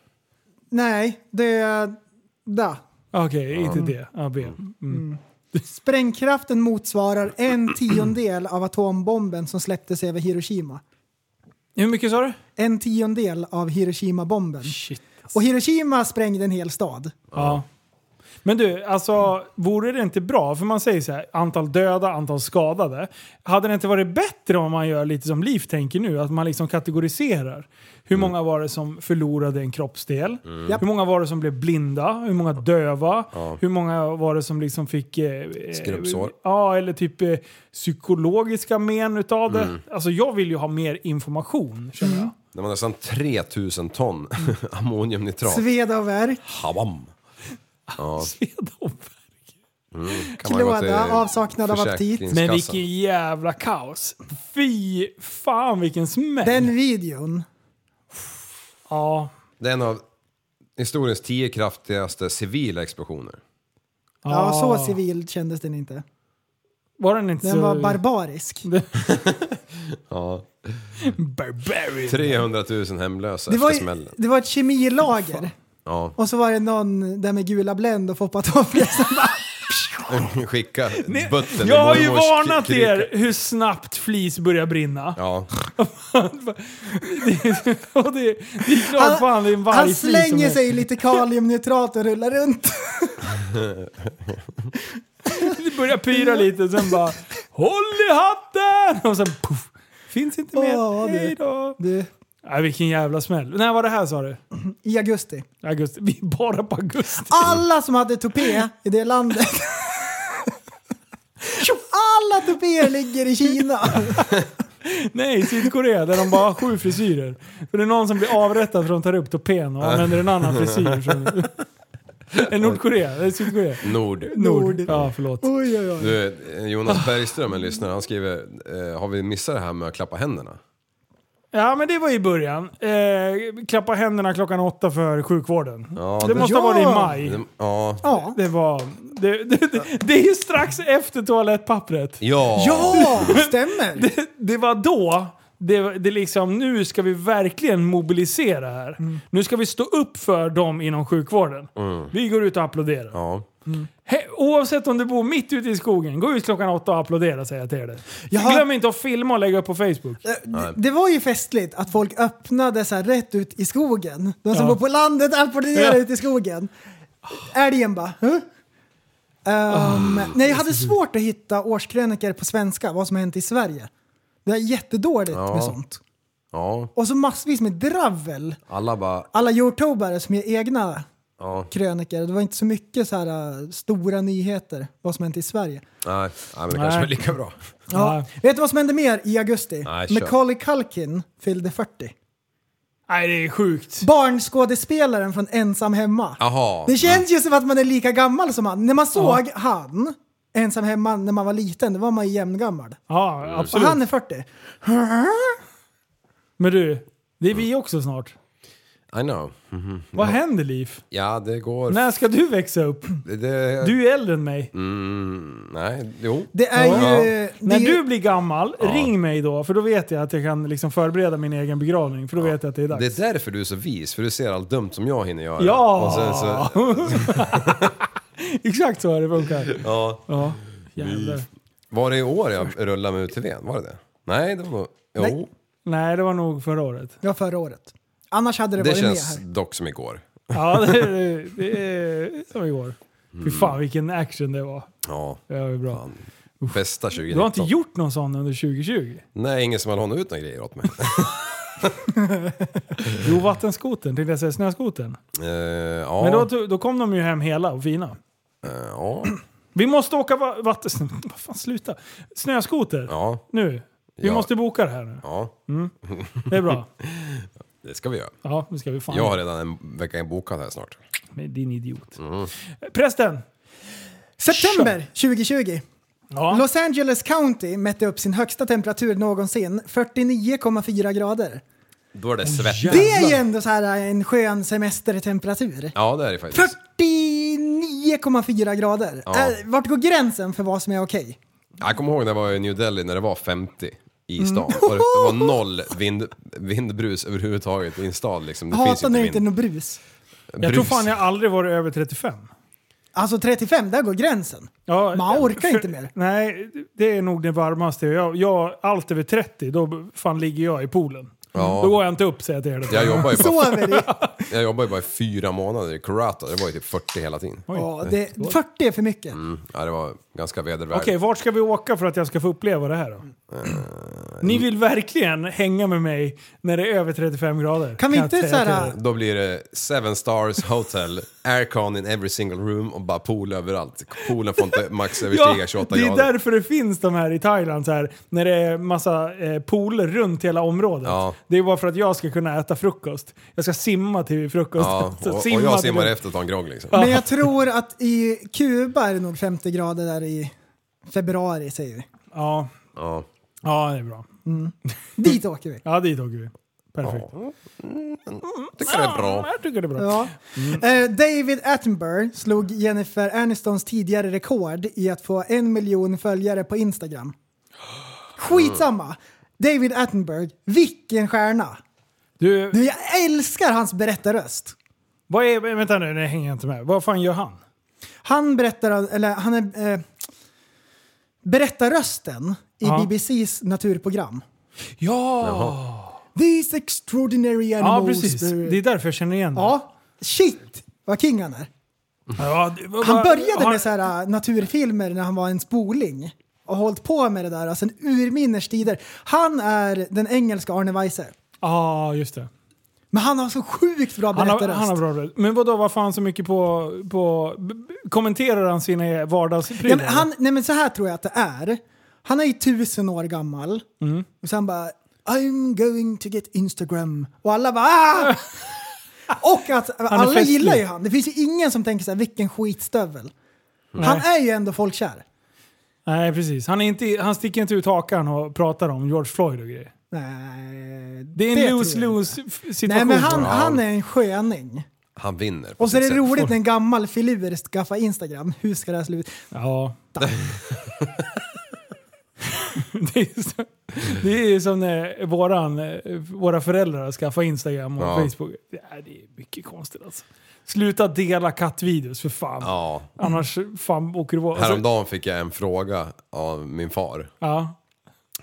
Speaker 4: Nej, döda.
Speaker 3: Okej, inte det. Ja, B.
Speaker 4: Sprängkraften motsvarar en tiondel av atombomben som släpptes över Hiroshima.
Speaker 3: Hur mycket sa du?
Speaker 4: En tiondel av Hiroshima-bomben.
Speaker 3: Shit.
Speaker 4: Och Hiroshima sprängde en hel stad.
Speaker 3: Ja. Men du, alltså vore det inte bra, för man säger så här, antal döda, antal skadade. Hade det inte varit bättre om man gör lite som Liv tänker nu, att man liksom kategoriserar. Hur många var det som förlorade en kroppsdel?
Speaker 4: Japp.
Speaker 3: Hur många var det som blev blinda? Hur många döva? Hur många var det som liksom fick... Eh, eh,
Speaker 5: Skrubbsår.
Speaker 3: Ja, eller typ eh, psykologiska men utav det. Alltså jag vill ju ha mer information, känner *laughs* jag.
Speaker 5: Det var nästan 3000 ton *laughs* ammoniumnitrat.
Speaker 4: Sveda och värk,
Speaker 5: Havam.
Speaker 3: Svedhoff.
Speaker 5: Kan man gå till
Speaker 4: Klåda, avsaknad av aptit.
Speaker 5: Försäkringskassan.
Speaker 3: Men vilken jävla kaos. Fy fan vilken smäll.
Speaker 4: den videon.
Speaker 3: Ja.
Speaker 5: Det är en av historiens tio kraftigaste civila explosioner.
Speaker 4: Ja,
Speaker 3: Ah.
Speaker 4: så civil kändes den inte.
Speaker 3: Var den inte
Speaker 4: Den
Speaker 3: så...
Speaker 4: var barbarisk.
Speaker 5: Ja.
Speaker 3: Barbarian.
Speaker 5: 300 000 hemlösa
Speaker 4: Det var,
Speaker 5: efter
Speaker 4: ju-
Speaker 5: smällen.
Speaker 4: det var ett kemilager.
Speaker 5: Ja.
Speaker 4: Och så var det någon där med gula Blend och foppatofflor som bara...
Speaker 5: Skicka
Speaker 3: *laughs*
Speaker 5: butten i
Speaker 3: Jag har ju
Speaker 5: mormors
Speaker 3: varnat
Speaker 5: kri-
Speaker 3: er
Speaker 5: krika.
Speaker 3: hur snabbt flis börjar brinna.
Speaker 5: Ja.
Speaker 3: Och *laughs* det, det är klart fan det är en
Speaker 4: han
Speaker 3: vargflis som
Speaker 4: slänger
Speaker 3: är-
Speaker 4: sig i lite kaliumnitrat och rullar runt.
Speaker 3: Det börjar pyra lite, sen bara Håll i hatten! Och sen puff, Finns inte mer.
Speaker 4: Ja, det-
Speaker 3: Hej då.
Speaker 4: Du,
Speaker 3: Ja, vilken jävla smäll. När var det här sa du?
Speaker 4: I augusti.
Speaker 3: Augusti. Vi är bara på augusti.
Speaker 4: Alla som hade tupé i det landet. Alla tupéer ligger i Kina.
Speaker 3: Nej, Sydkorea där de bara har sju frisyrer. För det är någon som blir avrättad för att de tar upp tupén och använder en annan frisyr. Som... Är Nordkorea? Är Sydkorea?
Speaker 5: Nord.
Speaker 3: Nord. Ja, förlåt.
Speaker 4: Oj, oj, oj.
Speaker 5: Du, eh, Jonas Bergström, en lyssnare, han skriver eh, Har vi missat det här med att klappa händerna?
Speaker 3: Ja, men det var i början. Eh, klappa händerna klockan åtta för sjukvården.
Speaker 5: Ja,
Speaker 3: det
Speaker 5: det-
Speaker 3: måste ha varit i
Speaker 4: Ja.
Speaker 3: maj.
Speaker 5: Ja.
Speaker 4: Ja.
Speaker 3: Det var... Det, det, det, det är ju strax efter toalettpappret.
Speaker 5: Ja!
Speaker 4: Ja, stämmer.
Speaker 3: Det var då... Det, det liksom, nu ska vi verkligen mobilisera här. Nu ska vi stå upp för dem inom sjukvården. Vi går ut och applåderar.
Speaker 5: Ja.
Speaker 3: He- Oavsett om du bor mitt ute i skogen, gå ut klockan åtta och applådera säger jag till dig.
Speaker 4: Jaha.
Speaker 3: Glöm inte att filma och lägga upp på Facebook.
Speaker 4: Det, Eh, det var ju festligt att folk öppnade så här rätt ut i skogen. De som
Speaker 3: Ja.
Speaker 4: bor på landet applåderade
Speaker 3: Ja.
Speaker 4: ut i skogen. Älgen bara... Huh? Ehm, nej, jag hade svårt att hitta årskrönikor på svenska, vad som hänt i Sverige. Det är jättedåligt med sånt.
Speaker 5: ja.
Speaker 4: Och så massvis med dravel.
Speaker 5: Alla bara...
Speaker 4: Alla youtubare som gör egna
Speaker 5: Ja.
Speaker 4: krönikor. Det var inte så mycket så här, äh, stora nyheter, vad som hänt i Sverige.
Speaker 5: Nej, nej men det kanske
Speaker 3: Nej.
Speaker 5: är lika bra.
Speaker 4: Ja.
Speaker 3: Nej.
Speaker 4: Vet du vad som hände mer i augusti?
Speaker 5: Nej, kör.
Speaker 4: Macaulay Culkin fyllde 40.
Speaker 3: Nej, det är sjukt.
Speaker 4: Barnskådespelaren från Ensam Hemma.
Speaker 5: Jaha.
Speaker 4: Det känns ju som att man är lika gammal som han. När man såg han, Ensam Hemma, när man var liten, då var man ju jämngammal.
Speaker 3: Ja,
Speaker 4: Och
Speaker 3: absolut.
Speaker 4: han är 40.
Speaker 3: Men du, det är vi också snart.
Speaker 5: I know. Mm.
Speaker 3: Vad händer Liv?
Speaker 5: Ja, det går...
Speaker 3: När ska du växa upp?
Speaker 5: Det, det,
Speaker 3: Du är äldre än mig.
Speaker 5: Mm, nej, jo.
Speaker 4: Det är
Speaker 5: Ja.
Speaker 4: ju... Det,
Speaker 3: När
Speaker 4: är ju-
Speaker 3: du blir gammal, ring mig då, för då vet jag att jag kan liksom förbereda min egen begravning. För då vet jag att det är dags.
Speaker 5: Det är därför du är så vis, för du ser allt dumt som jag hinner göra.
Speaker 3: Ja!
Speaker 5: Och sen så,
Speaker 3: *laughs* Exakt så är det funkar.
Speaker 5: ja.
Speaker 3: Ja. Jävlar.
Speaker 5: Var det i år jag rullade med UTVn? Var det det? Nej, det var nog... Jo.
Speaker 4: Nej.
Speaker 3: Nej, det var nog förra året.
Speaker 4: Ja, förra året. Annars hade det,
Speaker 5: Det
Speaker 4: varit
Speaker 5: känns
Speaker 4: med
Speaker 5: dock som igår.
Speaker 3: Ja, *laughs* det, det,
Speaker 5: Mm.
Speaker 3: det är som igår. Fy fan vilken action det var.
Speaker 5: Ja.
Speaker 3: Det var ju bra.
Speaker 5: Bästa 2019.
Speaker 3: Du har inte gjort någon sån under 2020?
Speaker 5: Nej, ingen som har lånat ut några grejer åt mig.
Speaker 3: *laughs* Jo, vattenskotern, tänkte jag säga, snöskotern.
Speaker 5: Eh, ja.
Speaker 3: Men då, tog- då kom de ju hem hela och fina.
Speaker 5: Eh, ja.
Speaker 3: Vi måste åka va- vatten... *laughs* Vad fan, sluta. Snöskoter.
Speaker 5: Ja.
Speaker 3: Nu. Vi
Speaker 5: Ja.
Speaker 3: måste boka det här nu.
Speaker 5: Ja.
Speaker 3: Det är
Speaker 5: *laughs*
Speaker 3: bra.
Speaker 5: Det ska vi göra.
Speaker 3: Ja, nu ska vi fan...
Speaker 5: Jag har redan en vecka bokad här snart.
Speaker 3: Men Din idiot.
Speaker 5: Mm.
Speaker 3: Prästen!
Speaker 4: September 2020.
Speaker 3: Ja.
Speaker 4: Los Angeles County mätte upp sin högsta temperatur någonsin, 49,4 grader.
Speaker 5: Då är det svett.
Speaker 4: Det är ju ändå så här en skön semestertemperatur.
Speaker 5: Ja, det är det faktiskt.
Speaker 4: 49,4 grader.
Speaker 5: Ja.
Speaker 4: Äh, vart går gränsen för vad som är okej?
Speaker 5: Jag kommer ihåg när jag var i New Delhi när det var 50 i
Speaker 3: Mm.
Speaker 5: stan. Och det var noll vind, vindbrus överhuvudtaget i en stad liksom. Det finns ju
Speaker 4: Hatar när det
Speaker 5: inte
Speaker 4: inte är något
Speaker 5: vind.
Speaker 4: brus.
Speaker 3: Jag tror
Speaker 5: Brus.
Speaker 3: fan jag aldrig varit över 35.
Speaker 4: Alltså 35, där går gränsen.
Speaker 3: Ja,
Speaker 4: Man
Speaker 3: eh,
Speaker 4: orkar inte mer.
Speaker 3: Nej, det är nog det varmaste. Jag, jag, allt över 30, då fan ligger jag i poolen.
Speaker 5: Ja.
Speaker 3: Då går jag inte upp säger jag till er.
Speaker 5: Jag jobbar ju bara,
Speaker 4: Sover
Speaker 5: *laughs*
Speaker 4: i.
Speaker 5: jag jobbar ju bara i fyra månader i Karata. Det var ju typ 40 hela tiden. Mm.
Speaker 4: Ja, det, 40 är för mycket.
Speaker 5: Ja, det var ganska vedervärdigt.
Speaker 3: Okej, vart ska vi åka för att jag ska få uppleva det här då?
Speaker 5: Eh,
Speaker 3: Ni vill verkligen hänga med mig när det är över 35 grader.
Speaker 4: Kan vi
Speaker 3: jag
Speaker 4: inte
Speaker 3: säga
Speaker 4: så
Speaker 3: till
Speaker 4: här...
Speaker 3: er.
Speaker 5: Då blir det Seven Stars Hotel, aircon in every single room och bara pool överallt. Poolen får inte
Speaker 3: *laughs*
Speaker 5: max överstiga
Speaker 3: Ja,
Speaker 5: 28
Speaker 3: det är
Speaker 5: grader.
Speaker 3: därför det finns de här i Thailand, så här, när det är massa eh, pooler runt hela området.
Speaker 5: Ja.
Speaker 3: Det är bara för att jag ska kunna äta frukost. Jag ska simma till frukost.
Speaker 5: Ja,
Speaker 3: *laughs* Så
Speaker 5: och, och
Speaker 3: simma till-
Speaker 5: jag simmar efter och tar en grogg liksom.
Speaker 4: Men jag tror att i Kuba är det nog 50 grader där i februari säger vi.
Speaker 3: Ja.
Speaker 5: Ja.
Speaker 3: ja, det är bra.
Speaker 4: Dit åker vi.
Speaker 3: Ja, dit åker vi. Perfekt.
Speaker 5: Tycker det är bra.
Speaker 3: Jag tycker det är bra.
Speaker 4: Ja. Eh, David Attenborough slog Jennifer Anistons tidigare rekord i att få en miljon följare på Instagram. Skitsamma! David Attenborough, vilken stjärna!
Speaker 3: Du,
Speaker 4: Du, jag älskar hans berättarröst.
Speaker 3: vad är, vänta nu, det hänger jag inte med. Vad fan gör han?
Speaker 4: Han berättar, eller han är... Eh, berättarrösten i
Speaker 3: Ja.
Speaker 4: BBCs naturprogram.
Speaker 3: Ja!
Speaker 4: These extraordinary
Speaker 3: Ja,
Speaker 4: animals.
Speaker 3: precis. Det är därför jag känner igen det.
Speaker 4: Ja, shit vad king han är.
Speaker 3: Ja, det- vad-
Speaker 4: Han
Speaker 3: vad-
Speaker 4: började
Speaker 3: har-
Speaker 4: med så här, äh, naturfilmer när han var en spoling och hållit på med det där alltså, sen urminnes tider. Han är den engelska Arne Weise.
Speaker 3: Ja, just det.
Speaker 4: Men han har så sjukt bra
Speaker 3: Han har,
Speaker 4: berättarröst.
Speaker 3: han har bra röst. Men vadå, vad fan så mycket på... på b- b- kommenterar han sina vardagsprylar?
Speaker 4: ja, men han, nej men så här tror jag att det är. Han är ju tusen år gammal
Speaker 3: Mm.
Speaker 4: och sen bara I'm going to get Instagram och alla
Speaker 3: *laughs*
Speaker 4: bara ah! Och att
Speaker 3: är
Speaker 4: alla
Speaker 3: festlig.
Speaker 4: gillar ju han. Det finns ju ingen som tänker så här vilken skitstövel. Han är ju ändå folkkär.
Speaker 3: Nej, precis. Han, är inte, han sticker inte ut hakan och pratar om George Floyd och grejer.
Speaker 4: Nej,
Speaker 3: Det är en
Speaker 4: tror jag inte.
Speaker 3: lose-lose f- situation.
Speaker 4: Nej men han, han är en sköning.
Speaker 5: Han vinner. på
Speaker 4: Och så är det
Speaker 5: sitt sätt.
Speaker 4: roligt när en gammal filur skaffar Instagram. Hur ska det här sluta?
Speaker 3: Ja. *laughs* det, är så, det är ju som när våran, eh, våra föräldrar skaffade Instagram och
Speaker 5: Ja.
Speaker 3: Facebook. Det är, det är mycket konstigt alltså. Sluta dela kattvideos för fan.
Speaker 5: Ja.
Speaker 3: Annars fan åker du på. Alltså,
Speaker 5: Häromdagen fick jag en fråga av min far.
Speaker 3: ja.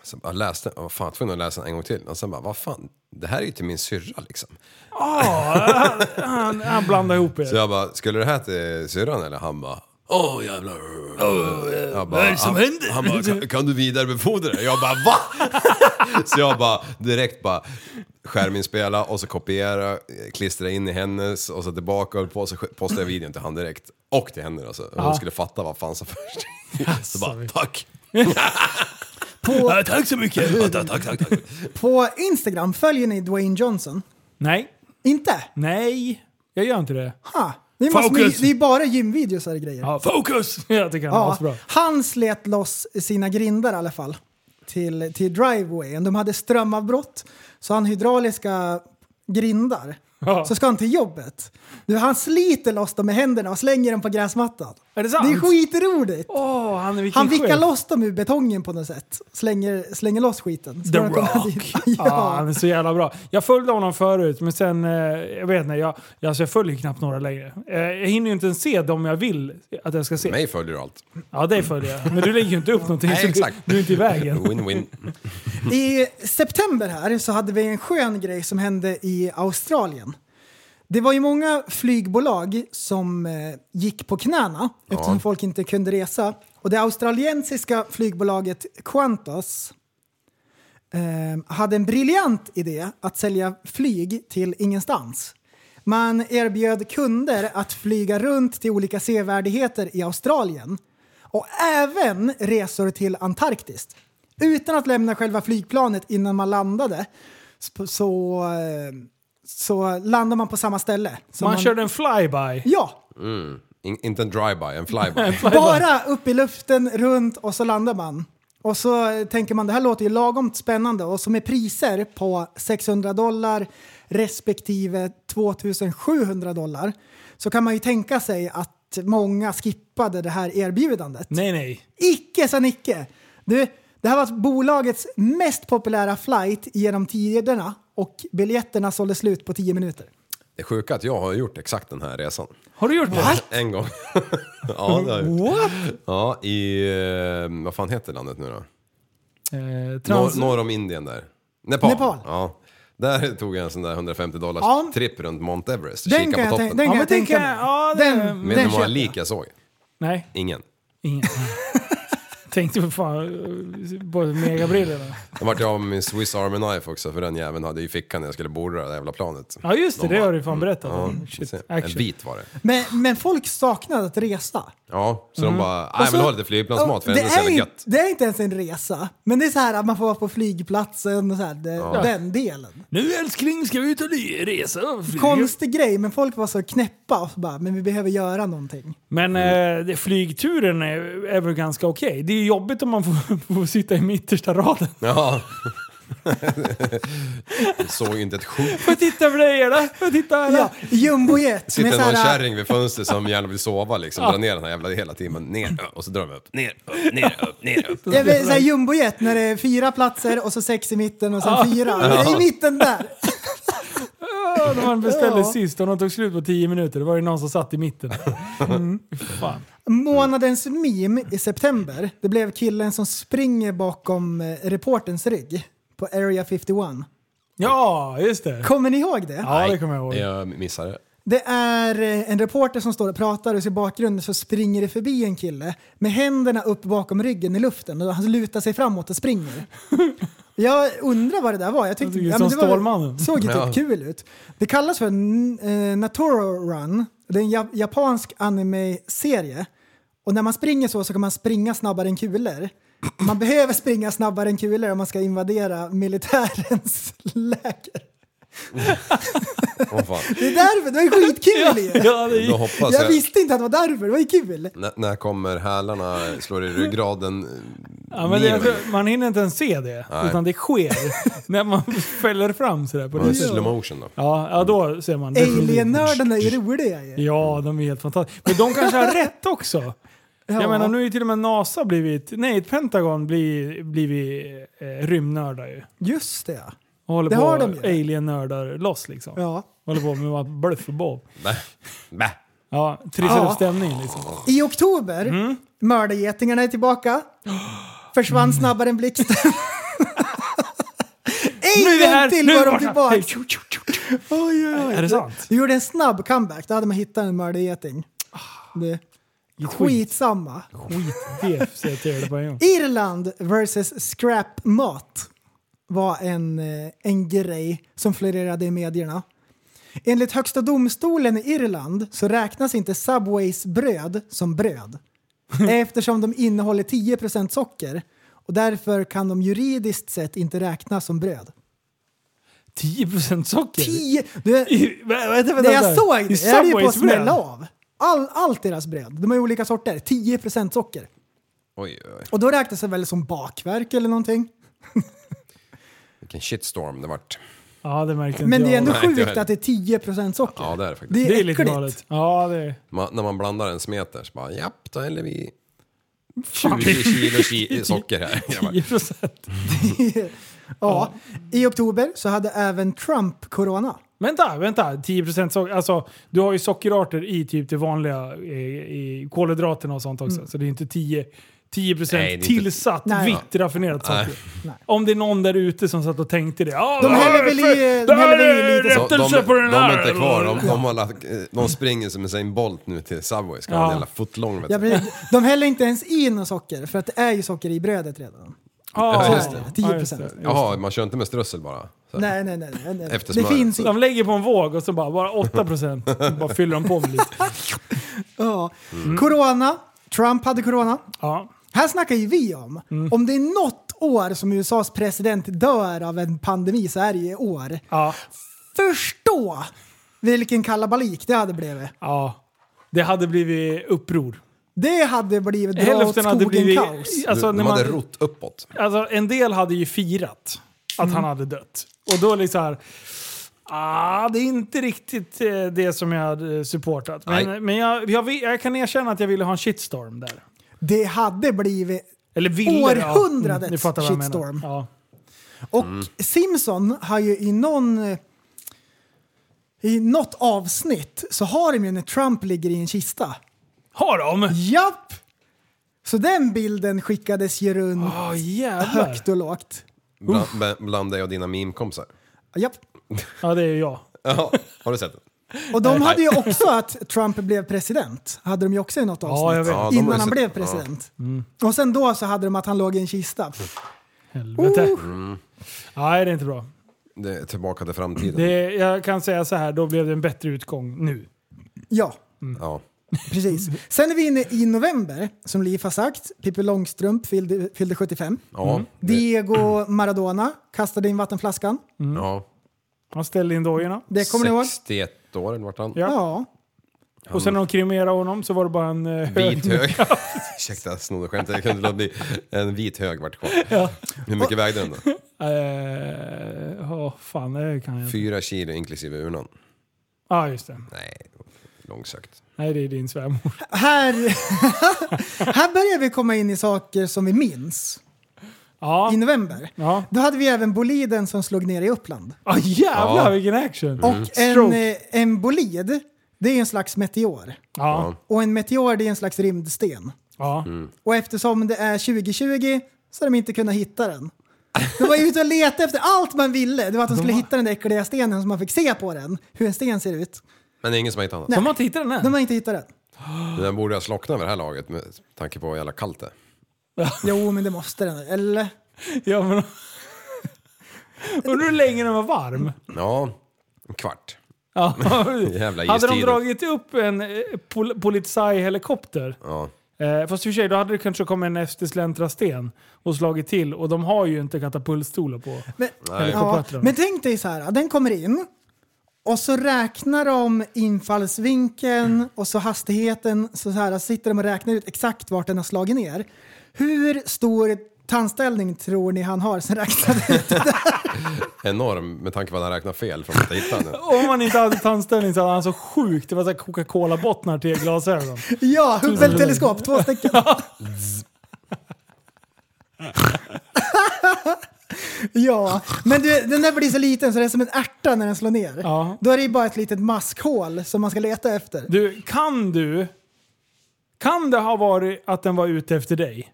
Speaker 5: Så jag läste, jag var fan tvungen att läsa den en gång till. Och sen bara, vad fan, det här är ju till min syrra liksom.
Speaker 3: han, han blandar ihop
Speaker 5: Så
Speaker 3: er.
Speaker 5: jag bara, skulle det här till syrran eller? Han bara, åh jävlar. jag bara, vad är det som han, händer? Han bara, kan, kan du vidarebefordra det? Jag bara, va? *laughs* så jag bara, direkt bara, skärminspela och så kopiera, eh, klistra in i hennes och så tillbaka och på, så sk- postade jag videon till han direkt. Och till henne då, så hon skulle fatta vad fan som först. så bara, *laughs* tack.
Speaker 4: På,
Speaker 5: Tack så mycket! Ja, tack, tack, tack, tack.
Speaker 4: på Instagram följer ni Dwayne Johnson?
Speaker 3: Nej,
Speaker 4: Inte?
Speaker 3: nej. Jag gör inte det.
Speaker 4: Ha. Det är, massor med,
Speaker 3: Focus.
Speaker 4: det är bara gymvideos och grejer.
Speaker 3: Ja, fokus! *laughs* Jag tycker han är
Speaker 4: Ja,
Speaker 3: asbra.
Speaker 4: han slet loss sina grindar i alla fall till, till drivewayen. De hade strömavbrott, så han hydrauliska grindar.
Speaker 3: Ja.
Speaker 4: Så ska han till jobbet. Du, han sliter loss dem med händerna och slänger dem på gräsmattan.
Speaker 3: Är det sant?
Speaker 4: Det är skitroligt!
Speaker 3: Åh, han är vilken
Speaker 4: Han vickar
Speaker 3: chef.
Speaker 4: loss dem ur betongen på något sätt. Slänger, slänger loss skiten. Så
Speaker 3: The
Speaker 4: de kommer
Speaker 3: Rock! *laughs*
Speaker 4: dit.
Speaker 3: Ah,
Speaker 4: *laughs* ja.
Speaker 3: han är så jävla bra. Jag följde honom förut, men sen... Eh, jag vet inte, jag, jag, alltså jag följer knappt några längre. Eh, jag hinner ju inte ens se dem jag vill att jag ska se.
Speaker 5: Mig följer du allt.
Speaker 3: Ja, det följer jag. Men du lägger ju inte upp någonting.
Speaker 5: Nej,
Speaker 3: så du-
Speaker 5: exakt.
Speaker 3: Du är inte i
Speaker 5: *laughs*
Speaker 3: vägen.
Speaker 5: Win-win.
Speaker 4: I september här så hade vi en skön grej som hände i Australien. Det var ju många flygbolag som eh, gick på knäna eftersom folk inte kunde resa Och det australiensiska flygbolaget Qantas eh, hade en briljant idé att sälja flyg till ingenstans. Man erbjöd kunder att flyga runt till olika sevärdheter i Australien och även resor till Antarktis. Utan att lämna själva flygplanet innan man landade sp- så, eh, så landar man på samma ställe. som
Speaker 3: Man, körde en flyby.
Speaker 4: Ja,
Speaker 5: In, inte en drive-by, en *laughs* flyby.
Speaker 4: bara upp i luften, runt och så landar man. Och så eh, tänker man det här låter ju lagom spännande och så med priser på 600 dollar respektive 2700 dollar så kan man ju tänka sig att många skippade det här erbjudandet.
Speaker 3: Nej, nej.
Speaker 4: Icke sa Nicke! Du, det här var bolagets mest populära flight genom tiderna och biljetterna sålde slut på 10 minuter.
Speaker 5: Det är sjuka att jag har gjort exakt den här resan.
Speaker 3: Har du gjort det?
Speaker 5: *laughs* En gång. ja, det har jag gjort. Ja, i... eh, Vad fan heter landet nu då?
Speaker 3: Eh,
Speaker 5: Norr,
Speaker 3: trans-
Speaker 5: norr om Indien där. Nepal.
Speaker 4: Nepal.
Speaker 5: Ja. Där tog jag en sån där 150 dollars
Speaker 4: Ja.
Speaker 5: tripp runt Mount Everest.
Speaker 4: Den
Speaker 5: Kika
Speaker 4: kan
Speaker 5: på
Speaker 4: jag,
Speaker 5: toppen.
Speaker 4: tän- den
Speaker 3: Ja,
Speaker 4: kan
Speaker 3: men
Speaker 4: jag tänka
Speaker 3: tänker-
Speaker 4: mig.
Speaker 3: ja, det-
Speaker 4: den,
Speaker 3: men
Speaker 5: Vet ni hur många
Speaker 4: köper jag.
Speaker 5: lik jag såg?
Speaker 3: nej,
Speaker 5: Ingen.
Speaker 3: ingen. *laughs* Tänkte för fan eh, på megabrillorna.
Speaker 5: Då vart jag av med min Swiss Army Knife också för den jäveln hade jag i fickan när jag skulle borda det där jävla planet.
Speaker 3: Ja, just det.
Speaker 5: De
Speaker 3: Det
Speaker 5: bara-
Speaker 3: har du fan berättat om. Shit,
Speaker 5: Precis. En
Speaker 3: action.
Speaker 5: bit var det.
Speaker 4: Men, men folk saknade att resa.
Speaker 5: Ja, så de bara, nej
Speaker 4: Mm. Och så- Oh,
Speaker 5: vill ha lite flygplansmat för
Speaker 4: det
Speaker 5: den är så jävla
Speaker 4: är,
Speaker 5: gött.
Speaker 4: inte- det är inte ens en resa, men det är så här att man får vara på flygplatsen och så här, det, den delen.
Speaker 3: Nu älskling ska vi ut och le- resa. Flyg.
Speaker 4: Konstig grej, men folk var så knäppa och så bara, men vi behöver göra någonting.
Speaker 3: Men eh, det- flygturen är, är väl ganska okej. Det är jobbigt om man får, *laughs* får sitta i mittersta raden.
Speaker 5: Ja. *laughs* Jag såg ju inte ett skit.
Speaker 3: Får jag titta på dig eller? *laughs* Får jag titta här?
Speaker 4: Ja, jumbojet med så
Speaker 5: Sitter någon
Speaker 4: här,
Speaker 5: kärring vid fönstret som gärna vill sova liksom, drar ner den här jävla hela timmen. Ner och så drar de upp. Ner, upp, ner, upp, ner, upp.
Speaker 4: ja, men så här jumbojet när det är fyra platser och så sex i mitten och sen fyra. I mitten där.
Speaker 3: Ja, när man beställde
Speaker 4: Ja.
Speaker 3: sist och de tog slut på 10 minuter. Det var ju någon som satt i *laughs* mitten. Fan.
Speaker 4: Månadens meme i september, det blev killen som springer bakom eh, reporterns rygg på Area 51.
Speaker 3: Ja, just det.
Speaker 4: Kommer ni ihåg det?
Speaker 3: Ja, det kommer jag ihåg.
Speaker 5: Jag missade.
Speaker 4: Det är eh, en reporter som står och pratar och så i bakgrunden så springer det förbi en kille med händerna upp bakom ryggen i luften och han lutar sig framåt och springer.
Speaker 3: *laughs*
Speaker 4: Jag undrar vad det där var. Jag tyckte,
Speaker 3: Jag tycker som
Speaker 4: men det
Speaker 3: Stålmannen.
Speaker 4: var, såg ju typ kul ut. Det kallas för n- eh, Natoro Run. Det är en ja- japansk anime-serie. Och när man springer så så kan man springa snabbare än kulor. Man behöver springa snabbare än kulor om man ska invadera militärens *laughs* läger.
Speaker 5: Åh fan.
Speaker 4: Det är därför, det är skitkul ju!
Speaker 3: Ja, det
Speaker 5: Då
Speaker 3: gick. *laughs*
Speaker 5: hoppas
Speaker 4: Jag
Speaker 5: jag.
Speaker 4: visste inte att det var därför, det var ju kul.
Speaker 5: N- när kommer hälarna, slår i ryggraden?
Speaker 3: Ja, men det,
Speaker 5: ner
Speaker 3: jag
Speaker 5: mig?
Speaker 3: tror- man hinner inte ens se det, utan det *laughs* sker när man fäller fram sådär på
Speaker 5: Var det
Speaker 3: det.
Speaker 5: slow motion då?
Speaker 3: Ja, ja, då ser man.
Speaker 4: Alien-nördarna är ju roliga ju.
Speaker 3: Ja, de är helt fantastiska. Men de kanske har rätt också. Jag menar, nu är ju till och med NASA blivit... Nej, Pentagon blir, blivit eh, rymdnördar ju.
Speaker 4: Just det ja.
Speaker 3: Och håller
Speaker 4: Det
Speaker 3: på
Speaker 4: har de ju.
Speaker 3: alien-nördar loss liksom.
Speaker 4: ja.
Speaker 3: Håller på med att bluff och bob.
Speaker 5: Bä. Bä.
Speaker 3: Ja, trissar
Speaker 4: Ja.
Speaker 3: upp stämningen liksom.
Speaker 4: I oktober,
Speaker 3: Mm.
Speaker 4: mördargetingarna är tillbaka. Försvann snabbare
Speaker 3: *laughs*
Speaker 4: än blixten.
Speaker 3: Nu är vi
Speaker 4: en
Speaker 3: här!
Speaker 4: gång till
Speaker 3: nu
Speaker 4: var
Speaker 3: är
Speaker 4: de
Speaker 3: vi borta.
Speaker 4: tillbaka!
Speaker 3: Hej, tjo, tjo, tjo, tjo.
Speaker 4: Oj, oj, oj.
Speaker 3: Är det sant?
Speaker 4: Du gjorde en snabb comeback, då hade man hittat en mördargeting.
Speaker 3: Ah.
Speaker 4: Det. Skitsamma.
Speaker 3: Skit det, säger jag till er på en gång.
Speaker 4: Irland versus scrapmat var en, eh, en grej som florerade i medierna. Enligt Högsta domstolen i Irland så räknas inte Subways bröd
Speaker 3: *laughs*
Speaker 4: som bröd eftersom de innehåller 10 socker och därför kan de juridiskt sett inte räknas som bröd.
Speaker 3: 10% socker?
Speaker 4: 10! Det,
Speaker 3: I, vänta, vänta, vänta.
Speaker 4: det jag såg
Speaker 3: I
Speaker 4: det, jag höll ju på att
Speaker 3: Subways bröd?
Speaker 4: smälla av. All, allt deras bröd, de har ju olika sorter, 10 socker.
Speaker 5: Oj, oj, oj.
Speaker 4: Och då räknas det väl som bakverk eller någonting?
Speaker 5: Vilken shitstorm det vart.
Speaker 3: Ja, det märker inte
Speaker 4: Men det är
Speaker 3: jag.
Speaker 4: ändå
Speaker 5: Nej, inte
Speaker 4: sjukt
Speaker 5: heller.
Speaker 4: att det är 10% socker.
Speaker 5: Ja, det är det faktiskt.
Speaker 4: Det är,
Speaker 3: det är lite
Speaker 4: äckligt.
Speaker 3: galet. Ja, det är...
Speaker 5: Man, när man blandar en smeter så bara, japp, då häller vi 20 kilo ki-
Speaker 3: *laughs*
Speaker 5: socker här. Jag bara,
Speaker 3: 10%.
Speaker 4: ja. I oktober så hade även Trump corona.
Speaker 3: Vänta, vänta. 10% socker. Alltså, du eh, har ju sockerarter i typ det vanliga, i, i kolhydraterna och sånt också. Så det är inte 10,
Speaker 5: Nej, det är
Speaker 3: 10%
Speaker 5: inte-
Speaker 3: tillsatt
Speaker 4: Mm. Nej.
Speaker 3: vitt raffinerat socker.
Speaker 4: Nej.
Speaker 3: Om det är någon där ute som satt och tänkte det. Ah,
Speaker 4: De
Speaker 3: där
Speaker 4: häller
Speaker 3: är
Speaker 4: väl i-
Speaker 3: för-
Speaker 4: de
Speaker 3: där
Speaker 4: häller väl i
Speaker 3: är
Speaker 4: lite
Speaker 5: De, de,
Speaker 3: rättelse på den
Speaker 5: de
Speaker 3: här.
Speaker 5: är inte kvar. De, de, har lagt, eh, de springer som Usain Bolt nu till Subway. Ska ha
Speaker 3: Ja.
Speaker 5: en jävla footlong. vet
Speaker 4: Ja,
Speaker 5: du.
Speaker 4: precis. de häller inte ens i något socker för att det är ju socker i brödet redan.
Speaker 3: Ah,
Speaker 5: Ja, just det.
Speaker 3: Ja, just det.
Speaker 4: 10%.
Speaker 5: Jaha, man kör inte med strössel bara? Så.
Speaker 4: Nej, nej, nej. nej, nej. Det
Speaker 5: Efter smöret.
Speaker 4: finns inte.
Speaker 3: De lägger på en våg och så bara, bara 8%. bara fyller de på
Speaker 4: *laughs*
Speaker 3: med lite.
Speaker 4: Ja.
Speaker 5: Mm.
Speaker 4: Corona. Trump hade corona.
Speaker 3: Ja.
Speaker 4: Här snackar ju vi om.
Speaker 5: Mm.
Speaker 4: Om det är något år som USAs president dör av en pandemi så är det ju i år.
Speaker 3: Ja.
Speaker 4: Förstå vilken kalabalik det hade blivit.
Speaker 3: ja. Det hade blivit uppror.
Speaker 4: Det hade blivit dra åt
Speaker 3: Hälften
Speaker 4: skogen
Speaker 3: hade blivit...
Speaker 4: kaos.
Speaker 3: Alltså,
Speaker 5: de
Speaker 3: när
Speaker 5: hade
Speaker 3: man,
Speaker 5: rott uppåt.
Speaker 3: alltså, en del hade ju firat att han hade dött. Och då liksom här, Ah, det är inte riktigt eh, det som jag hade eh, supportat.
Speaker 5: Nej.
Speaker 3: Men, men jag, jag, vill- jag kan erkänna att jag ville ha en shitstorm där.
Speaker 4: Det hade blivit...
Speaker 3: Eller ville, ja. Mm,
Speaker 4: Århundradets
Speaker 3: ni fattar vad jag menar.
Speaker 4: shitstorm.
Speaker 3: Ja.
Speaker 4: Och
Speaker 5: Mm.
Speaker 4: Simpson har ju i någon... I något avsnitt så har de ju när Trump ligger i en kista.
Speaker 3: Har de?
Speaker 4: Japp! Så den bilden skickades ju runt
Speaker 5: Ah,
Speaker 3: Ja, jävlar.
Speaker 4: högt och lågt.
Speaker 5: Bland, bland- bland dig och dina meme-kompisar.
Speaker 4: Japp.
Speaker 3: Ja, det är ju jag.
Speaker 5: Ja, har du sett den?
Speaker 4: Och de hade ju
Speaker 5: *laughs*
Speaker 4: också att Trump blev president. Hade de ju också i något
Speaker 3: Ja, jag
Speaker 4: avsnitt.
Speaker 3: vet.
Speaker 5: Ja, Mm. de har
Speaker 4: innan
Speaker 5: ju
Speaker 4: han
Speaker 5: sett-
Speaker 4: blev president. Och sen då så hade de att han låg i en kista.
Speaker 3: Helvete. Nej, det är inte bra.
Speaker 5: Ja, det är tillbaka till framtiden.
Speaker 3: Det, jag kan säga så här, då blev det en bättre utgång nu.
Speaker 4: Ja,
Speaker 5: Ja. *laughs*
Speaker 4: precis. Sen är vi inne i november, som Liv har sagt. Pippi Långstrump fyllde, fyllde 75.
Speaker 5: Ja. Det,
Speaker 4: Diego
Speaker 3: Mm.
Speaker 4: Maradona kastade in vattenflaskan.
Speaker 5: ja.
Speaker 3: Han ställde in dojorna.
Speaker 4: Det kommer ni ihåg?
Speaker 5: 61 år eller vart han?
Speaker 3: Ja.
Speaker 4: Ja.
Speaker 3: Och sen när de kremerade honom så var det bara *laughs* en eh, hög.
Speaker 5: Vit hög. *laughs* Ursäkta, jag snodde skämtet. Jag kunde låta bli. En vit hög vart kvar. Hur mycket vägde den då?
Speaker 3: Eh, åh, fan, det kan jag inte.
Speaker 5: Fyra kilo inklusive urnan.
Speaker 3: Ja, ah, just det.
Speaker 5: Nej, långsökt.
Speaker 3: Nej, det är din
Speaker 5: *laughs*
Speaker 3: svärmor.
Speaker 4: Här, *laughs* här börjar vi komma in i saker som vi minns
Speaker 3: Ja.
Speaker 4: i november.
Speaker 3: Ja.
Speaker 4: Då hade vi även Boliden som slog ner i Uppland.
Speaker 3: Ah, jävlar
Speaker 5: Ja.
Speaker 3: vilken action!
Speaker 4: Och en,
Speaker 3: Mm. Stroke.
Speaker 4: eh, en bolid, det är en slags meteor.
Speaker 3: Ja.
Speaker 4: Och en meteor, det är en slags rymdsten.
Speaker 3: ja.
Speaker 5: Mm.
Speaker 4: Och eftersom det är 2020 så har de inte kunnat hitta den. De var ute och letade efter allt man ville. Det var att de skulle hitta den där äckliga stenen så man fick se på den, hur en sten ser ut.
Speaker 5: Men det är ingen som har hittat
Speaker 3: De
Speaker 5: den.
Speaker 3: har inte hittat den än?
Speaker 4: De har inte hittat den.
Speaker 5: Den borde ha slocknat vid det här laget med tanke på hur jävla kallt det är.
Speaker 4: Jo, men det måste den. Eller?
Speaker 3: Ja, men... *laughs* Undrar hur länge den var varm?
Speaker 5: Ja, en kvart.
Speaker 3: Ja.
Speaker 5: *laughs* Jävla
Speaker 3: hade de
Speaker 5: istider.
Speaker 3: dragit upp en eh, pol- Polizei-helikopter,
Speaker 5: Ja.
Speaker 3: eh, fast i och för sig då hade det kanske kommit en eftersläntra sten och slagit till och de har ju inte katapultstolar på.
Speaker 4: Men,
Speaker 5: Nej.
Speaker 4: ja,
Speaker 3: Helikoptern.
Speaker 4: men tänk dig så här, den kommer in och så räknar de infallsvinkeln och så hastigheten. Så, så här, sitter de och räknar ut exakt vart den har slagit ner. Hur stor tandställning tror ni han har som räknade *laughs* ut?
Speaker 5: Enorm med tanke på att han räknar fel från att hitta den.
Speaker 3: Om man inte hade tandställning så hade han så sjukt, det var så här Coca-Cola-bottnar till glasögon.
Speaker 4: Ja, Hubble-teleskop, två stycken. *laughs* Ja, men du, den där blir så liten så det är som en ärta när den slår ner.
Speaker 3: Ja.
Speaker 4: Då är det ju bara ett litet maskhål som man ska leta efter.
Speaker 3: Du, kan du... Kan det ha varit att den var ute efter dig?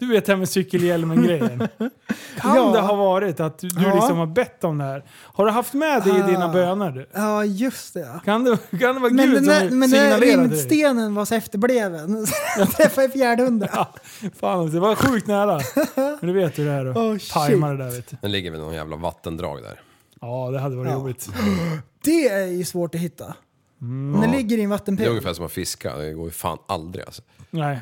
Speaker 3: Du vet det här med
Speaker 4: *laughs*
Speaker 3: cykelhjälmen-grejen. Kan
Speaker 4: Ja.
Speaker 3: det ha varit att du, du
Speaker 4: Ja.
Speaker 3: liksom har bett om det här? Har du haft med det i dina
Speaker 4: Ah.
Speaker 3: böner? Du?
Speaker 4: Ja, just det.
Speaker 3: Kan, det, kan det vara
Speaker 4: Men
Speaker 3: Gud
Speaker 4: den där,
Speaker 3: som
Speaker 4: men den där
Speaker 3: signalerade dig?
Speaker 4: rymdstenen var så efterbliven. *laughs* Så Den träffade i fjärdhundra.
Speaker 3: Ja, fan, det var sjukt
Speaker 4: *laughs*
Speaker 3: nära. Men du vet hur det är då.
Speaker 4: Oh, shit.
Speaker 3: Tajma det där vet du.
Speaker 5: Den ligger vid någon jävla vattendrag där.
Speaker 3: Ja, det hade varit
Speaker 4: Ja.
Speaker 3: jobbigt.
Speaker 4: Det är ju svårt att hitta.
Speaker 3: Mm.
Speaker 4: Den ligger i en
Speaker 5: Det är
Speaker 4: vattenpöl.
Speaker 5: ungefär som att fiska, det går ju fan aldrig alltså.
Speaker 3: Nej.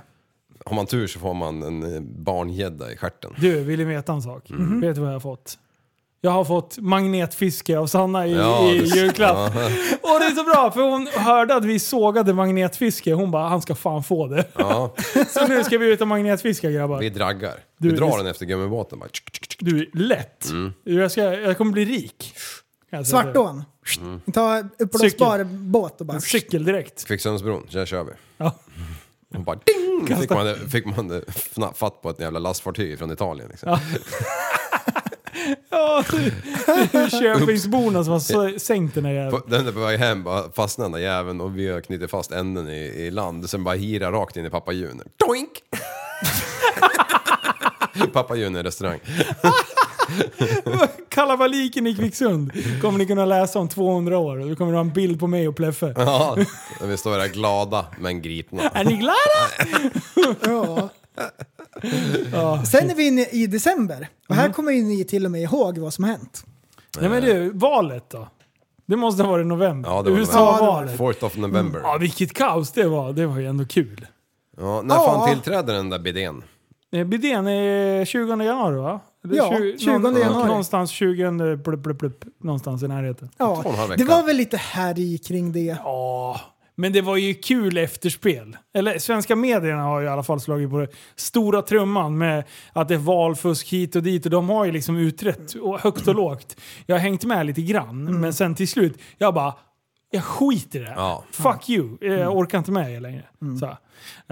Speaker 5: Har man tur så får man en eh, barngädda i stjärten.
Speaker 3: Du, vill du veta en sak?
Speaker 5: Mm.
Speaker 3: Vet du vad jag har fått? Jag har fått magnetfiske av Sanna i,
Speaker 5: Ja,
Speaker 3: i
Speaker 5: det-
Speaker 3: julklapp. *laughs* Och det är så bra, för hon hörde att vi sågade magnetfiske. Hon bara, han ska fan få det.
Speaker 5: Ja,
Speaker 3: *laughs* Så nu ska vi ut och magnetfiska grabbar.
Speaker 5: vi draggar.
Speaker 3: Du,
Speaker 5: vi drar
Speaker 3: det-
Speaker 5: den efter gummibåten bara. tsk, tsk, tsk.
Speaker 3: Du, lätt.
Speaker 5: Mm.
Speaker 3: Jag, ska, jag kommer bli rik. Kan jag säga det.
Speaker 4: Svartån.
Speaker 5: Mm.
Speaker 4: Ta uppblåsbar båt och bara...
Speaker 3: En cykeldräkt.
Speaker 5: Kvicksundsbron, där kör vi.
Speaker 3: Ja.
Speaker 5: Och bara ding! Fick man, det- fick man det fna- fatt på ett jävla lastfartyg från Italien. Liksom.
Speaker 3: Ja, det är Köpingsborna som har s- sänkt den här jäveln.
Speaker 5: På- Den där på väg hem bara fastnade den där jäveln och vi har knutit fast änden i, i land. Sen bara hira rakt in i pappa Junior. Doink! Pappa June restaurang.
Speaker 3: Kalabaliken i Kvicksund kommer ni kunna läsa om 200 år. Du kommer du ha en bild på mig och Pleffe.
Speaker 5: Ja, vi står där glada men gripna.
Speaker 3: Är ni glada?
Speaker 4: Ja. Sen är vi inne i december. Och
Speaker 3: Mm.
Speaker 4: här kommer ju ni till och med ihåg vad som har hänt.
Speaker 3: Nej men du, valet då? Det måste ha varit november.
Speaker 5: Ja, det var
Speaker 3: USA-valet.
Speaker 5: 4th of November.
Speaker 3: Ja, vilket kaos det var. Det var ju ändå kul.
Speaker 5: Ja, när fan tillträder den där bidén?
Speaker 3: Eh, Bidén är 20 januari va? Eller
Speaker 4: Ja,
Speaker 3: tju-
Speaker 4: 20
Speaker 3: någon-
Speaker 4: januari.
Speaker 3: Någonstans 20, blup, blup, blup, någonstans i närheten.
Speaker 4: Ja.
Speaker 5: Två och en halv vecka.
Speaker 4: Det var väl lite härj kring det.
Speaker 3: Ja, men det var ju kul efterspel. Eller svenska medierna har ju i alla fall slagit på det stora trumman med att det är valfusk hit och dit och de har ju liksom utrett och högt och lågt. Jag har hängt med lite grann,
Speaker 5: Mm.
Speaker 3: men sen till slut, jag bara jag skiter i det. här.
Speaker 5: Ja. Mm.
Speaker 3: Fuck you. Jag orkar inte med er längre. Så.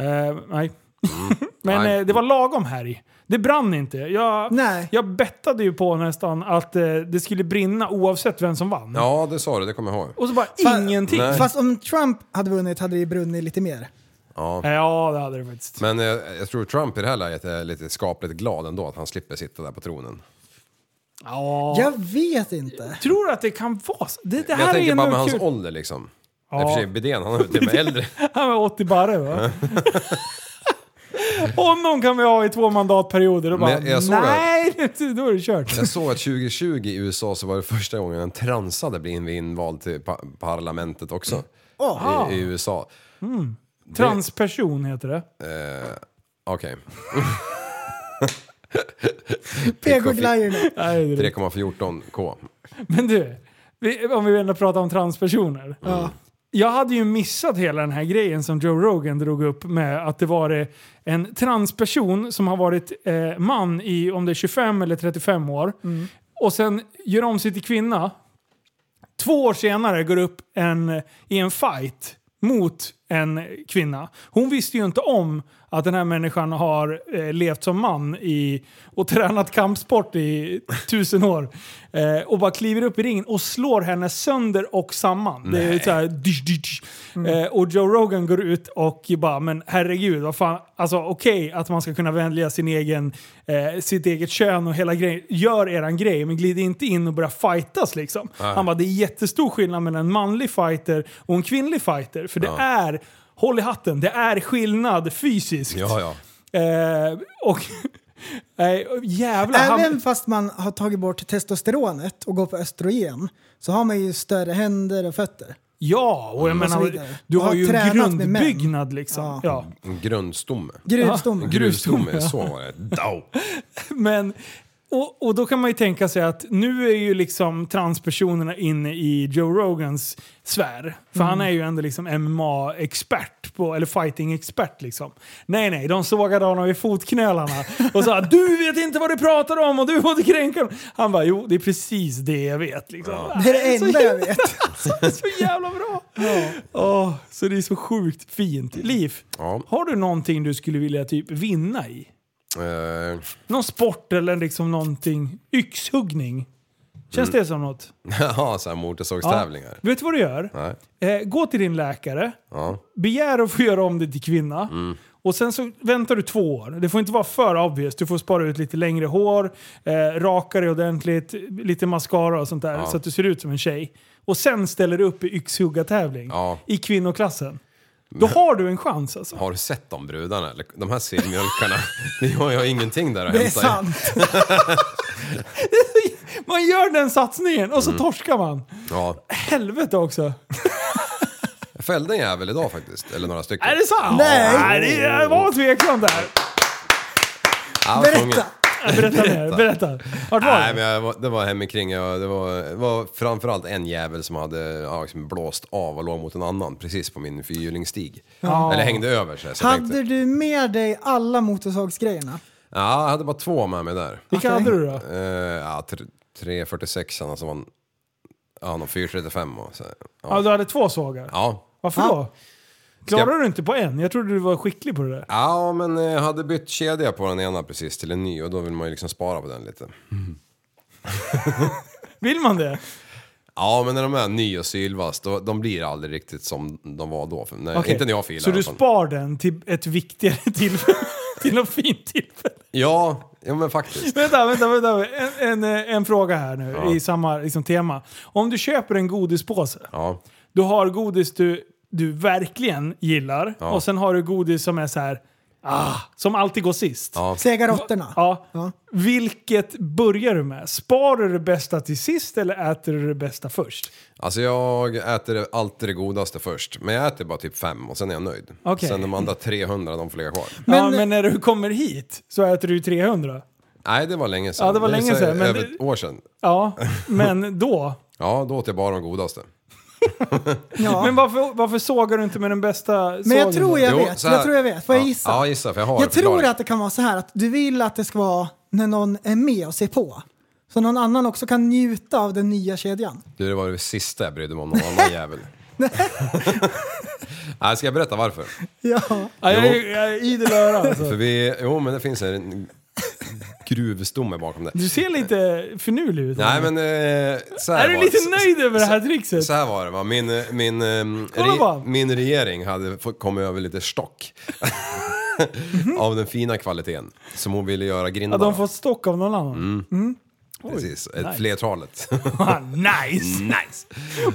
Speaker 3: Eh, nej. *laughs* Men
Speaker 5: Mm. Nej.
Speaker 3: eh, det var lagom härj. Det brann inte. Jag,
Speaker 4: Nej.
Speaker 3: jag bettade ju på nästan att eh, det skulle brinna oavsett vem som vann.
Speaker 5: Ja, det sa du, det kommer jag ihåg.
Speaker 3: Och så bara
Speaker 4: Fan-
Speaker 3: ingenting.
Speaker 5: Nej.
Speaker 4: Fast om Trump hade vunnit hade det ju brunnit lite mer.
Speaker 5: Ja.
Speaker 3: Ja, det hade det faktiskt.
Speaker 5: Men eh, jag tror Trump i det här läget är lite skapligt glad ändå att han slipper sitta där på tronen.
Speaker 3: Ja.
Speaker 4: Jag vet inte.
Speaker 3: tror att det kan vara så. Det, det
Speaker 5: Men jag
Speaker 3: här är
Speaker 5: tänker bara med
Speaker 3: ändå
Speaker 5: hans
Speaker 3: kul.
Speaker 5: ålder liksom. Ja. I och för sig Bidén, han är ju till och med äldre.
Speaker 3: *laughs* Han var 80 barre
Speaker 5: *laughs*
Speaker 3: va? Honom kan vi ha i två mandatperioder och
Speaker 5: Men
Speaker 3: bara
Speaker 5: jag- jag såg
Speaker 3: nej, då är det kört.
Speaker 5: Jag såg att 2020 i USA så var det första gången en transade blev inv- invald till pa- parlamentet också. I, I USA.
Speaker 3: Mm. Transperson heter det.
Speaker 5: Okej,
Speaker 4: PK-glajjorna.
Speaker 3: Nej, det är det.
Speaker 5: 3,14K.
Speaker 3: Men du, vi, om vi ändå pratar om transpersoner. Jag hade ju missat hela den här grejen som Joe Rogan drog upp med att det var eh, en transperson som har varit eh, man i om det är 25 eller 35 år
Speaker 5: Mm.
Speaker 3: och sen gör om sig till kvinna. Två år senare går upp en, i en fight mot en kvinna. Hon visste ju inte om att den här människan har eh, levt som man i, och tränat kampsport i *laughs* tusen år. Eh, och bara kliver upp i ringen och slår henne sönder och samman. Det är så här, dysch, dysch, dysch. Eh, och Joe Rogan går ut och bara, men herregud, vad fan, alltså okej att man ska kunna välja sin egen, eh, sitt eget kön och hela grejen. Gör eran grej, men glid inte in och börja fightas liksom. Han bara, det är jättestor skillnad mellan en manlig fighter och en kvinnlig fighter. För det är, håll i hatten, det är skillnad fysiskt.
Speaker 5: Ja, ja.
Speaker 3: Eh, och... *laughs* Nej, jävlar.
Speaker 4: Även
Speaker 3: Han,
Speaker 4: fast man har tagit bort testosteronet och går på östrogen så har man ju större händer och fötter.
Speaker 3: ja, och jag
Speaker 4: så
Speaker 3: menar,
Speaker 4: vidare.
Speaker 3: du
Speaker 4: Och
Speaker 3: har
Speaker 4: har
Speaker 3: ju en
Speaker 4: tränat med män.
Speaker 3: grundbyggnad liksom. Ja.
Speaker 4: Ja.
Speaker 5: En grundstomme.
Speaker 4: Gruvstomme.
Speaker 5: Gruvstomme, så var det. Dau.
Speaker 3: Men, och, och då kan man ju tänka sig att nu är ju liksom transpersonerna inne i Joe Rogans sfär. För han är ju ändå liksom MMA-expert, på, eller fighting-expert liksom. Nej, nej, de sågade honom i fotknölarna och sa du vet inte vad du pratar om och du får inte kränka dem. Han bara, jo det är precis det jag vet liksom.
Speaker 4: Det är det
Speaker 3: Så
Speaker 4: enda jag vet.
Speaker 3: *laughs* Det är så jävla bra! Ja. så det är så sjukt fint. Liv,
Speaker 5: Ja.
Speaker 3: har du någonting du skulle vilja typ vinna i?
Speaker 5: Eh, *laughs*
Speaker 3: Någon sport eller liksom någonting? Yxhuggning? Känns det som något?
Speaker 5: Mm. Ja, så här motorsågstävlingar.
Speaker 3: Vet du vad du gör?
Speaker 5: Nej.
Speaker 3: Eh, gå till din läkare,
Speaker 5: Ja. Mm.
Speaker 3: begär att få göra om dig till kvinna. Och sen så väntar du två år. Det får inte vara för obvious. Du får spara ut lite längre hår, eh, raka dig ordentligt, lite mascara och sånt där. Så att du ser ut som en tjej. Och sen ställer du upp i yxhuggartävling
Speaker 5: Ja.
Speaker 3: i kvinnoklassen. Då har du en chans
Speaker 5: *laughs*
Speaker 3: alltså.
Speaker 5: Har du sett de brudarna? eller? De
Speaker 4: *laughs*
Speaker 5: här sillmjölkarna. Ni har ju ingenting där att
Speaker 4: Det är
Speaker 5: hämta i.
Speaker 4: sant.
Speaker 3: Man gör den satsningen och så
Speaker 5: Mm.
Speaker 3: torskar man.
Speaker 5: Ja.
Speaker 3: Helvete också.
Speaker 5: Jag fällde en jävel idag faktiskt. Eller några stycken.
Speaker 3: Är det sant?
Speaker 4: Nej.
Speaker 3: det jag var tveksamt
Speaker 5: *laughs*
Speaker 3: där.
Speaker 5: Ja, jag var tvungen.
Speaker 4: Berätta.
Speaker 3: Berätta mer. Berätta. Vart var
Speaker 5: Nej,
Speaker 3: det?
Speaker 5: men jag var, det var hemikring. Jag, det, var, det var framförallt en jävel som hade ja, liksom blåst av och låg mot en annan precis på min fyrhjulingsstig. Eller hängde över sig. Så jag tänkte,
Speaker 4: Hade du med dig alla motorsågsgrejerna?
Speaker 5: ja, jag hade bara två med mig där.
Speaker 3: Vilka hade du då?
Speaker 5: Uh, ja, tre- 346 alltså var en, ja, någon 435 och så. här.
Speaker 3: Ja,
Speaker 5: Ja.
Speaker 3: du hade två sågar.
Speaker 5: Ja.
Speaker 3: Varför
Speaker 4: Ja.
Speaker 3: då? Klarade du inte på en? Jag trodde du var skicklig på det där.
Speaker 5: ja, men eh, jag hade bytt kedja på den ena precis till en ny och då vill man ju liksom spara på den lite.
Speaker 3: Vill man det?
Speaker 5: Ja, men när de är ny och sylvass, då, de blir aldrig riktigt som de var då. För, nej,
Speaker 3: Okej.
Speaker 5: Inte när jag filar.
Speaker 3: Så
Speaker 5: i alla
Speaker 3: du *laughs*
Speaker 5: fall.
Speaker 3: spar den till ett viktigare tillfälle? till något fint tillfälle?
Speaker 5: Ja, Ja men faktiskt.
Speaker 3: Vänta, vänta, vänta. En, en, en fråga här nu i samma liksom, tema. Om du köper en godispåse.
Speaker 5: Ja.
Speaker 3: Du har godis du, du verkligen gillar och sen har du godis som är så här, ah, som alltid går sist. Ja.
Speaker 4: Sega råttorna. Ja.
Speaker 3: Vilket börjar du med? Sparar du det bästa till sist eller äter du det bästa först?
Speaker 5: Alltså jag äter alltid det godaste först. Men jag äter bara typ fem och sen är jag nöjd.
Speaker 3: Okej.
Speaker 5: Sen de andra 300 de får ligga kvar.
Speaker 3: Men, ja,
Speaker 4: Men-
Speaker 3: men när du kommer hit så äter du ju 300.
Speaker 5: Nej det var länge sedan.
Speaker 3: Ja, det var länge
Speaker 5: så här
Speaker 3: sedan, men
Speaker 5: Över
Speaker 3: det-
Speaker 5: ett år sedan.
Speaker 4: *laughs*
Speaker 3: Ja, men då?
Speaker 5: Ja då åt jag bara de godaste.
Speaker 4: Ja.
Speaker 3: Men varför, varför sågar du inte med den bästa
Speaker 4: Men jag
Speaker 3: sågen
Speaker 4: tror
Speaker 3: då?
Speaker 4: jag
Speaker 5: Jo,
Speaker 4: vet.
Speaker 5: så här-
Speaker 4: Jag tror jag vet. Får jag
Speaker 5: Ja.
Speaker 4: gissa?
Speaker 5: Ja gissa för jag har en
Speaker 4: Jag tror
Speaker 5: förklaring.
Speaker 4: att det kan vara så här att du vill att det ska vara när någon är med och ser på. Så någon annan också kan njuta av den nya kedjan.
Speaker 5: Du, det var det sista jag brydde mig om, någon
Speaker 4: *laughs*
Speaker 5: annan jävel. Nej, ska jag berätta varför?
Speaker 4: Ja.
Speaker 3: Ja, jag, är- jag är idel öra alltså.
Speaker 5: För vi, jo men det finns en gruvstomme bakom det.
Speaker 3: Du ser lite finurlig ut.
Speaker 5: Nej men eh, så här
Speaker 3: är du
Speaker 5: var
Speaker 3: lite nöjd över det här trickset?
Speaker 5: Så här var det va, min, eh, min, ehm,
Speaker 3: Kolla bara.
Speaker 5: re, min regering hade fått- kommit över lite stock.
Speaker 4: Mhm.
Speaker 5: *laughs* av den fina kvaliteten som hon ville göra
Speaker 3: Att
Speaker 5: grindarna.
Speaker 3: de får stock av någon annan?
Speaker 5: Precis, ett flertalet.
Speaker 3: *laughs* Ah, nice! nice!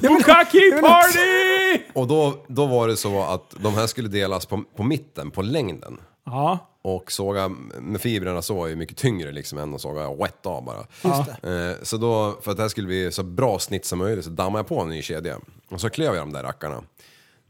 Speaker 3: Bukkake party!
Speaker 5: Och då, då var det så att de här skulle delas på, på mitten, på längden.
Speaker 3: Ja,
Speaker 5: Och såga med fibrerna så är ju mycket tyngre liksom än att såga rätt av bara. Eh, Så då, för att det här skulle bli så bra snitt som möjligt så dammade jag på en ny kedja. Och så klev jag de där rackarna.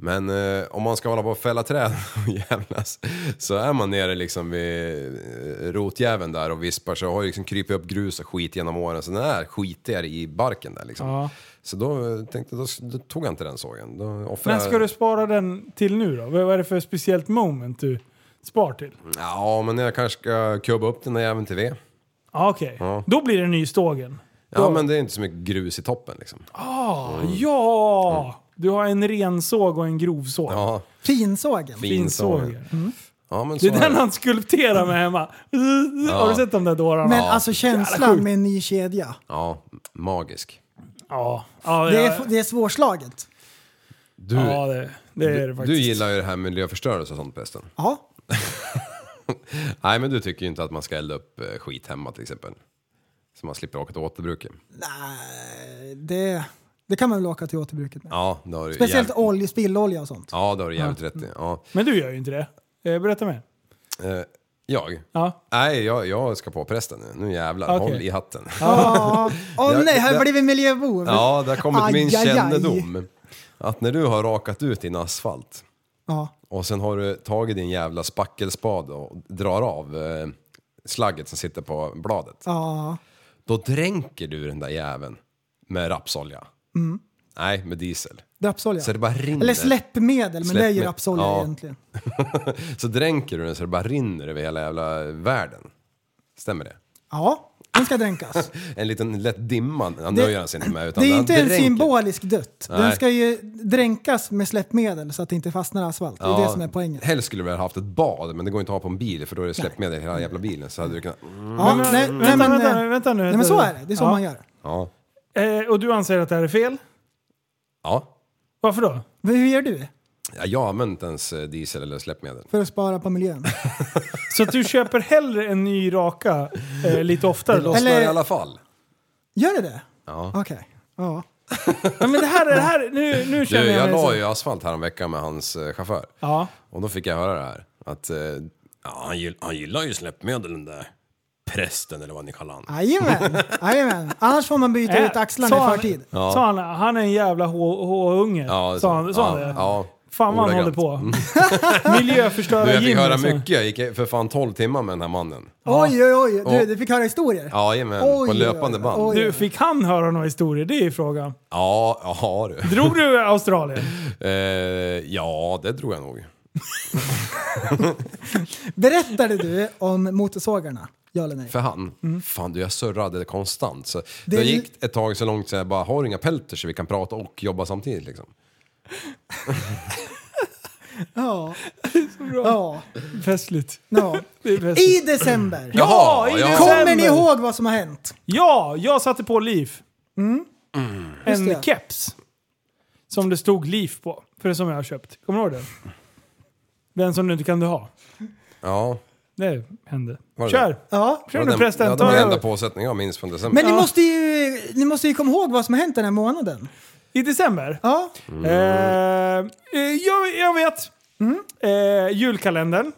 Speaker 5: Men eh, om man ska hålla på och fälla träd *laughs* och jävlas så är man nere liksom vid eh, rotjäveln där och vispar så har ju liksom krypit upp grus och skit genom åren så den är skitigare i barken där liksom.
Speaker 3: Ja.
Speaker 5: Så då eh, tänkte jag, då, då tog jag inte den sågen. Då offrade
Speaker 3: men ska
Speaker 5: jag-
Speaker 3: du spara den till nu då? Vad är det för speciellt moment du spar till?
Speaker 5: Mm. Ja men jag kanske ska kubba upp den där jäveln till ved.
Speaker 3: Ah, Okej, då blir det ny stågen.
Speaker 5: Ja, men det är inte så mycket grus i toppen liksom.
Speaker 3: Ah, Ja! Du har en rensåg och en grovsåg.
Speaker 5: Mm. Ja,
Speaker 4: Finsågen.
Speaker 3: Finsågen.
Speaker 5: Ja, men så
Speaker 3: Det är den
Speaker 5: det.
Speaker 3: han skulpterar med hemma. Har du sett de där dårarna?
Speaker 4: Men
Speaker 3: ja.
Speaker 4: alltså känslan med en ny kedja.
Speaker 5: Ja, magisk.
Speaker 3: Ja. Ja, ja,
Speaker 4: Det är, det är svårslaget.
Speaker 5: Du,
Speaker 3: ja, det, det är det faktiskt.
Speaker 5: du gillar ju det här med miljöförstörelse och sånt prästen.
Speaker 4: Ja.
Speaker 5: Nej, men du tycker ju inte att man ska elda upp eh, skit hemma till exempel. Så man slipper åka till återbruket.
Speaker 4: Nej, det, det kan man väl åka till återbruket med.
Speaker 5: Ja, det har du
Speaker 4: Speciellt
Speaker 5: jävligt-
Speaker 4: olja, spillolja och sånt.
Speaker 5: Ja, det har du jävligt rätt i. Ja.
Speaker 3: Men du gör ju inte det. Eh, Berätta mer.
Speaker 5: Eh, jag?
Speaker 3: Ja.
Speaker 5: Nej, jag, jag ska på prästen nu. Nu jävlar,
Speaker 3: Okej.
Speaker 5: håll i hatten.
Speaker 4: Ja. Åh
Speaker 5: Jag-
Speaker 4: nej, här
Speaker 5: jag-
Speaker 4: blir vi miljöbov.
Speaker 5: Ja, där kommer till min
Speaker 4: Aj, aj, aj.
Speaker 5: kännedom. Att när du har rakat ut din asfalt
Speaker 4: Ja.
Speaker 5: Och sen har du tagit din jävla spackelspade och drar av eh, slagget som sitter på bladet.
Speaker 4: Ja.
Speaker 5: Då dränker du den där jäveln med rapsolja.
Speaker 4: Mm.
Speaker 5: Nej, med diesel.
Speaker 4: Rapsolja.
Speaker 5: Så det bara rinner.
Speaker 4: Eller släppmedel, men det är ju
Speaker 5: Släppme-
Speaker 4: rapsolja
Speaker 5: Ja.
Speaker 4: egentligen.
Speaker 5: Så dränker du den så det bara rinner över hela jävla världen. Stämmer det?
Speaker 4: Ja, den ska dränkas.
Speaker 5: En liten lätt dimma han nöjer han sig inte med. *laughs* Utan
Speaker 4: det är ju
Speaker 5: han
Speaker 4: inte en
Speaker 5: dränker.
Speaker 4: symbolisk dött. Den
Speaker 5: Nej.
Speaker 4: ska ju dränkas med släppmedel så att det inte fastnar i asfalt. Det är det som är poängen.
Speaker 5: Helst skulle vi ha haft ett bad, men det går inte att ha på en bil för då är det släppmedel i hela jävla bilen. Så hade du kunnat...
Speaker 4: Ja, nej, nej,
Speaker 3: vänta,
Speaker 4: men,
Speaker 3: vänta, vänta
Speaker 4: eh,
Speaker 3: nu, vänta
Speaker 4: Nej, men
Speaker 3: nu.
Speaker 4: så är det. Det är så
Speaker 3: Ja.
Speaker 4: man gör.
Speaker 5: Ja.
Speaker 3: Eh, och du anser att det här är fel?
Speaker 5: Ja.
Speaker 3: Varför då?
Speaker 4: Men Hur gör du
Speaker 5: Ja, Jag har använt ens eh, diesel eller släppmedel.
Speaker 4: för att spara på
Speaker 5: *laughs*
Speaker 4: miljön?
Speaker 3: Så att du köper hellre en ny raka eh, lite oftare?
Speaker 5: Det
Speaker 3: då?
Speaker 5: lossnar
Speaker 4: Eller-
Speaker 5: i alla fall.
Speaker 4: Gör det det?
Speaker 5: Ja.
Speaker 4: Okej. Ja.
Speaker 3: Ja, men det här, det här, nu, nu känner
Speaker 5: Du,
Speaker 3: jag,
Speaker 5: jag
Speaker 3: mig
Speaker 5: la
Speaker 3: så-
Speaker 5: ju asfalt häromveckan med hans eh, chaufför.
Speaker 3: Ja.
Speaker 5: Och då fick jag höra det här. Att eh, ja, han, gill, han gillar ju släppmedel den där prästen eller vad ni kallar
Speaker 3: Ah.
Speaker 5: han. *laughs*
Speaker 4: Jajamän. Jajamän. Annars får man byta
Speaker 5: Eh,
Speaker 3: Äh,
Speaker 4: ut axlarna i
Speaker 3: sa han-
Speaker 4: förtid.
Speaker 3: Sa han, han är en jävla H- H-unge.
Speaker 5: Ja, det
Speaker 3: sa han, sa han
Speaker 5: ja,
Speaker 3: det?
Speaker 5: ja,
Speaker 3: Fan vad han håller
Speaker 5: ordagrant. Mm.
Speaker 3: på. *laughs*
Speaker 5: *laughs*
Speaker 3: liksom. Miljöförstöra
Speaker 5: Du, jag fick
Speaker 3: gymmet,
Speaker 5: höra
Speaker 3: sa han.
Speaker 5: mycket. Jag gick för fan 12 timmar med den här mannen.
Speaker 4: Oj, oj, oj. Du, du fick höra historier.
Speaker 5: Ja, jajamän,
Speaker 4: Oj,
Speaker 5: på löpande
Speaker 4: oj,
Speaker 5: band.
Speaker 4: oj.
Speaker 3: Du, fick han höra några historier? Det är ju frågan.
Speaker 5: Ja, ja du.
Speaker 3: Drog du Australien?
Speaker 4: *laughs*
Speaker 5: Eh, ja, det tror jag nog.
Speaker 4: Berättade du om motorsågarna? Ja eller nej?
Speaker 5: För han,
Speaker 3: Mm.
Speaker 5: fan du jag surrade konstant. Så
Speaker 4: Det
Speaker 5: det
Speaker 4: är-
Speaker 5: gick ett tag så långt så jag bara, har du inga pelters så vi kan prata och jobba samtidigt liksom?
Speaker 4: Ja. Ja.
Speaker 3: Festligt.
Speaker 4: ja.
Speaker 3: Det är festligt.
Speaker 4: I december.
Speaker 3: Ja, i
Speaker 5: Jaha, ja.
Speaker 3: december.
Speaker 4: Kommer ni ihåg vad som har hänt?
Speaker 3: Ja, jag satte på Liv.
Speaker 5: Mm.
Speaker 3: En
Speaker 4: Just det.
Speaker 3: keps. Som det stod Liv på. För det som jag har köpt. Kommer du ihåg den? Den som du inte kan du ha.
Speaker 5: ja.
Speaker 3: det hände.
Speaker 5: Var det
Speaker 3: Kör!
Speaker 4: Ja.
Speaker 3: Kör
Speaker 5: Ja,
Speaker 3: nu
Speaker 5: den- ja,
Speaker 3: prästen,
Speaker 5: Det var
Speaker 3: ta
Speaker 5: den enda
Speaker 3: över.
Speaker 5: påsättningen jag minns från december.
Speaker 4: Men ni, måste ju, ni måste ju komma ihåg vad som har hänt den här månaden.
Speaker 3: I december?
Speaker 4: Ja.
Speaker 3: Eh, eh, jag, jag vet! Eh, julkalendern.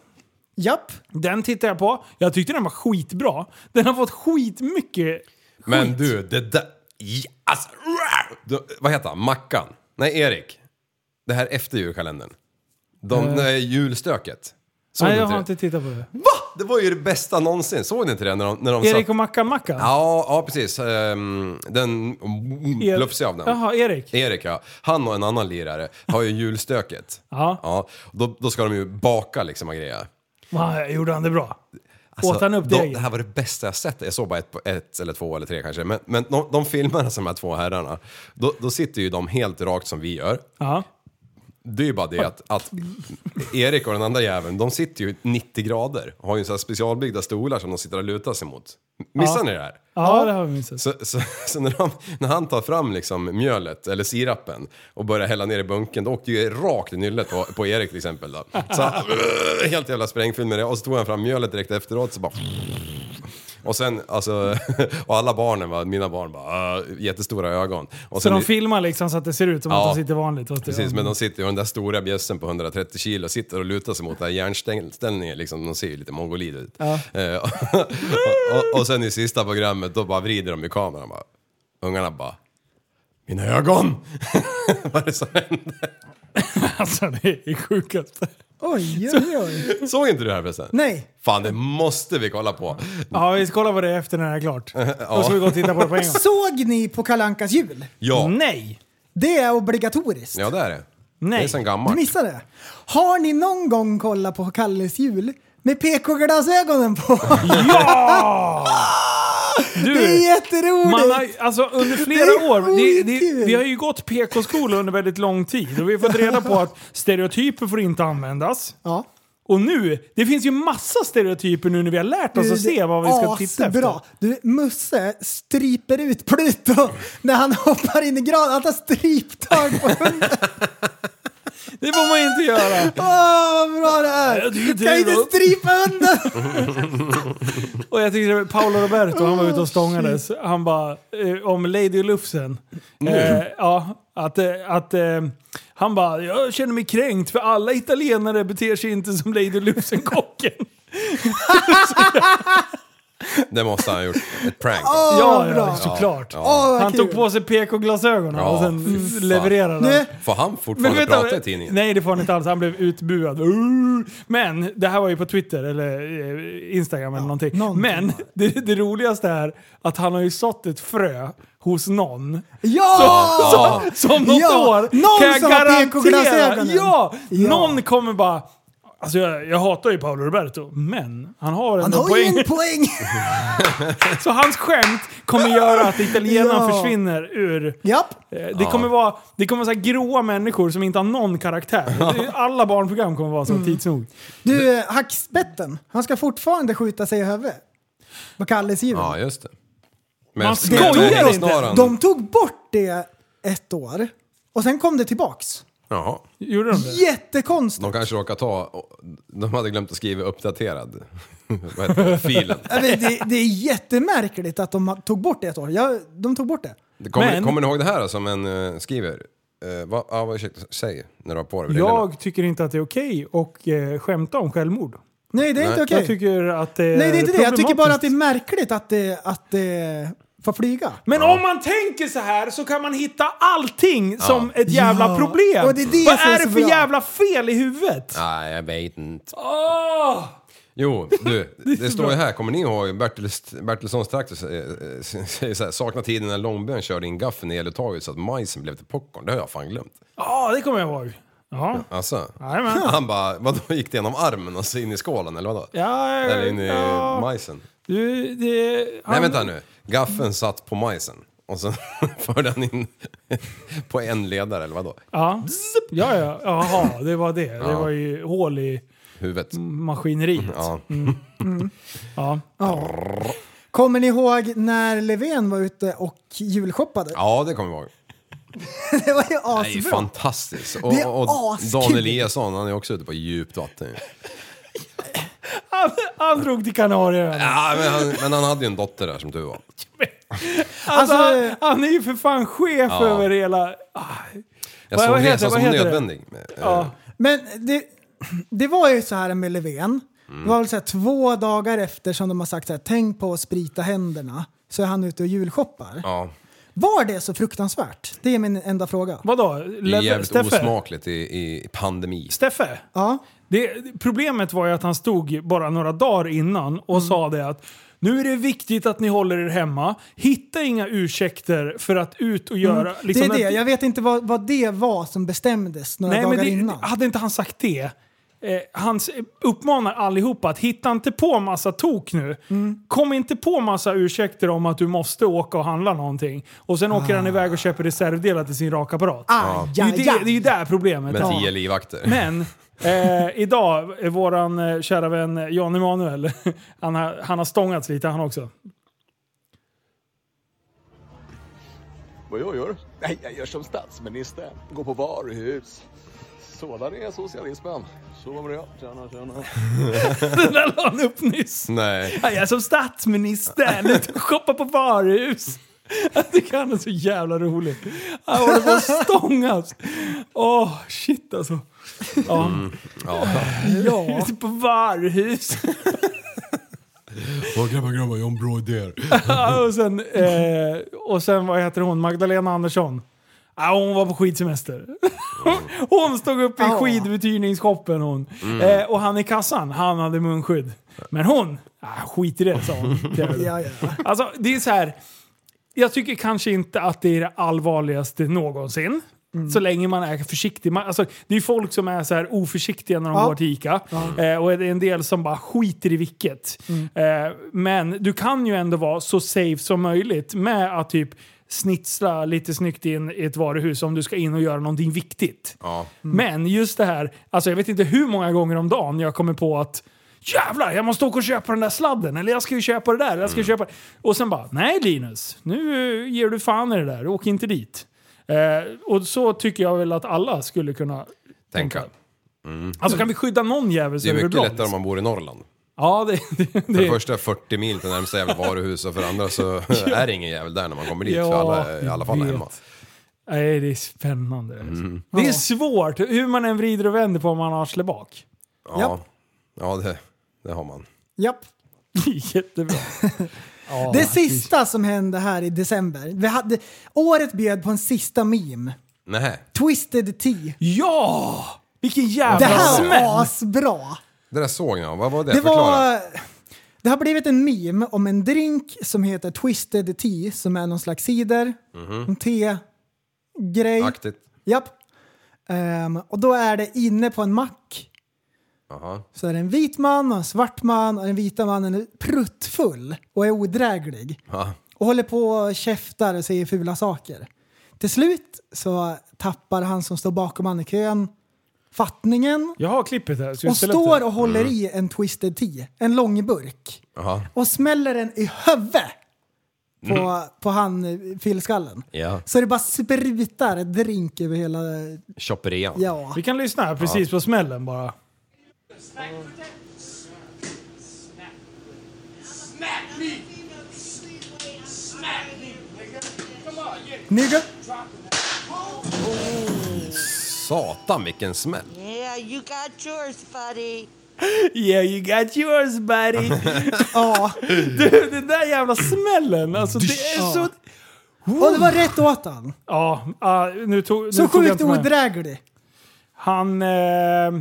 Speaker 4: Japp.
Speaker 3: Den tittar jag på. Jag tyckte den var skitbra. Den har fått skitmycket...
Speaker 5: Men, du, det där... Ja, Alltså, rah! du, vad heter han? Mackan? Nej, Erik. Det här efter julkalendern. De, nej, julstöket. Såg
Speaker 3: Eh. Nej,
Speaker 5: du
Speaker 3: jag
Speaker 5: inte
Speaker 3: har
Speaker 5: det?
Speaker 3: inte tittat på det.
Speaker 5: Va? Det var ju det bästa någonsin. Såg ni inte det när de, när de
Speaker 3: Erik
Speaker 5: satt...
Speaker 3: och Mackan Mackan?
Speaker 5: Ja, ja, precis. Ehm, Den...
Speaker 3: Er-
Speaker 5: Lufsig av den.
Speaker 3: Jaha, Erik.
Speaker 5: Erik ja, han och en annan lirare har ju julstöket.
Speaker 3: Ja.
Speaker 5: ja då, då ska de ju baka liksom och grejer.
Speaker 3: Va, gjorde han det bra?
Speaker 5: Alltså,
Speaker 3: Åt han upp
Speaker 5: de,
Speaker 3: degen?
Speaker 5: Det här var det bästa jag sett. Jag såg bara ett, ett eller två eller tre kanske. Men, men de, de filmerna som de här två herrarna, då, då sitter ju de helt rakt som vi gör.
Speaker 3: Ja.
Speaker 5: Det är ju bara det att, att Erik och den andra jäveln, de sitter ju 90 grader och har ju så här specialbyggda stolar som de sitter och lutar sig mot. Missar ni det här?
Speaker 3: ja, det har vi missat.
Speaker 5: Så, så, *laughs* så när, han, när han tar fram liksom mjölet, eller sirapen, och börjar hälla ner i bunken, då åkte ju rakt i nyllet på, på Erik till exempel. Då. Så han, *laughs* helt jävla sprängfylld med det. Och så tog han fram mjölet direkt efteråt, så bara... Och sen, alltså, *laughs* och alla barnen, va, mina barn, bara, äh, jättestora ögon. Och
Speaker 3: Så
Speaker 5: sen,
Speaker 3: de filmar liksom så att det ser ut som
Speaker 5: Ja.
Speaker 3: att de sitter vanligt? Och att det-
Speaker 5: Precis, men de sitter ju, den där stora bjässen på 130 kilo sitter och lutar sig mot den här järnställningen liksom, de ser ju lite mongolid ut. Eh, och, och, och sen i sista programmet, då bara vrider de i kameran bara. Ungarna bara, mina ögon! *laughs* Vad är det som hände?
Speaker 3: *laughs* Alltså det är sjukast.
Speaker 4: Oj, oj, oj.
Speaker 5: Såg inte du det här förresten?
Speaker 4: Nej.
Speaker 5: Fan, det måste vi kolla på.
Speaker 3: Ja, vi ska kolla på det efter när det är
Speaker 4: *laughs*
Speaker 3: klart. Då ska vi gå och titta på det på en gång.
Speaker 4: Såg ni på Kalankas jul?
Speaker 5: Ja,
Speaker 3: Nej!
Speaker 4: Det är obligatoriskt.
Speaker 5: ja det är det.
Speaker 3: Nej.
Speaker 5: Det är sen
Speaker 4: Du
Speaker 5: gammalt.
Speaker 4: missade det. Har ni någon gång kollat på Kalles jul med
Speaker 3: *laughs*
Speaker 4: PK-glasögonen på? *laughs* Det är
Speaker 3: Du!
Speaker 4: jätteroligt!
Speaker 3: Man har, alltså under
Speaker 4: Det är
Speaker 3: flera år, det, det,
Speaker 4: skitkul.
Speaker 3: vi har ju gått PK-skola under väldigt lång tid och vi har fått reda på att stereotyper får inte användas.
Speaker 4: Ja.
Speaker 3: Och nu, det finns ju massa stereotyper nu när vi har lärt oss att se vad vi ska titta efter.
Speaker 4: Bra. Du, Musse stryper ut Pluto när han *laughs* hoppar in i granen. Han tar stryptag på
Speaker 3: *laughs*
Speaker 4: hunden.
Speaker 3: Det får man inte göra!
Speaker 4: Åh, vad bra det är!
Speaker 3: Ja, det är ju
Speaker 4: Du kan ju
Speaker 3: det då.
Speaker 4: inte strypa
Speaker 3: *laughs*
Speaker 4: hunden!
Speaker 3: Och jag tyckte det var Paolo Roberto, han var
Speaker 4: Oh,
Speaker 3: ute och stångades. Han bara, eh, om Lady Lufsen. Eh, ja, att, eh, att eh, han bara, jag känner mig kränkt för alla italienare beter sig inte som Lady
Speaker 4: *laughs*
Speaker 3: Lufsen-kocken.
Speaker 5: Det måste han ha gjort. Ett prank.
Speaker 4: Åh,
Speaker 3: ja,
Speaker 4: bra.
Speaker 3: ja, såklart.
Speaker 4: Åh, vad
Speaker 3: Han
Speaker 4: kul.
Speaker 3: tog på sig PK-glasögonen och
Speaker 5: Ja,
Speaker 3: sen
Speaker 5: fy fan.
Speaker 3: levererade han.
Speaker 4: Nu,
Speaker 5: Får han fortfarande
Speaker 3: vänta,
Speaker 5: prata i tidningen?
Speaker 3: Nej, det får han inte alls. Han blev utbuad. Uh. Men det här var ju på Twitter eller eh, Instagram eller någonting.
Speaker 4: någonting
Speaker 3: Men *laughs* det, det roligaste är att han har ju sått ett frö hos någon.
Speaker 4: ja!
Speaker 5: Ja.
Speaker 3: Som något
Speaker 4: Ja,
Speaker 3: år
Speaker 4: någon
Speaker 3: kan jag
Speaker 4: som har
Speaker 3: garantera.
Speaker 4: PK-glasögonen.
Speaker 3: Ja,
Speaker 4: Ja.
Speaker 3: någon kommer bara... Alltså jag, jag hatar ju Paolo Roberto, men han har
Speaker 4: Han
Speaker 3: ändå
Speaker 4: har ju
Speaker 3: poäng.
Speaker 4: en poäng!
Speaker 3: *laughs* Så hans skämt kommer göra att italienaren
Speaker 4: Ja.
Speaker 3: försvinner ur...
Speaker 4: Japp.
Speaker 3: Eh, Det kommer vara, det kommer vara så här gråa människor som inte har någon karaktär. Det- Alla barnprogram kommer vara så
Speaker 4: Mm.
Speaker 3: tids nog.
Speaker 4: Du, hackspetten. Han ska fortfarande skjuta sig i huvudet. På Kalles jul.
Speaker 5: Ja, just det. Men
Speaker 3: Man
Speaker 5: men-
Speaker 3: skojar
Speaker 5: men-
Speaker 3: inte.
Speaker 5: snaran-
Speaker 4: De tog bort det ett år och sen kom det tillbaks.
Speaker 5: Jaha.
Speaker 3: Gjorde de det?
Speaker 4: Jättekonstigt.
Speaker 5: De kanske råkade ta... De hade glömt att skriva uppdaterad. *laughs* Vad heter det? Filen.
Speaker 4: Ja, Äh, men Det, det är jättemärkligt att de tog bort det ett år. Jag, de tog bort det.
Speaker 5: Det Kommer,
Speaker 3: Men-
Speaker 5: kommer ni ihåg det här som en eh, skriver? Uh, vad, ja, vad ursäkta, säg när du har på dig brillorna.
Speaker 3: Jag tycker inte att det är okej att eh, skämta om självmord.
Speaker 4: Nej, det är inte okej.
Speaker 3: Jag tycker att eh, det är
Speaker 4: Nej, det är inte det. Jag tycker bara att det är
Speaker 3: problematiskt.
Speaker 4: märkligt att det, att det får flyga.
Speaker 3: Men om man tänker så här så kan man hitta allting som ett jävla
Speaker 4: Ja,
Speaker 3: problem.
Speaker 4: och det är det
Speaker 3: Vad
Speaker 4: som är
Speaker 3: är
Speaker 4: så
Speaker 3: det för
Speaker 4: bra.
Speaker 3: jävla fel i huvudet?
Speaker 5: Nej, jag vet inte.
Speaker 3: Åh!
Speaker 5: Jo, du, det, står ju här, kommer ni ihåg Bertil, Bertilssons traktor eh, eh, *laughs* säger så här, saknar tiden när Långbön körde in gaffeln i eluttaget så att majsen blev till popcorn. Det har jag fan glömt.
Speaker 3: Ja, det kommer jag ihåg. Ja,
Speaker 5: Alltså.
Speaker 3: jajamän.
Speaker 5: Han bara, vadå gick det genom armen och så in i skålen eller vadå?
Speaker 3: Ja,
Speaker 5: Eller in i
Speaker 3: ja.
Speaker 5: majsen?
Speaker 3: Du, det...
Speaker 5: Nej
Speaker 3: han-
Speaker 5: vänta nu, gaffeln satt på majsen och så *laughs* förde han in *laughs* på en ledare eller vadå?
Speaker 3: Ja. ja, ja. Jaha, det var det. Det var ju hål i
Speaker 5: Huvudet.
Speaker 3: Mm. maskineriet.
Speaker 5: Ja.
Speaker 3: Ja.
Speaker 4: Kommer ni ihåg när Löfven var ute och julshoppade?
Speaker 5: ja, det kommer jag ihåg.
Speaker 4: Det var ju
Speaker 5: Det är ju
Speaker 4: asbra.
Speaker 5: fantastiskt.
Speaker 4: Det är
Speaker 5: Och, och
Speaker 4: askul.
Speaker 5: Dan Eliasson, han är också ute på djupt vatten.
Speaker 3: Han, han drog till Kanarieöarna.
Speaker 5: Ja, men, han, men han hade ju en dotter där som du var.
Speaker 3: Alltså,
Speaker 4: Alltså,
Speaker 3: han, han är ju för fan chef över hela... Ah,
Speaker 5: Jag
Speaker 3: Vad-
Speaker 5: såg
Speaker 3: vad heter-
Speaker 5: resan
Speaker 3: vad
Speaker 5: som
Speaker 3: heter det?
Speaker 5: nödvändig. Men, eh,
Speaker 4: Men det, det var ju så här med Löfven.
Speaker 3: Mm.
Speaker 4: Det var väl så här två dagar efter som de har sagt så här, tänk på att sprita händerna. Så är han ute och julshoppar.
Speaker 5: Ja,
Speaker 4: Var det så fruktansvärt? Det är min enda fråga.
Speaker 3: vadå?
Speaker 5: det är
Speaker 3: Lev-
Speaker 5: jävligt
Speaker 3: Steffe?
Speaker 5: osmakligt i, i pandemi.
Speaker 3: Steffe?
Speaker 4: Ja.
Speaker 3: Det, problemet var ju att han stod bara några dagar innan och
Speaker 4: Mm.
Speaker 3: sa det att nu är det viktigt att ni håller er hemma. Hitta inga ursäkter för att ut och göra... liksom
Speaker 4: Mm. det är
Speaker 3: att-
Speaker 4: det. Jag vet inte vad, vad det var som bestämdes några
Speaker 3: Nej,
Speaker 4: dagar
Speaker 3: men det,
Speaker 4: innan.
Speaker 3: hade inte han sagt det? Eh, han s- uppmanar allihopa att hitta inte på massa tok nu.
Speaker 4: Mm.
Speaker 3: Kom inte på massa ursäkter om att du måste åka och handla någonting. Och sen åker han
Speaker 4: Ah.
Speaker 3: iväg och köper reservdelar till sin rakapparat.
Speaker 4: Aj,
Speaker 3: Det är ju
Speaker 4: aj, aj.
Speaker 3: det, det är ju där problemet
Speaker 5: Med
Speaker 3: är.
Speaker 5: tio livvakter.
Speaker 3: Men eh, idag, eh, våran eh, kära vän eh, Jan Emanuel, *laughs* han har, han har stångats lite han också.
Speaker 6: Vad jag gör? Nej, jag gör som statsminister. Går på varuhus. Sådan är socialismen. Så var det jag. Tjena, tjena.
Speaker 3: Den där la han upp nyss.
Speaker 5: Nej.
Speaker 3: Jag är som statsminister, *laughs* lite och shoppar på varuhus. *laughs* Jag tycker han är så jävla rolig. Han håller på att stångas. Åh, shit alltså. Ja. ja. Ute på varuhus.
Speaker 5: Åh grabbar, grabbar, jag har en bra idé.
Speaker 3: Ja, *laughs* och, sen, eh, och sen, vad heter hon, Magdalena Andersson? Ja, hon var på skidsemester. *laughs* Hon stod upp i
Speaker 4: Ja.
Speaker 3: skiduthyrningsshoppen hon. Eh, och han i kassan, han hade munskydd. Men hon, ah, skit i det sa hon.
Speaker 4: Ja, ja.
Speaker 3: Alltså, det är så här. Jag tycker kanske inte att det är det allvarligaste någonsin.
Speaker 4: Mm.
Speaker 3: Så länge man är försiktig. Man, alltså, det är folk som är så här oförsiktiga när de
Speaker 4: Ja. Mm.
Speaker 3: går till ICA. Eh, och det är en del som bara skiter i vilket. Eh, men du kan ju ändå vara så safe som möjligt med att typ snitsla lite snyggt in i ett varuhus om du ska in och göra någonting viktigt.
Speaker 5: Ja.
Speaker 3: Men just det här, alltså jag vet inte hur många gånger om dagen jag kommer på att Jävlar, jag måste åka och köpa den där sladden. Eller jag ska ju köpa det där. eller Jag
Speaker 5: Mm.
Speaker 3: ska ju köpa... Och sen bara, nej Linus, nu eh, ger du fan i det där. Åk inte dit. Eh, och så tycker jag väl att alla skulle kunna
Speaker 5: Tänka.
Speaker 3: Alltså kan vi skydda någon jävel så
Speaker 5: Det är mycket
Speaker 3: bra.
Speaker 5: lättare om man bor i Norrland.
Speaker 3: Ja, det, det,
Speaker 5: För
Speaker 3: det,
Speaker 5: det första 40 mil till närmsta jävla varuhus och för det
Speaker 3: *laughs*
Speaker 5: andra så *laughs* är det ingen jävel där när man kommer dit.
Speaker 3: Ja,
Speaker 5: för alla är i alla fall
Speaker 3: jag
Speaker 5: hemma.
Speaker 3: vet. nej, det är spännande. alltså.
Speaker 5: Mm.
Speaker 3: Det är svårt, hur man än vrider och vänder på om man har arsle bak. *laughs*
Speaker 5: Ja, ja det, det har man.
Speaker 4: Japp.
Speaker 3: Jättebra. Ja,
Speaker 4: Det sista som hände här i december. Vi hade, året bjöd på en sista meme.
Speaker 5: Nej,
Speaker 4: Twisted Tea.
Speaker 3: Ja! Vilken jävla
Speaker 4: Det här
Speaker 3: smäll!
Speaker 4: var asbra.
Speaker 5: det där såg jag. Vad var det?
Speaker 4: Det
Speaker 5: Förklara.
Speaker 4: var... Det har blivit en meme om en drink som heter Twisted Tea som är någon slags cider.
Speaker 5: Mhm.
Speaker 4: En te-grej.
Speaker 5: Aktigt.
Speaker 4: Japp. Ehm, och då är det inne på en mack.
Speaker 5: Jaha.
Speaker 4: Så är det en vit man och en svart man och den vita mannen är pruttfull och är odräglig.
Speaker 5: Ja.
Speaker 4: Och håller på och käftar och säger fula saker. Till slut så tappar han som står bakom han i kön fattningen
Speaker 3: Jag har klippet här. ska jag
Speaker 4: och
Speaker 3: ställa upp det?
Speaker 4: står och håller i en twisted tea, en lång burk.
Speaker 5: Jaha.
Speaker 4: Och smäller den i huvudet på,
Speaker 3: Mm.
Speaker 4: på han eh, fyllskallen.
Speaker 5: Ja.
Speaker 4: Så det bara sprutar drink över hela...
Speaker 5: Chopperian.
Speaker 4: Ja.
Speaker 3: Vi kan lyssna här precis på smällen bara.
Speaker 7: Smack. Smack. Smack me. Smack me, nigga. Come on, yeah.
Speaker 4: Nigga.
Speaker 5: Satan vilken smäll.
Speaker 8: Yeah, you got yours, buddy.
Speaker 3: Yeah you got yours *laughs* buddy.
Speaker 4: Ja.
Speaker 3: du, den där jävla smällen. Alltså det är så...
Speaker 4: Och det var rätt åt han.
Speaker 3: Ja, ah, nu tog, nu
Speaker 4: Så
Speaker 3: tog jag
Speaker 4: sjukt
Speaker 3: inte med.
Speaker 4: odräglig.
Speaker 3: Han... Eh,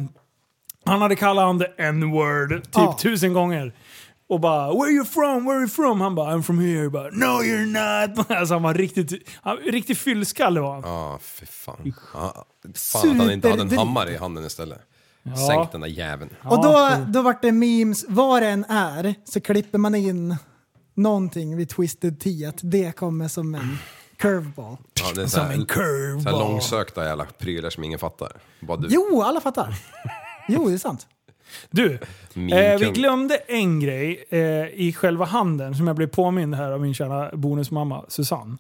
Speaker 3: han hade kallat han the n-word typ
Speaker 4: Ja.
Speaker 3: tusen gånger. Och bara “Where you from? Where you from?” Han bara “I'm from here”. Bara, “No you're not”. *laughs* Alltså han var riktigt... Han, riktigt fyllskalle var han.
Speaker 5: Ja, fy fan. Ja, fan att han inte hade en
Speaker 4: Superdrink.
Speaker 5: hammare i handen istället. Sänk den där jäveln.
Speaker 4: Och då, då vart det memes, var det än är så klipper man in någonting vid Twisted Tea att det kommer som en curveball.
Speaker 5: Ja, det är så här,
Speaker 3: curve
Speaker 5: så här långsökta jävla prylar som ingen fattar. Bara du.
Speaker 4: Jo, alla fattar. Jo, det är sant.
Speaker 3: Du,
Speaker 5: Min
Speaker 3: eh, vi
Speaker 5: kung.
Speaker 3: glömde en grej eh, i själva handen som jag blev påmind här av min kära bonusmamma Susanne.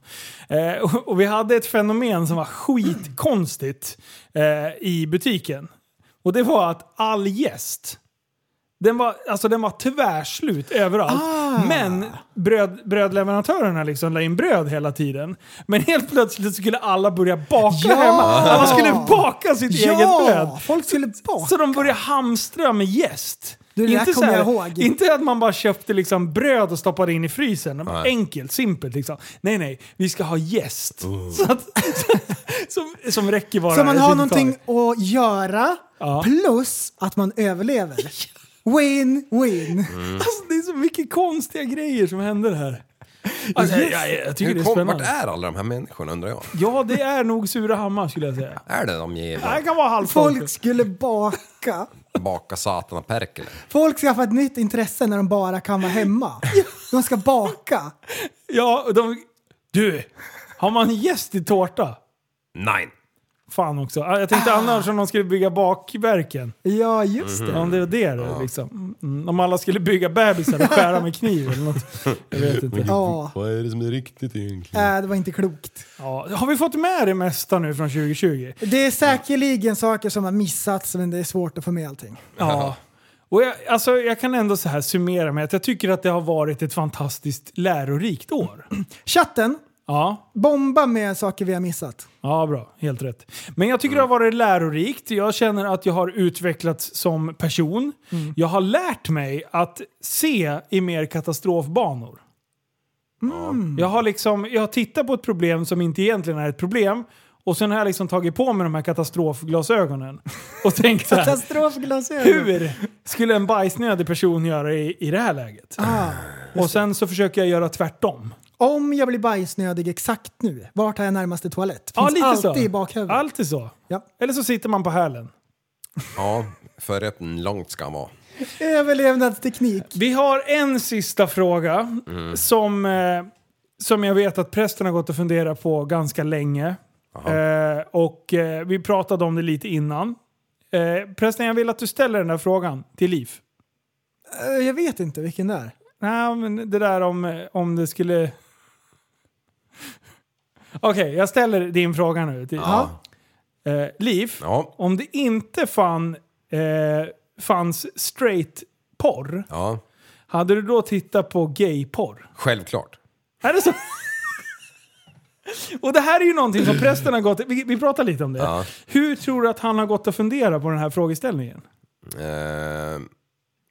Speaker 3: Eh, och, och vi hade ett fenomen som var skitkonstigt eh, i butiken. Och det var att all gäst, Den var, alltså, den var tvärslut överallt. Men bröd, brödleverantörerna liksom la in bröd hela tiden. Men helt plötsligt skulle alla börja baka
Speaker 4: Ja!
Speaker 3: hemma. Alla skulle baka sitt *laughs* eget bröd.
Speaker 4: Ja, folk skulle baka.
Speaker 3: Så de började hamstra med jäst.
Speaker 4: Du, det där
Speaker 3: så
Speaker 4: kommer jag
Speaker 3: här-
Speaker 4: ihåg.
Speaker 3: inte att man bara köpte liksom bröd och stoppade in i frysen. Det var Enkelt, simpelt. Liksom. Nej, nej, vi ska ha jäst. Så att, *laughs* som, som räcker bara
Speaker 4: Så man
Speaker 3: ett
Speaker 4: har
Speaker 3: litet
Speaker 4: någonting
Speaker 3: tag.
Speaker 4: att göra
Speaker 3: Ja.
Speaker 4: plus att man överlever. Win, win.
Speaker 3: Alltså, det är så mycket konstiga grejer som händer här. Alltså, jag, jag, jag tycker det
Speaker 5: Hur
Speaker 3: är
Speaker 5: kom, vart
Speaker 3: spännande.
Speaker 5: är alla de här människorna undrar jag?
Speaker 3: Ja, det är nog Surahammar skulle jag säga.
Speaker 5: Är det de
Speaker 3: Det här
Speaker 5: jävla
Speaker 3: kan vara halvfolk.
Speaker 4: Folk skulle baka.
Speaker 5: baka satana perkele?
Speaker 4: Folk skaffar ett nytt intresse när de bara kan vara hemma. De ska baka.
Speaker 3: Ja, och de, du, har man jäst i tårta?
Speaker 5: Nej!
Speaker 3: Fan också. Ah, Jag tänkte annars om de skulle bygga bakverken.
Speaker 4: Ja, just det.
Speaker 3: Om det var det då, liksom. Mm, Om alla skulle bygga bebisar och skära med kniv eller något. Jag vet inte.
Speaker 4: Ja,
Speaker 5: Vad är det som är riktigt egentligen?
Speaker 4: äh, det var inte klokt.
Speaker 3: Ja. Har vi fått med det mesta nu från 2020?
Speaker 4: Det är säkerligen saker som har missats men det är svårt att få med allting.
Speaker 3: Ja. Och jag, alltså, jag kan ändå så här summera med att jag tycker att det har varit ett fantastiskt lärorikt år.
Speaker 4: Chatten,
Speaker 3: Ja,
Speaker 4: bomba med saker vi har missat.
Speaker 3: Ja, bra. Helt rätt. Men jag tycker det har varit lärorikt. Jag känner att jag har utvecklats som person.
Speaker 4: Mm.
Speaker 3: Jag har lärt mig att se i mer katastrofbanor. Jag har liksom, jag har tittat på ett problem som inte egentligen är ett problem. Och sen har jag liksom tagit på mig de här
Speaker 4: *laughs*
Speaker 3: katastrofglasögonen. Och tänkt så här,
Speaker 4: Katastrofglasögon.
Speaker 3: hur skulle en bajsnödig person göra i, i det här läget?
Speaker 4: Ah,
Speaker 3: Och sen så försöker jag göra tvärtom.
Speaker 4: om jag blir bajsnödig exakt nu, vart har jag närmaste toalett? Finns
Speaker 3: Ja, lite
Speaker 4: alltid
Speaker 3: så.
Speaker 4: i bakhuvudet.
Speaker 3: Alltid så.
Speaker 4: Ja.
Speaker 3: Eller så sitter man på hälen.
Speaker 5: Ja, förrätten långt ska han vara.
Speaker 4: Överlevnadsteknik.
Speaker 3: Vi har en sista fråga som, eh, som jag vet att prästen har gått och funderat på ganska länge. Eh, och eh, vi pratade om det lite innan. Eh, prästen, jag vill att du ställer den där frågan till Liv.
Speaker 4: Eh, Jag vet inte vilken det är.
Speaker 3: Nej, men det där om, eh, om det skulle... Okej, jag ställer din fråga nu. Till, Eh, Liv,
Speaker 5: Ja,
Speaker 3: om det inte fann, eh, fanns straight porr,
Speaker 5: ja.
Speaker 3: hade du då tittat på gay-porr?
Speaker 5: Självklart.
Speaker 3: Är det så? Och det här är ju någonting som prästen har gått... Vi, vi pratar lite om det.
Speaker 5: Ja.
Speaker 3: Hur tror du att han har gått och funderat på den här frågeställningen?
Speaker 5: Eh,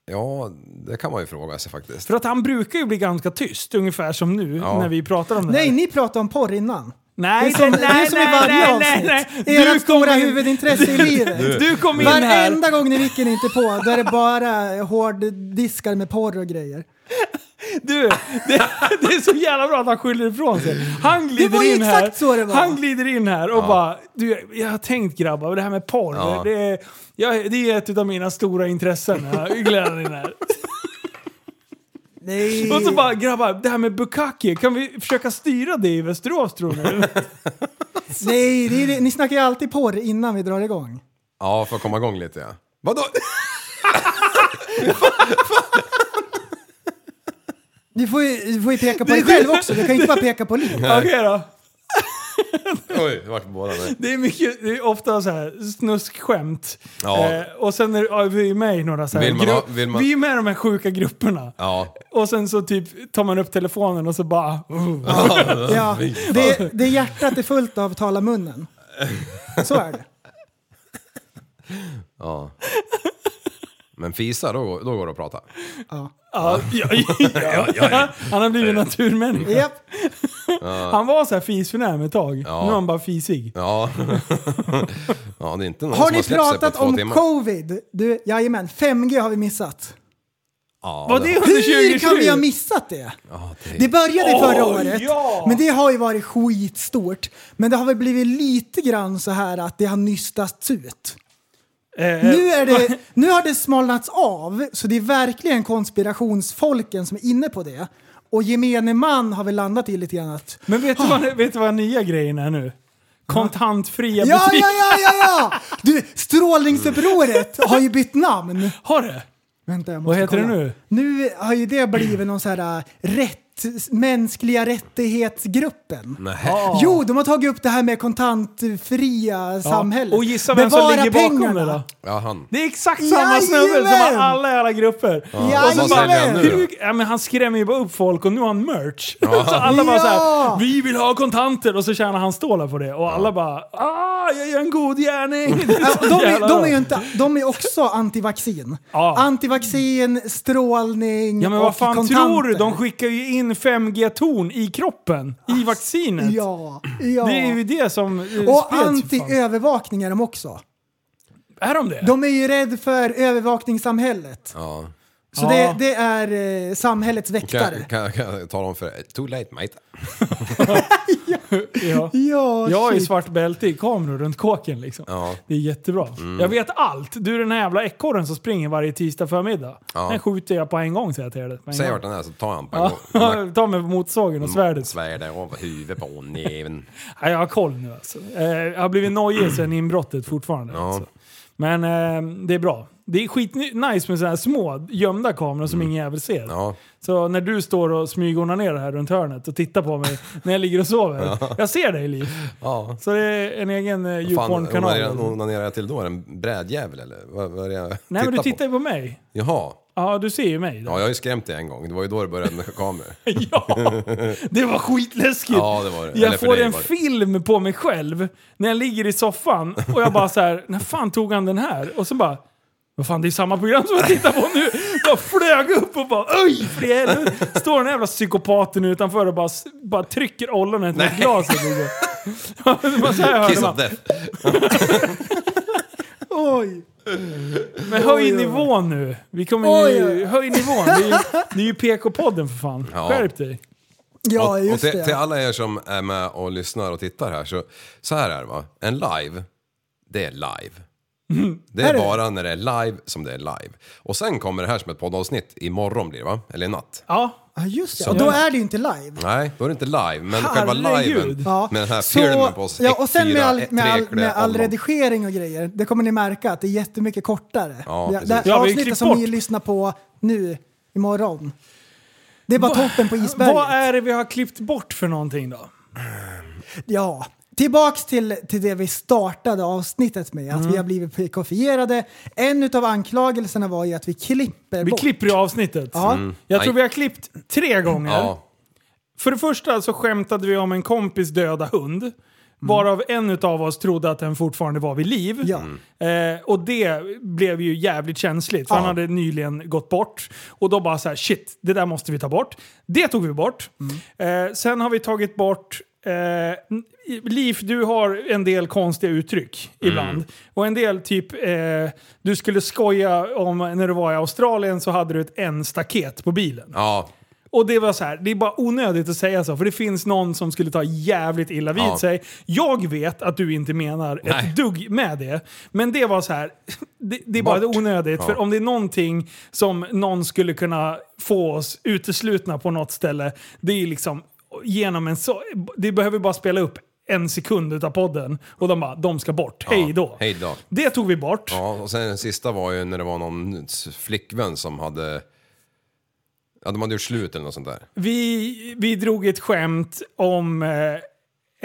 Speaker 5: ja, det kan man ju fråga sig faktiskt.
Speaker 3: För att han brukar ju bli ganska tyst, ungefär som nu
Speaker 5: Ja.
Speaker 3: när vi pratar om det
Speaker 4: Nej,
Speaker 3: här.
Speaker 4: ni pratade om porr innan.
Speaker 3: nej,
Speaker 4: Det är
Speaker 3: nej,
Speaker 4: som, det är som i
Speaker 3: nej,
Speaker 4: varje
Speaker 3: nej,
Speaker 4: avsnitt.
Speaker 3: nej, nej. Du
Speaker 4: Ert stora
Speaker 3: kom in-
Speaker 4: huvudintresse i livet.
Speaker 3: Du kom in här.
Speaker 4: Varenda gång ni vicken inte på, då är det bara hårddiskar med porr och grejer.
Speaker 3: Du, det, det är så jävla bra att han skyller ifrån sig. Han
Speaker 4: Det var ju
Speaker 3: glider in här,
Speaker 4: exakt så det var.
Speaker 3: Han glider in här och bara du, “Jag har tänkt grabbar, det här med porr,
Speaker 5: Ja.
Speaker 3: det, är, jag, det är ett av mina stora intressen.” Jag glider in
Speaker 4: *laughs*
Speaker 3: här.
Speaker 4: Nej.
Speaker 3: Och så bara “Grabbar, det här med bukkake, kan vi försöka styra det i Västerås tror
Speaker 5: *laughs*
Speaker 3: ni?”
Speaker 4: Nej, det är det. ni snackar ju alltid porr innan vi drar igång.
Speaker 5: Ja, för att komma igång lite ja. Vadå?
Speaker 4: Du får ju, du får ju peka på dig själv också, du kan ju inte bara peka
Speaker 3: *laughs*
Speaker 4: på Liv.
Speaker 3: Okej då.
Speaker 5: *laughs* Oj, det vart båda nu.
Speaker 3: Det är, mycket, det är ofta så här snuskskämt.
Speaker 5: Ja.
Speaker 3: Eh, och sen är, ja, vi är med i några så här
Speaker 5: Vill man ha-
Speaker 3: gru-
Speaker 5: vill man-
Speaker 3: Vi är med i de här sjuka grupperna.
Speaker 5: Ja.
Speaker 3: Och sen så typ tar man upp telefonen och så bara... uh.
Speaker 4: Ja, det, det hjärtat är fullt av tala munnen. Så är det.
Speaker 5: ja. Men fisa, då, går- då går det att prata.
Speaker 3: Ja, ja, ja, Han har blivit naturmänniska.
Speaker 4: Japp.
Speaker 3: Han var så här fisförnäm ett tag. Nu är han bara fisig.
Speaker 5: *laughs* Ja. ja, det är inte någon
Speaker 4: Har
Speaker 5: som
Speaker 4: ni
Speaker 5: har släppt sig på
Speaker 4: pratat
Speaker 5: två
Speaker 4: om
Speaker 5: timmar.
Speaker 4: covid? Du, jajamän, 5G har vi missat.
Speaker 5: Ja,
Speaker 3: Var det under
Speaker 4: Hur
Speaker 3: 2020?
Speaker 4: kan vi ha missat det?
Speaker 5: ja, det,
Speaker 4: Det började förra
Speaker 3: Åh,
Speaker 4: året,
Speaker 3: ja!
Speaker 4: men det har ju varit skitstort. Men det har väl blivit lite grann så här att det har nystats ut.
Speaker 3: Eh,
Speaker 4: Nu, är det, *laughs* nu har det smalnats av, så det är verkligen konspirationsfolken som är inne på det. Och gemene man har väl landat i lite grann att...
Speaker 3: Men vet du, vad, vet du vad nya grejen är nu? Kontantfria
Speaker 4: Ja,
Speaker 3: butiker.
Speaker 4: ja, ja, ja,
Speaker 5: *laughs*
Speaker 4: ja! Du, strålningsupproret har ju bytt namn.
Speaker 3: Har det?
Speaker 4: Vänta, jag måste
Speaker 3: Vad heter
Speaker 4: kolla.
Speaker 3: det nu?
Speaker 4: Nu har ju det blivit någon så här äh, rätt rätt, mänskliga rättighetsgruppen.
Speaker 5: Nej.
Speaker 4: Jo, de har tagit upp det här med kontantfria samhället.
Speaker 3: Och gissa vem som
Speaker 4: Bevara
Speaker 3: ligger bakom det då?
Speaker 5: Ja, han.
Speaker 3: Det är exakt samma snubbe som har
Speaker 4: Jajamän!
Speaker 3: alla jävla grupper.
Speaker 4: Ja,
Speaker 3: Och så bara,
Speaker 4: jajamän!
Speaker 5: säljer han nu då?
Speaker 3: hur, ja, men han skrämmer ju bara upp folk och nu har han merch. *laughs* Så alla bara så här,
Speaker 4: Ja!
Speaker 3: vi vill ha kontanter och så tjänar han stålar på det. Och alla bara, ah, jag gör en god gärning. Det är så
Speaker 4: Ja, De är,
Speaker 3: jävla
Speaker 4: de
Speaker 3: bra. *laughs*
Speaker 4: är ju inte, de är också antivaccin.
Speaker 3: Ja.
Speaker 4: Antivaccin, strålning
Speaker 3: Ja men
Speaker 4: och
Speaker 3: vad fan
Speaker 4: kontanter.
Speaker 3: tror du? De skickar ju in 5G-torn i kroppen, i vaccinet.
Speaker 4: Alltså, Ja, ja.
Speaker 3: Det är ju det som eh, spreds,
Speaker 4: och
Speaker 3: för fan.
Speaker 4: anti-övervakning är de också.
Speaker 3: Är de det?
Speaker 4: De är ju rädda för övervakningssamhället.
Speaker 5: Ja.
Speaker 4: Så det, det är eh, samhällets väktare.
Speaker 5: Kan, kan, kan jag tala om för dig? Too late mate.
Speaker 3: ja.
Speaker 4: Ja,
Speaker 3: Jag har ju
Speaker 4: shit.
Speaker 3: svart bälte i kameror runt kåken liksom.
Speaker 5: Ja. Mm.
Speaker 3: Det är jättebra. Jag vet allt. Du är den här jävla ekorren som springer varje tisdag förmiddag.
Speaker 5: Ja.
Speaker 3: Den skjuter jag på en gång säger jag till er. På en
Speaker 5: Säg
Speaker 3: gång.
Speaker 5: vart den är så tar han på en
Speaker 3: Ja, *laughs*
Speaker 5: gång.
Speaker 3: ta med motorsågen och svärdet.
Speaker 5: Mm. Svärd över huvudet på näven.
Speaker 3: Ja, jag har koll nu alltså. Eh, Jag har blivit nojig sedan inbrottet fortfarande. Alltså. Men eh, det är bra. Det är skitnice med sådana här små gömda kameror som ingen jävel ser.
Speaker 5: Mm. Ja.
Speaker 3: Så när du står och smygonar ner här runt hörnet och tittar på
Speaker 5: *laughs*
Speaker 3: mig när jag ligger och sover. Jag ser dig Liv.
Speaker 5: Ja.
Speaker 3: Så det är en egen eh,
Speaker 5: Fan,
Speaker 3: YouPorn-kanal.
Speaker 5: onanerar- onanerar jag till då? Är det en brädjävel eller? Vad, vad är det jag
Speaker 3: Nej men du tittar
Speaker 5: på?
Speaker 3: ju på mig.
Speaker 5: Jaha.
Speaker 3: Ja, du ser ju mig.
Speaker 5: Ja,
Speaker 3: Då.
Speaker 5: jag har ju skrämt dig en gång. Det var ju då det började med kameror.
Speaker 3: *laughs* Ja, det var skitläskigt.
Speaker 5: Ja, det var det. Eller
Speaker 3: Jag
Speaker 5: för
Speaker 3: får
Speaker 5: dig
Speaker 3: en
Speaker 5: var det.
Speaker 3: film på mig själv när jag ligger i soffan och jag bara så här, när fan tog han den här? Och så bara, vad fan det är samma program som jag tittar på nu. Jag flög upp och bara, oj för i helvete. Står den här jävla psykopaten utanför och bara, bara trycker ollonet med ett glas. Det var så här jag hörde
Speaker 5: Kiss
Speaker 3: man.
Speaker 5: of death.
Speaker 4: Oj!
Speaker 3: Men höj nivån nu. Vi kommer ju, höj nivån. Det är ju, det är ju PK-podden för fan.
Speaker 5: Ja.
Speaker 3: Skärp dig.
Speaker 4: Ja,
Speaker 5: och, och
Speaker 4: just
Speaker 5: till,
Speaker 4: det.
Speaker 5: till alla er som är alltså- med och lyssnar och tittar här så, så här är det va. En live, det är live. Det är,
Speaker 4: Är det?
Speaker 5: bara när det är live som det är live. Och sen kommer det här som ett poddavsnitt imorgon blir det va? Eller i natt.
Speaker 3: Ja,
Speaker 4: Ja, just det. Och då är det ju inte live.
Speaker 5: Nej, då är det inte live. Men själva
Speaker 3: Herregud.
Speaker 5: liven
Speaker 4: Ja.
Speaker 5: med den här
Speaker 4: så-
Speaker 5: filmen på oss.
Speaker 4: ja, och sen med all,
Speaker 5: X4,
Speaker 4: med all, med all
Speaker 5: ollon.
Speaker 4: redigering och grejer, det kommer ni märka att det är jättemycket kortare.
Speaker 5: Ja,
Speaker 4: det
Speaker 5: precis.
Speaker 4: det här
Speaker 3: Ja, vi har klippt
Speaker 4: avsnittet som ni
Speaker 3: bort.
Speaker 4: lyssnar på nu, imorgon. Det är bara toppen på isberget.
Speaker 3: vad är det vi har klippt bort för någonting då?
Speaker 4: Ja. Tillbaks till, till det vi startade avsnittet med, att vi har blivit pkfierade. En av anklagelserna var ju att vi klipper
Speaker 3: Vi
Speaker 4: bort.
Speaker 3: klipper ju avsnittet.
Speaker 4: Ja.
Speaker 3: Jag tror
Speaker 5: Mm. Nej.
Speaker 3: vi har klippt tre gånger.
Speaker 5: Ja,
Speaker 3: För det första så skämtade vi om en kompis döda hund. Varav en av oss trodde att den fortfarande var vid liv.
Speaker 4: Ja.
Speaker 5: Mm.
Speaker 3: Eh, och det blev ju jävligt känsligt. För han hade nyligen gått bort. Och då bara så här: shit, det där måste vi ta bort. Det tog vi bort. Eh, sen har vi tagit bort eh, Liv, du har en del konstiga uttryck ibland. Och en del typ, eh, du skulle skoja om när du var i Australien så hade du ett en staket på bilen.
Speaker 5: ja,
Speaker 3: Och det var så här, det är bara onödigt att säga så, för det finns någon som skulle ta jävligt illa vid
Speaker 5: Ja.
Speaker 3: sig. Jag vet att du inte menar
Speaker 5: Nej.
Speaker 3: ett dugg med det, men det var så här, *laughs* det, det är bara
Speaker 5: Bort.
Speaker 3: onödigt.
Speaker 5: Ja.
Speaker 3: För om det är någonting som någon skulle kunna få oss uteslutna på något ställe, det är liksom genom en så, det behöver bara spela upp en sekund utav podden och de bara, de ska bort. Hej då.
Speaker 5: hej då.
Speaker 3: Det tog vi bort.
Speaker 5: Ja, och sen den sista var ju när det var någon flickvän som hade... Ja, de hade gjort slut eller något sånt där.
Speaker 3: Vi, vi drog ett skämt om eh,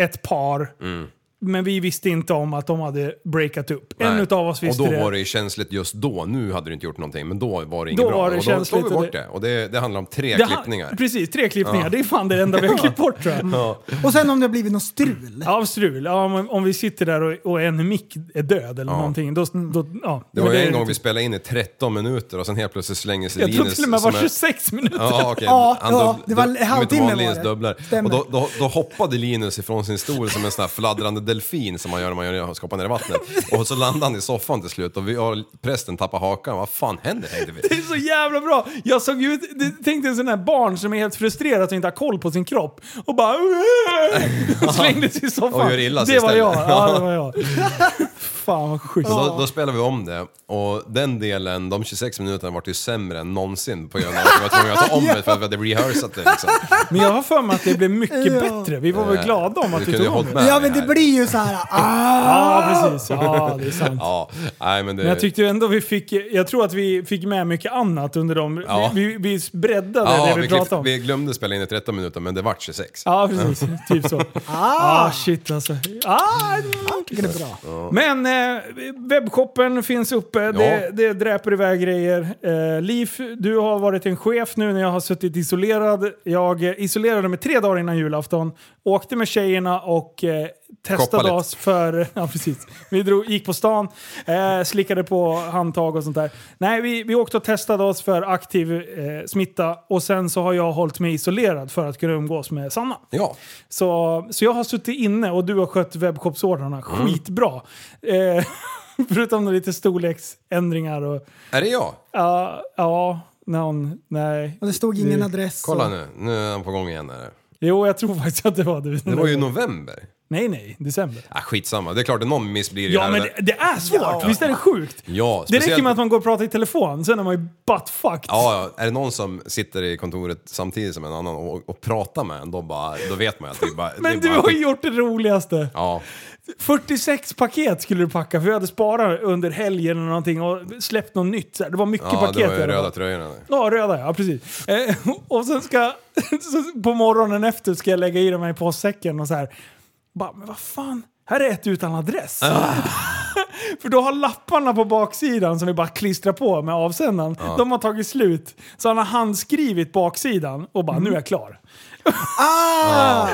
Speaker 3: ett par,
Speaker 5: Mm.
Speaker 3: men vi visste inte om att de hade breakat upp. En
Speaker 5: Nej.
Speaker 3: utav oss visste
Speaker 5: Och då
Speaker 3: det.
Speaker 5: var det ju känsligt just då. Nu hade du inte gjort någonting, men då var det inget
Speaker 3: Då
Speaker 5: bra.
Speaker 3: var det
Speaker 5: och då
Speaker 3: känsligt
Speaker 5: slog vi
Speaker 3: och
Speaker 5: bort det. Och det, det handlar om tre
Speaker 3: Det ha-
Speaker 5: klippningar.
Speaker 3: Precis, tre klippningar. Det är fan det enda vi
Speaker 5: *laughs*
Speaker 3: har klippt bort tror jag.
Speaker 4: Och sen om det har blivit något strul.
Speaker 3: Av strul. Ja, om, om vi sitter där och, och en mick är död eller någonting. Då, då, ja.
Speaker 5: Det var
Speaker 3: Men
Speaker 5: ju en gång vi spelade in i 13 minuter och sen helt plötsligt slänger sig
Speaker 3: Jag
Speaker 5: Linus.
Speaker 3: tror till och med det
Speaker 5: som
Speaker 3: var
Speaker 5: är-
Speaker 3: 26 minuter.
Speaker 5: Ja, okej.
Speaker 4: Ja,
Speaker 5: Han
Speaker 4: ja,
Speaker 5: dubb-
Speaker 4: det var en
Speaker 5: dubb- mitt
Speaker 4: halvtimme
Speaker 5: vanliga
Speaker 4: var det.
Speaker 5: Linus Dubblar.
Speaker 4: Stämmer.
Speaker 5: Och då, då, då hoppade Linus ifrån sin stol som en sån här fladdrande delfin som man gör när man gör, skapar ner i vattnet. Och så landade han i soffan till slut och vi har prästen tappade hakan. Vad fan händer? tänkte vi.
Speaker 3: Det är så jävla bra! Jag såg ut, det- tänk dig en sån här barn som är helt frustrerad och inte har koll på sin kropp och bara *laughs* och slängde sig i soffan.
Speaker 5: Och gör illa sig
Speaker 3: det var jag.
Speaker 5: istället.
Speaker 3: Ja, det var jag. Fan vad sjukt.
Speaker 5: Så då, då spelade vi om det och den delen, de 26 minuterna vart ju sämre än någonsin på grund av att vi var tvungna att ta om det för att vi hade rehearsat det liksom.
Speaker 3: Men jag har för mig att det blev mycket bättre. Vi var väl glada om att
Speaker 5: Eh,
Speaker 3: vi
Speaker 5: Vi kunde
Speaker 3: tog
Speaker 5: ju
Speaker 3: om
Speaker 5: hållit
Speaker 3: det.
Speaker 5: med
Speaker 4: Ja
Speaker 5: i
Speaker 4: men det
Speaker 5: här.
Speaker 4: blir ju ju så här.
Speaker 5: *laughs*
Speaker 4: Ah,
Speaker 3: Ja, precis. Ja, det är sant.
Speaker 5: Ja, nej men det...
Speaker 3: Men jag tyckte ju ändå vi fick, jag tror att vi fick med mycket annat under dem.
Speaker 5: Ja.
Speaker 3: Vi, vi breddade
Speaker 5: ja,
Speaker 3: det vi,
Speaker 5: vi, klippte-
Speaker 3: pratade om.
Speaker 5: vi glömde spela in i 13 minuter men det vart 26.
Speaker 3: Ja, precis. typ så. Ah, shit alltså. Ah,
Speaker 4: det är bra.
Speaker 3: Men eh, webbshoppen finns uppe, det, det dräper iväg grejer. Eh, Liv, du har varit en chef nu när jag har suttit isolerad. Jag eh, isolerade mig tre dagar innan julafton, åkte med tjejerna och eh, testade
Speaker 5: Shoppade.
Speaker 3: oss för... *laughs* Ja, precis. Vi drog, gick på stan, eh, slickade på handtag och sånt där. Nej, vi, vi åkte och testade oss för aktiv eh, smitta och sen så har jag hållit mig isolerad för att kunna umgås med Sanna.
Speaker 5: Ja,
Speaker 3: Så, så jag har suttit inne och du har skött
Speaker 5: Mm.
Speaker 3: webbshopsordrarna skitbra. Eh, *laughs* förutom några lite storleksändringar och...
Speaker 5: är det jag?
Speaker 3: Ja, ja, någon, nej.
Speaker 4: Och det stod ingen adress.
Speaker 5: Kolla
Speaker 4: och-
Speaker 5: nu, nu är han på gång igen. Här.
Speaker 3: Jo, jag tror faktiskt att det var du.
Speaker 5: Det var ju november.
Speaker 3: Nej, nej, december.
Speaker 5: Ah, skitsamma, det är klart att någon miss blir det
Speaker 3: Ja,
Speaker 5: här
Speaker 3: men
Speaker 5: och
Speaker 3: det,
Speaker 5: där.
Speaker 3: det är svårt. Visst är det sjukt?
Speaker 5: Ja,
Speaker 3: det
Speaker 5: speciellt-
Speaker 3: räcker med att man går och pratar i telefon, sen är man ju buttfucked.
Speaker 5: Ja, ja, är det någon som sitter i kontoret samtidigt som en annan och, och pratar med en, då, bara, då vet man ju att det är bara... det
Speaker 3: *laughs*
Speaker 5: är
Speaker 3: men du
Speaker 5: bara
Speaker 3: har ju
Speaker 5: skit.
Speaker 3: gjort det roligaste.
Speaker 5: Ja,
Speaker 3: 46 paket skulle du packa, för jag hade sparat under helgen eller någonting och släppt något nytt. så här. Det var mycket
Speaker 5: ja
Speaker 3: paket.
Speaker 5: det var
Speaker 3: i
Speaker 5: ju
Speaker 3: alla fall.
Speaker 5: röda tröjorna. där.
Speaker 3: Ja, röda ja, precis. Eh, och sen ska, *laughs* så på morgonen efter ska jag lägga i dem här i postsäcken och så här. Bara, men vad fan, här är ett utan adress. *laughs* För då har lapparna på baksidan som vi bara klistrar på med avsändaren, de har tagit slut. Så han har handskrivit baksidan och bara, nu är jag klar.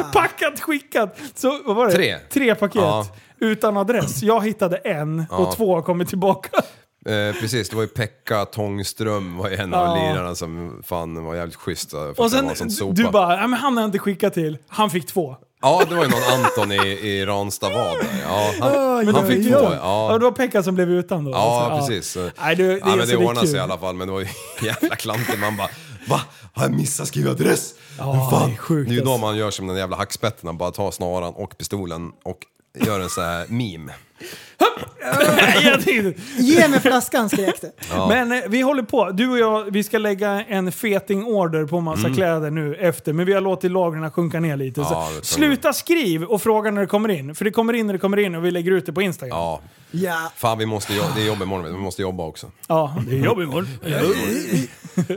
Speaker 3: *laughs* Packat, skickat. Så vad var det?
Speaker 5: Tre.
Speaker 3: Tre paket.
Speaker 5: Ja.
Speaker 3: Utan adress. Jag hittade en och två har kommit tillbaka.
Speaker 5: Eh, precis, det var ju Pekka Tångström var ju en av lirarna som fan var jävligt schysst. För
Speaker 3: Och
Speaker 5: att han
Speaker 3: sen
Speaker 5: var sån
Speaker 3: du-
Speaker 5: sopa.
Speaker 3: du bara, ja men han har jag inte skickat till. Han fick två.
Speaker 5: Ja, det var ju någon Anton i, i Ranstavad. där. Ja,
Speaker 3: *laughs*
Speaker 5: han,
Speaker 3: Men
Speaker 5: han
Speaker 3: du
Speaker 5: fick
Speaker 3: fick
Speaker 5: två.
Speaker 3: jobb. Ja.
Speaker 5: Ja.
Speaker 3: det var Pekka som blev utan då.
Speaker 5: Ja,
Speaker 3: Alltså,
Speaker 5: precis.
Speaker 3: Nej, det, det,
Speaker 5: ja,
Speaker 3: är så
Speaker 5: men det
Speaker 3: är
Speaker 5: ordnade sig
Speaker 3: kul.
Speaker 5: i
Speaker 3: *laughs*
Speaker 5: alla fall, men det var ju *laughs* jävla klantigt. Man bara, va? Har jag missat skriva adress? Ja,
Speaker 3: det är sjukt
Speaker 5: det är ju då
Speaker 3: alltså.
Speaker 5: man gör som den jävla hackspetten, man bara tar snaran och pistolen och gör en så här meme.
Speaker 3: Nej, jag tänkte-
Speaker 4: Ge mig flaskan skrek det.
Speaker 3: Men eh, vi håller på. Du och jag, vi ska lägga en feting order på massa kläder nu efter. Men vi har låtit lagren sjunka ner lite.
Speaker 5: Mm.
Speaker 3: så
Speaker 5: Ja, det tror jag.
Speaker 3: sluta skriv och fråga när det kommer in. För det kommer in när det kommer in och vi lägger ut det på Instagram. Ja,
Speaker 5: *laughs* Ja,
Speaker 4: Ja.
Speaker 5: fan vi måste jobba, det är jobb imorgon, vi måste jobba också.
Speaker 3: det är jobb
Speaker 5: *laughs*
Speaker 3: imorgon.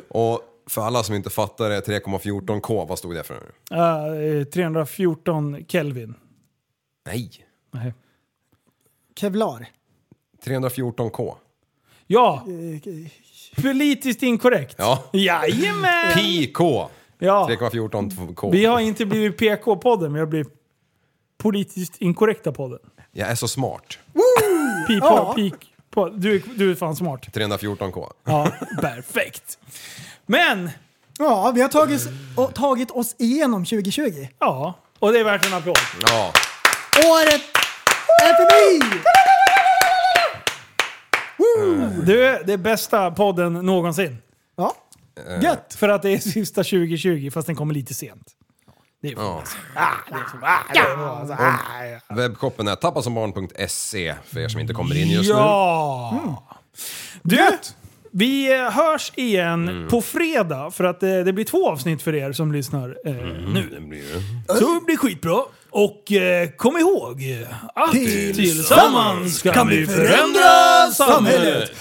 Speaker 5: Och för alla som inte fattar det, 3,14K, vad stod det för nu?
Speaker 3: Eh, 314 Kelvin.
Speaker 5: Nej,
Speaker 3: Nej.
Speaker 4: Kevlar.
Speaker 5: 314K.
Speaker 3: Ja, politiskt inkorrekt.
Speaker 5: Ja.
Speaker 3: Jajamän!
Speaker 5: PK!
Speaker 3: Ja.
Speaker 5: 3,14K.
Speaker 3: Vi har inte blivit PK-podden, vi har blivit politiskt inkorrekta podden.
Speaker 5: Jag är så smart.
Speaker 3: Pipa,
Speaker 4: Ja.
Speaker 3: pik, på, du, är- du är fan smart.
Speaker 5: 314K.
Speaker 3: Ja, *laughs* perfekt. Men,
Speaker 4: Ja, vi har tagit, och tagit oss igenom 2020.
Speaker 3: ja. Och det är värt en applåd.
Speaker 5: Ja.
Speaker 4: Året är förbi!
Speaker 3: Du, det är bästa podden någonsin.
Speaker 4: Ja, gött.
Speaker 3: För att det är sista 2020, fast den kommer lite sent. Det är fan
Speaker 5: Ja.
Speaker 3: alltså. Ah, det är fan- ah, det är fan- ah, ja.
Speaker 5: Webbshoppen är tappasombarn.se E, för er som inte kommer in just
Speaker 3: Ja! Du, vi eh, hörs igen på fredag för att eh, det blir två avsnitt för er som lyssnar eh, nu.
Speaker 5: nu. Ja.
Speaker 3: Så det blir skitbra. Och eh, kom ihåg eh, att tillsammans kan vi förändra samhället.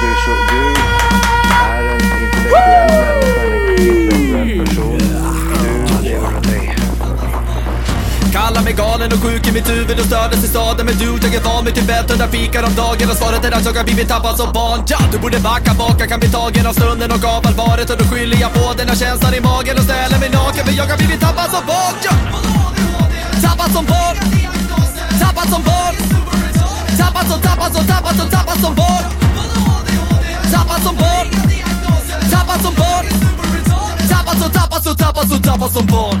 Speaker 1: Du, är så, du är en intellektuell människa, en intellektuell person. Du lever av dig.
Speaker 2: Kallar mig galen och sjuk i mitt huvud och stördes i staden Men du, jag är van vid Tibet och där fikar om dagen Och svaret är att jag har blivit tappad som barn ja, Du borde backa baka, kan bli tagen av stunden och av allvaret Och då skyller jag på den här känslan i magen och ställer mig naken För jag har blivit tappad som barn ja. Tappad som barn Tappad som barn Tappad som, tappad som, tappad som, tappad som barn Tappad som barn Tappad som barn Tappad som, tappad som, tappad som, tappad som barn